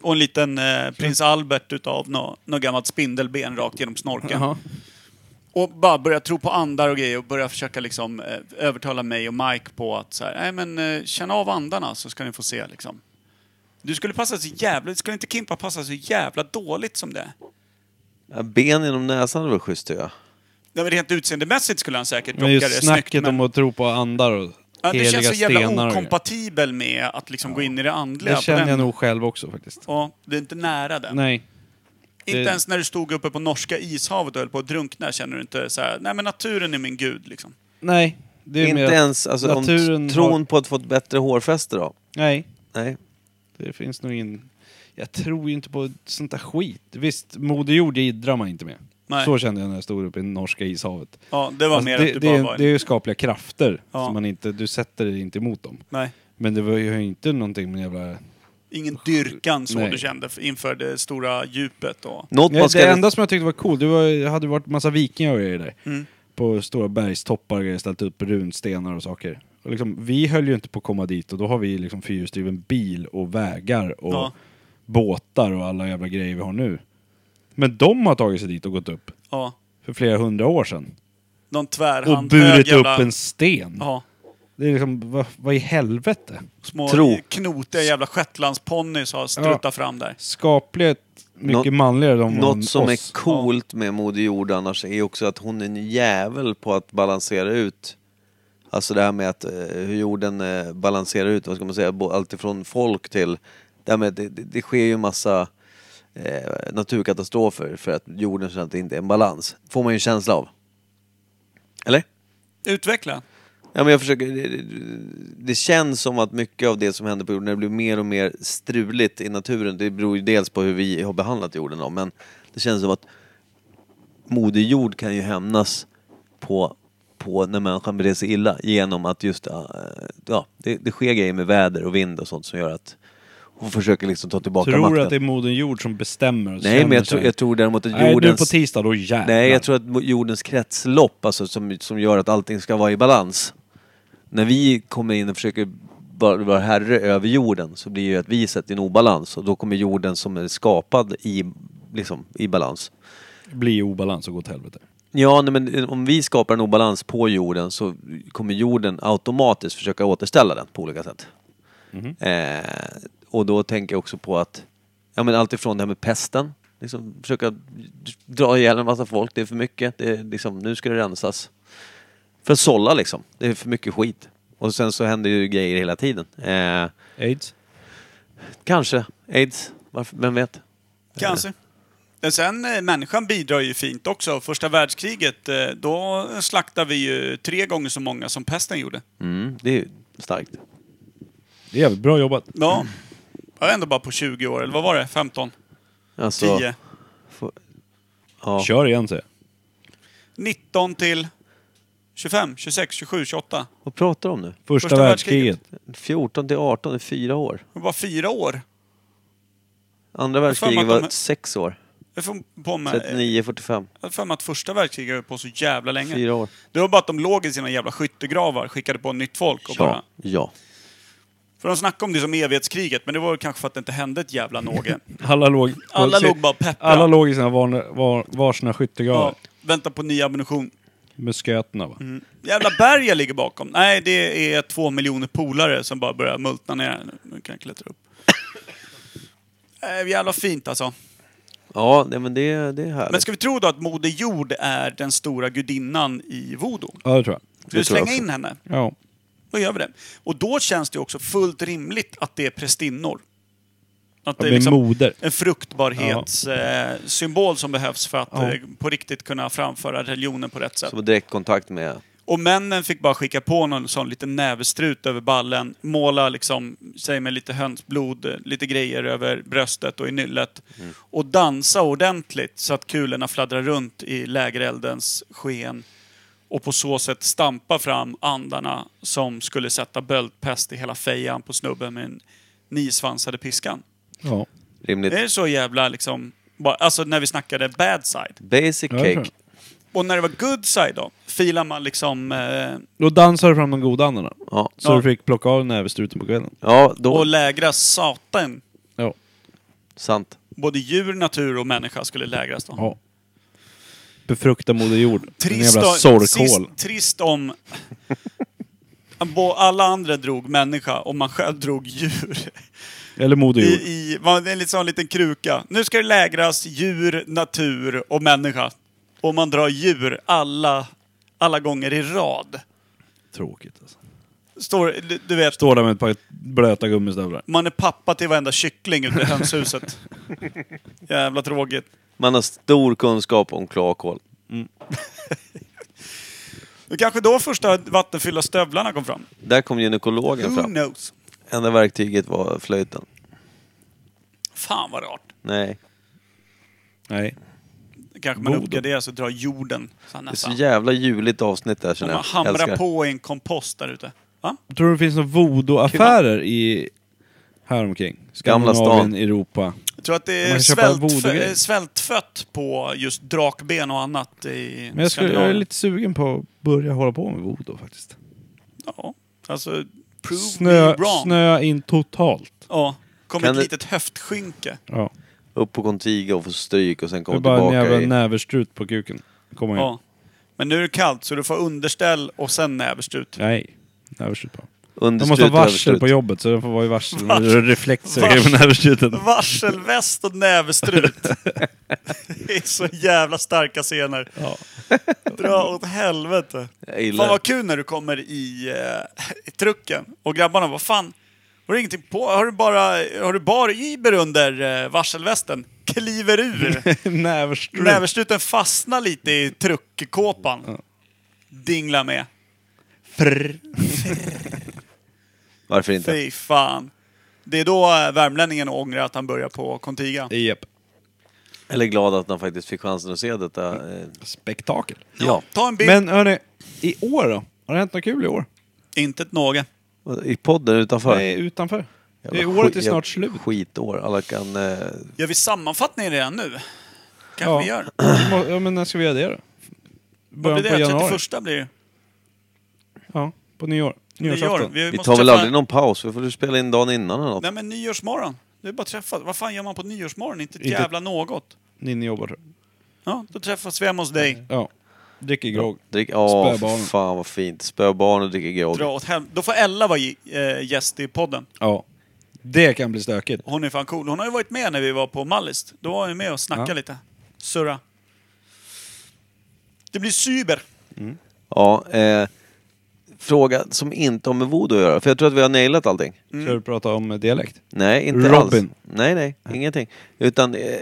S2: Och en liten eh, prins Albert utav något nå gammalt spindelben rakt genom snorken.
S3: Jaha.
S2: Och bara börja tro på andar och grejer och börja försöka liksom eh, övertala mig och Mike på att så här, nej men eh, känn av andarna så ska ni få se liksom. Du skulle passa så jävla, skulle inte Kimpa passa så jävla dåligt som det?
S1: Ja, ben genom näsan hade varit schysst tycker jag.
S2: Nej men rent utseendemässigt skulle han säkert
S3: Men
S2: rocka det
S3: just
S2: snyggt.
S3: snacket
S2: Men
S3: om att tro på andar och
S2: ja, det
S3: heliga
S2: känns så jävla
S3: stenar och
S2: okompatibel med att liksom gå in i det andliga.
S3: Det
S2: på
S3: känner
S2: den.
S3: jag nog själv också faktiskt.
S2: Ja, det är inte nära den.
S3: Nej.
S2: Inte
S3: det-
S2: ens när du stod uppe på norska ishavet och höll på att drunkna känner du inte så här, nej men naturen är min gud liksom.
S3: Nej. Det är
S1: Inte
S3: mer att
S1: ens alltså, om
S3: naturen
S1: t- tron på att få ett bättre hårfäste då?
S3: Nej.
S1: Nej.
S3: Det finns nog ingen... Jag tror ju inte på sånt där skit. Visst, Moder Jord jiddrar man inte med.
S2: Nej.
S3: Så kände jag när jag stod uppe i norska ishavet.
S2: Ja, det var
S3: Alltså,
S2: mer
S3: det,
S2: att du
S3: det,
S2: bara
S3: är-
S2: var...
S3: det är ju skapliga krafter.
S2: Ja.
S3: Som man inte, du sätter dig inte emot dem.
S2: Nej.
S3: Men det var ju inte någonting med jävla...
S2: Ingen dyrkan så
S3: Nej.
S2: du kände f- inför det stora djupet då?
S1: Något
S3: Nej,
S1: man ska...
S3: Det enda som jag tyckte var coolt, det var, det hade varit massa vikingar och grejer där.
S2: Mm.
S3: På stora bergstoppar och grejer, ställt upp runstenar och saker. Och liksom, vi höll ju inte på att komma dit och då har vi liksom fyrhjulsdriven bil och vägar och
S2: Ja.
S3: båtar och alla jävla grejer vi har nu. Men de har tagit sig dit och gått upp
S2: Ja.
S3: för flera hundra år sedan.
S2: Någon
S3: Och
S2: tvärhandhög
S3: burit
S2: jävla...
S3: upp en sten.
S2: Ja.
S3: Det är liksom, vad, vad i helvete?
S2: Små
S1: Tro.
S2: knotiga jävla shetlandsponnyer som har struttat fram där.
S3: Skapligt mycket
S1: Nå-
S3: manligare de än
S1: Något som
S3: oss.
S1: är coolt med Moder Jord annars är också att hon är en jävel på att balansera ut Alltså det här med att eh, hur jorden eh, balanserar ut, vad ska man säga, bo- allt ifrån folk till det, här med, det, det, det sker ju massa eh, naturkatastrofer för att jorden känner att det inte är en balans. Får man ju en känsla av. Eller?
S2: Utveckla.
S1: Ja, men jag försöker, det, det känns som att mycket av det som händer på jorden, när det blir mer och mer struligt i naturen, det beror ju dels på hur vi har behandlat jorden då, men det känns som att Moder jord kan ju hämnas på, på när människan beter sig illa genom att just, eh, ja, det, det sker grejer med väder och vind och sånt som gör att hon försöker liksom ta tillbaka
S3: Tror du
S1: makten.
S3: att det är Moder Jord som bestämmer? och
S1: Nej, men
S3: känner
S1: jag,
S3: så
S1: tror-
S3: här?
S1: jag tror däremot att
S3: Nej, du på
S1: jordens...
S3: tisdag, då jävlar.
S1: Nej, jag tror att mo- jordens kretslopp, alltså som, som gör att allting ska vara i balans. När vi kommer in och försöker bara vara herre över jorden så blir det ju att vi sätter en obalans och då kommer jorden som är skapad i, liksom, i balans.
S3: Det blir obalans och går åt helvete.
S1: Ja, nej, men eh, om vi skapar en obalans på jorden så kommer jorden automatiskt försöka återställa den på olika sätt.
S3: Mhm.
S1: Eh, och då tänker jag också på att, ja men allt ifrån det här med pesten, liksom försöka dra ihjäl en massa folk, det är för mycket, det är liksom, nu ska det rensas. För att sålla liksom, det är för mycket skit. Och sen så händer ju grejer hela tiden. Eh,
S3: Aids?
S1: kanske, aids, varför, vem vet?
S2: Cancer. Men Sen, eh, människan bidrar ju fint också. Första världskriget, eh, då slaktade vi ju tre gånger så många som pesten gjorde.
S1: Mm, det är ju starkt.
S3: Det är jävligt bra jobbat.
S2: Ja. Det var ändå bara på 20 år, eller vad var det? 15?
S1: Alltså,
S2: 10?
S1: få- ja.
S3: Kör igen säger
S2: 19 till 25, 26, 27, 28?
S1: Vad pratar du om nu?
S3: jag. Första,
S2: Första
S3: världskriget.
S1: 14 till 18 är fyra år.
S2: Det var fyra år.
S1: Andra
S2: för mig
S1: världskriget
S2: att de-
S1: var sex år.
S2: Jag får på mig...
S1: 39, 45.
S2: Jag har för mig att första världskriget höll på så jävla länge.
S1: Fyra år.
S2: Det var bara att de låg i sina jävla skyttegravar, skickade på nytt folk och bara...
S1: Ja, ja.
S2: För de snackade om det som evighetskriget, men det var väl kanske för att det inte hände ett jävla någe.
S3: Alla låg...
S2: Alla låg bara och pepprade.
S3: Alla låg i sina var, var, varsina skyttegravar.
S2: ja, vänta på ny ammunition.
S3: Med sköterna va?
S2: Jävla berg jag ligger bakom. Nej, det är två miljoner polare som bara börjar multna ner. Nu kan jag klättra upp. Äh, jävla fint alltså.
S1: Ja, nej, men det, det är härligt.
S2: Men ska vi tro då att Moder Jord är den stora gudinnan i voodoo?
S3: Ja, det tror jag.
S2: Ska vi
S1: tror
S2: slänga
S1: jag också.
S2: in henne?
S3: Ja.
S2: Då gör vi det. Och då känns det ju också fullt rimligt att det är prästinnor. Att det
S3: Det
S2: är
S3: är
S2: liksom
S3: moder.
S2: en fruktbarhetssymbol som behövs för att eh, på riktigt kunna framföra religionen på rätt sätt.
S1: Som direktkontakt med...
S2: Och männen fick bara skicka på någon sån liten nävestrut över ballen, måla liksom, säg med lite hönsblod, eh, lite grejer över bröstet och i nyllet. Och dansa ordentligt så att kulorna fladdrar runt i lägereldens sken. och på så sätt stampa fram andarna som skulle sätta böldpest i hela fejan på snubben med den nisvansade piskan.
S3: Ja.
S1: Rimligt.
S2: Det är så jävla liksom... Bara, alltså när vi snackade bad side.
S1: Basic
S3: Ja, det tror
S1: cake.
S3: jag.
S2: Och när det var good side då, filar man liksom... Eh,
S3: Då dansade du fram de goda andarna.
S1: Ja.
S3: Så
S2: Ja.
S3: du fick plocka av nävestruten på kvällen.
S1: Ja, då...
S2: och lägra satan.
S3: Ja.
S1: Sant.
S2: Både djur, natur och människa skulle lägras då.
S3: ja. Befrukta Moder Jord. En
S2: Trist,
S3: jävla
S2: om-
S3: sorkhål.
S2: sist- trist om... bo- Alla andra drog människa och man själv drog djur.
S3: Eller Moder
S2: I,
S3: Jord.
S2: i var det en liten, sån liten kruka. Nu ska det lägras djur, natur och människa. Och man drar djur alla, alla gånger i rad.
S3: Tråkigt alltså.
S2: Står, du- du vet,
S3: Står där med ett par blöta gummistövlar.
S2: man är pappa till varenda kyckling ute i hönshuset. Jävla tråkigt.
S1: Man har stor kunskap om kloakhål.
S2: Det kanske då första vattenfyllda stövlarna kom fram.
S1: Där kom gynekologen
S2: Who
S1: fram.
S2: knows?
S1: Enda verktyget var flöjten.
S2: Fan vad rart.
S1: Nej.
S3: Nej.
S2: Kanske man
S3: Boden.
S2: uppgraderar så drar jorden. Så här
S1: Det är så
S2: nästan.
S1: jävla juligt avsnitt där
S2: Alltså. När
S1: känner
S2: man
S1: jag.
S2: hamrar
S1: Älskar.
S2: på i en kompost där ute. Va?
S3: Tror du det finns några voodoo-affärer i... Häromkring.
S1: Gamla stan.
S3: Skandinavien, Europa.
S2: Jag tror att det
S3: Man
S2: är
S3: kan köpa
S2: svältfö-
S3: voodoo-grejer.
S2: svältfött på just drakben och annat i
S3: Men jag, skulle, jag är
S2: Skandinavien.
S3: lite sugen på att börja hålla på med voodoo faktiskt.
S2: Ja, alltså... Prove me
S3: Snö,
S2: wrong.
S3: snö in totalt.
S2: Ja, kom
S1: Kan
S2: ett
S1: det-
S2: litet höftskynke.
S3: Ja.
S1: Upp på Contiga och få stryk och sen
S3: Det är
S1: komma
S3: bara en
S1: tillbaka
S3: jävla
S1: i...
S3: näverstrut på kuken. Komma in.
S2: Ja. Men nu är det kallt så du får underställ och sen näverstrut.
S3: Nej. Näverstrut bara. De
S1: Understrut
S3: måste
S1: och
S3: ha varsel
S1: överstrut.
S3: på jobbet så de får vara i varsel.
S2: Varsel.
S3: Varsel. Reflexer
S2: Varsel.
S3: på näverstruten.
S2: Varselväst och näverstrut. det är så jävla starka scener.
S3: Ja.
S2: Dra åt helvete.
S1: Jag
S2: Fan
S1: gillar
S2: vad
S1: det.
S2: kul när du kommer i, eh, i trucken och grabbarna vad fan, har du ingenting på? Har du bara, har du bara iber under eh, varselvästen? Kliver ur.
S3: näverstrut.
S2: Näverstruten fastnar lite i truckkåpan. Dinglar med.
S3: Frr.
S1: Varför inte?
S2: Fy fan. Det är då eh, värmlänningen ångrar att han börjar på Contiga.
S3: Japp.
S1: Eller glad att han faktiskt fick chansen att se detta. eh,
S3: Spektakel.
S1: Ja.
S2: Ta en bild.
S3: Men hörni, i år då? Har det hänt något kul i år?
S2: Inte ett något.
S1: I podden utanför.
S3: Nej, utanför.
S1: Jävla
S3: det är året
S1: skit-
S3: är snart slut.
S1: Skitår. Alla kan... Eh,
S2: Gör vi sammanfattningen redan nu? Kanske
S3: Ja.
S2: vi gör.
S3: Vi må- Ja, men när ska vi göra det då?
S2: Vad
S3: Början
S2: blir
S3: på
S2: det?
S3: januari?
S2: 31 blir det.
S3: Ja, på nyår.
S2: Nyår.
S3: Nyårsafton.
S2: Vi,
S1: vi
S2: måste
S1: tar väl
S2: träffa-
S1: aldrig någon paus? Vi får du spela in dagen innan eller något.
S2: Nej men nyårsmorgon. Det är bara att träffas. Vad fan gör man på nyårsmorgon? Inte ett
S3: Inte-
S2: jävla något.
S3: Ninni jobbar tror
S2: Ja, då träffas vi hemma hos dig.
S3: jag. Ja. Dricker grogg.
S1: Drick, åh,
S3: Spöbarnen.
S1: fan vad fint. Spöbarn och dricker grogg.
S2: Dra åt hem. Då får Ella vara gi- eh, gäst i podden.
S3: Ja. Det kan bli stökigt.
S2: Hon är fan cool. Hon har ju varit med när vi var på Mallis. Då var hon med och snackade
S3: Ja.
S2: lite. Surra. Det blir cyber.
S1: Ja, eh, fråga som inte har med voodoo att göra. För jag tror att vi har nailat allting.
S2: Mm.
S3: Ska du prata om eh, dialekt?
S1: Nej, inte alls.
S3: Robin.
S1: Nej, nej, ingenting. Utan eh,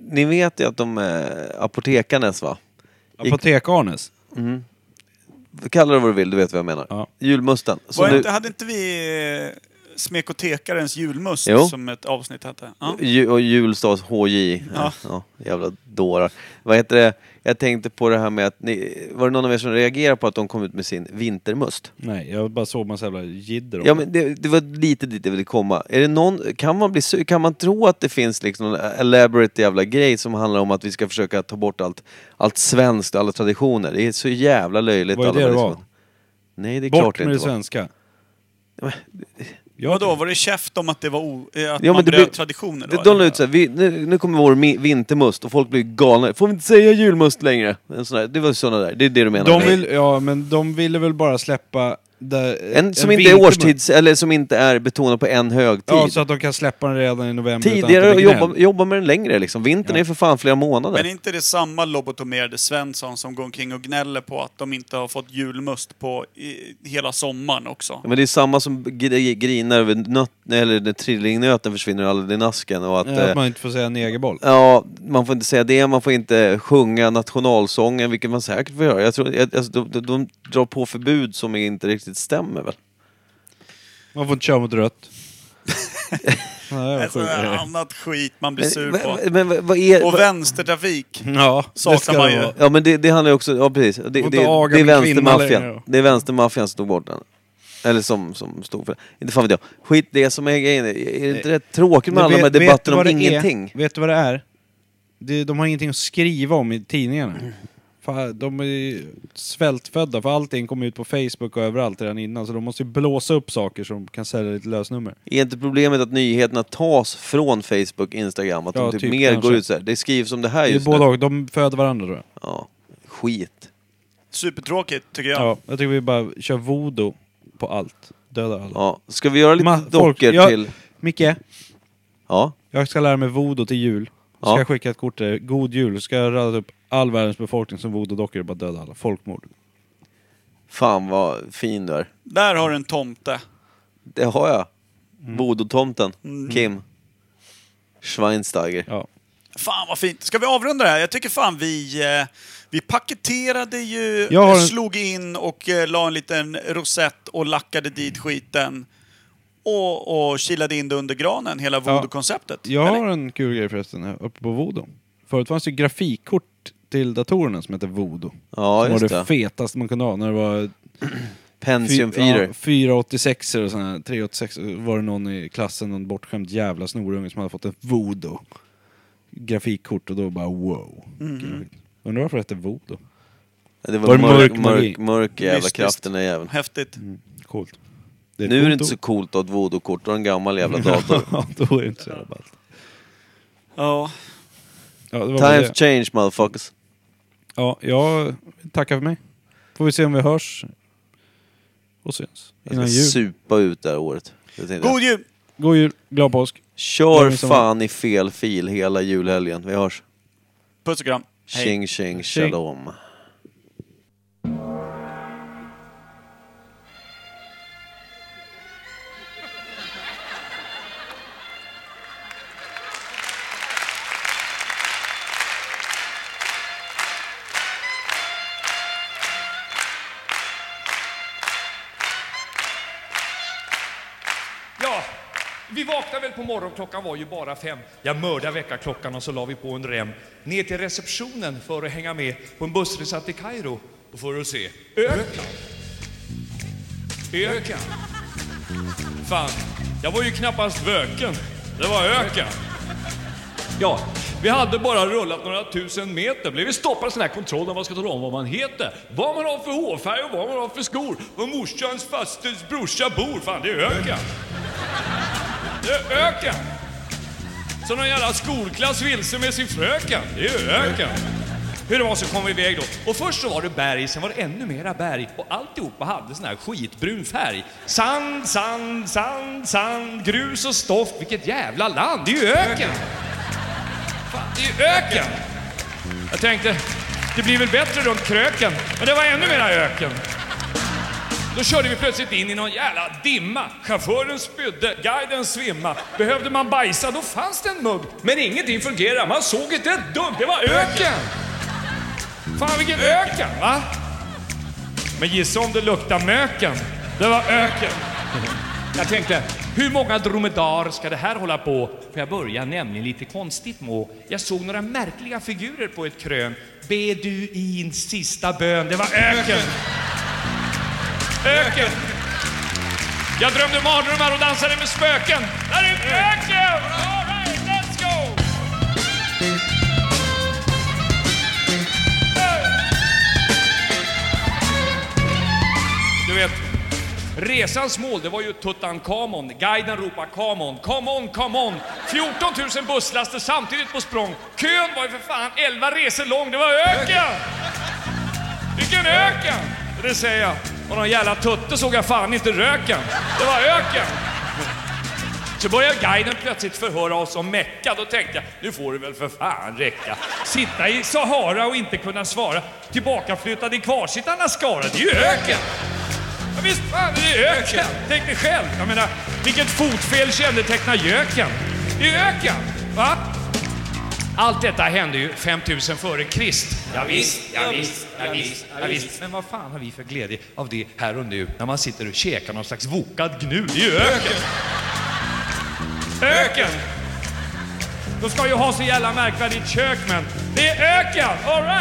S1: ni vet ju att de eh, apotekarnes va? I-
S3: Apotek-Arnes.
S1: Kalla det vad du vill, du vet vad jag menar.
S3: Ja.
S1: Julmusten. som
S2: Var
S1: du,
S2: inte, hade inte vi eh, Smekotekarens julmust
S1: Jo.
S2: som ett avsnitt hette? Ja.
S1: ju, och julstas HJ. Ja.
S2: Ja.
S1: Ja, jävla dårar. Vad heter det? Jag tänkte på det här med att ni, var det någon av er som reagerade på att de kom ut med sin vintermust?
S3: Nej, jag bara såg massa jävla jidder om
S1: Ja,
S3: det.
S1: men det, det var lite dit jag ville komma. Är det någon, kan, man bli, su- kan man tro att det finns liksom någon elaborate jävla grej som handlar om att vi ska försöka ta bort allt, allt svenskt, alla traditioner? Det är så jävla löjligt.
S3: Var det
S1: alla
S3: det det
S1: liksom.
S3: var?
S1: Nej, det är klart
S3: Bort
S1: det
S3: med det
S1: inte var.
S3: svenska.
S1: Ja,
S3: Jag
S2: Vadå, var det käft om att det var o, eh, att
S1: Ja,
S2: man
S1: men det
S2: bröt
S1: blir-
S2: traditioner?
S1: De,
S2: Då,
S1: de
S2: eller?
S1: la ut såhär, vi, nu, nu kommer vår mi- vintermust och folk blir galna. Får vi inte säga julmust längre? En sån där, det var såna där, det är det du menar?
S3: De
S1: med-
S3: vill, ja, men de ville väl bara släppa... Där,
S1: en som inte är
S3: vintermust.
S1: årstids, eller som inte är betonad på en högtid.
S3: Ja, så att de kan släppa den redan i november. utan att
S1: Tidigare
S3: det
S1: och
S3: blir
S1: jobba,
S3: gnäll.
S1: jobba med den längre liksom. Vintern är ju för fan flera månader.
S2: Men är inte det samma lobotomerade Svensson som går omkring och gnäller på att de inte har fått julmust på i, hela sommaren också?
S1: Ja, men det är samma som gri- grinar över nöt, eller när trillingnöten försvinner aldrig i asken och att...
S3: Ja,
S1: eh,
S3: Att man inte får säga negerboll.
S1: Ja, man får inte säga det, man får inte sjunga nationalsången, vilket man säkert får göra. Jag tror, jag, alltså, de, de, de drar på förbud som inte riktigt stämmer väl?
S3: Man får inte köra mot rött. Nej,
S2: Ett annat skit man blir sur på.
S1: Men, men, vad är...
S2: Och
S1: vad-
S2: vänstertrafik.
S3: Ja,
S2: Saknar
S3: ska
S2: man ju.
S3: vara-
S1: Ja men det, det handlar ju också, ja precis. Det, det,
S3: Och
S1: det,
S3: dagar
S1: är
S3: med kvinna längre
S1: vänstermaffian.
S3: då.
S1: Det är vänstermaffian som stod bort den. Eller som, som stod för det. Inte fan vet jag. Skit det som är grejen. Är det inte rätt tråkigt med
S3: Men
S1: alla de här
S3: vet- vet du
S1: debatterna
S3: vad
S1: om
S3: det
S1: ingenting?
S3: Är? Vet du vad det är? Det, de har ingenting att skriva om i tidningarna. Fan, de är ju svältfödda för allting kom ut på Facebook och överallt redan innan så de måste ju blåsa upp saker som kan sälja lite lösnummer.
S1: Är inte problemet att nyheterna tas från Facebook, Instagram? Att
S3: Ja,
S1: de typ,
S3: typ,
S1: mer
S3: kanske.
S1: går ut så här. Det skrivs om det här
S3: Det är
S1: just
S3: båda
S1: nu.
S3: och, de föder varandra tror jag.
S1: Ja. Skit.
S2: Supertråkigt tycker jag.
S3: Ja. jag tycker vi bara kör voodoo på allt. Dödar alla.
S1: Ja. Ska vi göra lite
S3: Ma- folk-
S1: dockor
S3: jag-
S1: till?
S3: Micke,
S1: Ja.
S3: jag ska lära mig voodoo till jul. Ska
S1: Ja.
S3: jag skicka ett kort till dig. God jul. Ska jag rada upp all världens befolkning som voodoo-dockor och bara döda alla. Folkmord.
S1: Fan vad fin du är.
S2: Där har du en tomte.
S1: Det har jag.
S3: Mm.
S1: Voodoo-tomten. Kim. Schweinsteiger.
S3: Ja.
S2: Fan vad fint. Ska vi avrunda det här? Jag tycker fan vi... eh, Vi paketerade ju,
S3: Jag har en-
S2: slog in och eh, la en liten rosett och lackade dit skiten. Och, och kilade in det under granen, hela voodoo-konceptet.
S3: Jag
S2: Eller?
S3: har en kul grej förresten här uppe på Voodoo. Förut fanns det ju grafikkort till datorerna som hette Voodoo.
S1: Ja,
S3: som var
S1: just
S3: det,
S1: det.
S3: fetaste man kunde ha när det var
S1: Pentium
S3: fy- ja,
S1: 4.
S3: 486 och sådana här 386 var det någon i klassen, någon bortskämd jävla snorunge som hade fått ett Voodoo grafikkort och då bara wow.
S1: Mm-hmm.
S3: Gud. Undrar varför det hette Voodoo?
S1: Det var,
S3: Var det
S1: mörk,
S3: mörk magi?
S1: mörk, mörk, jävla
S2: Mystiskt.
S1: kraft den där jäveln.
S2: Häftigt.
S3: Coolt. ett
S1: Nu är
S3: coolt
S1: det inte så
S3: ord.
S1: coolt att ha ett voodoo-kort, du har en gammal jävla dator.
S3: ja, då är det inte så jävla ballt.
S2: Ja.
S3: Ja, det var bara
S1: Times
S3: det.
S1: change motherfuckers.
S3: Ja, jag tackar för mig. Får vi se om vi hörs och syns innan
S1: Jag ska
S3: jul.
S1: supa ut det här året. Det tänkte
S2: God
S1: jag.
S2: jul!
S3: God jul, glad påsk.
S1: Kör
S3: Glad midsommar.
S1: fan i fel fil hela julhelgen. Vi hörs.
S2: Puss och kram. Hej.
S1: Tjing tjing shalom.
S8: Ja, vi vaknade väl på morgonklockan var ju bara fem. Jag mördade väckarklockan och så la vi på en rem ner till receptionen för att hänga med på en bussresa till Kairo och för att se öknen. Öken. Fan, jag var ju knappast vöken. Det var öken. Ja, vi hade bara rullat några tusen meter, blev vi stoppade i sån här kontroll där man ska tala om vad man heter, vad man har för hårfärg och vad man har för skor, var morsans fastes brorsa bor. Fan, det är öken. Det är öken. Så någon jävla skolklass vilse med sin fröken. Det är ju öken. Hur det var så kom vi iväg då. Och först så var det berg, sen var det ännu mera berg. Och alltihopa hade sån här skitbrun färg. Sand, sand, sand, sand, grus och stoft. Vilket jävla land! Det är ju öken! Fan, det är ju öken! Jag tänkte, det blir väl bättre runt kröken. Men det var ännu mera öken. Då körde vi plötsligt in i någon jävla dimma. Chauffören spydde, guiden svimma. Behövde man bajsa, då fanns det en mugg. Men ingenting fungerade, man såg inte ett dugg. Det var öken! Fan vilken öken, va? Men gissa om det luktar möken. Det var öken. Jag tänkte, hur många dromedar ska det här hålla på? För jag börjar nämligen lite konstigt må. Jag såg några märkliga figurer på ett krön. Be du in sista bön. Det var öken. Öken! Jag drömde mardrömmar och dansade med spöken. Där är öken! All right, let's go! Du vet, resans mål det var ju Tutankhamon. Guiden ropar come on, come on, come on. 14 000 busslaster samtidigt på språng. Kön var ju för fan 11 resor lång. Det var öken! Vilken öken! Det säger jag. Och någon jävla tutte såg jag fan inte röken. Det var öken. Så började guiden plötsligt förhöra oss om Mecka. Då tänkte jag, nu får det väl för fan räcka. Sitta i Sahara och inte kunna svara. Tillbakaflyttad i kvarsittarnas skara. Det är ju öken! Ja, visst fan, det är öken! Tänk dig själv. Jag menar, vilket fotfel kännetecknar göken? Det är öken! Va? Allt detta hände ju 5000 före Krist. Ja, visst, ja, visst, ja, visst, ja, visst. Men vad fan har vi för glädje av det här och nu när man sitter och käkar någon slags vokad gnu? Det är ju öken! Öken! De ska ju ha så jävla märkvärdigt kök men. Det är öken! Alright!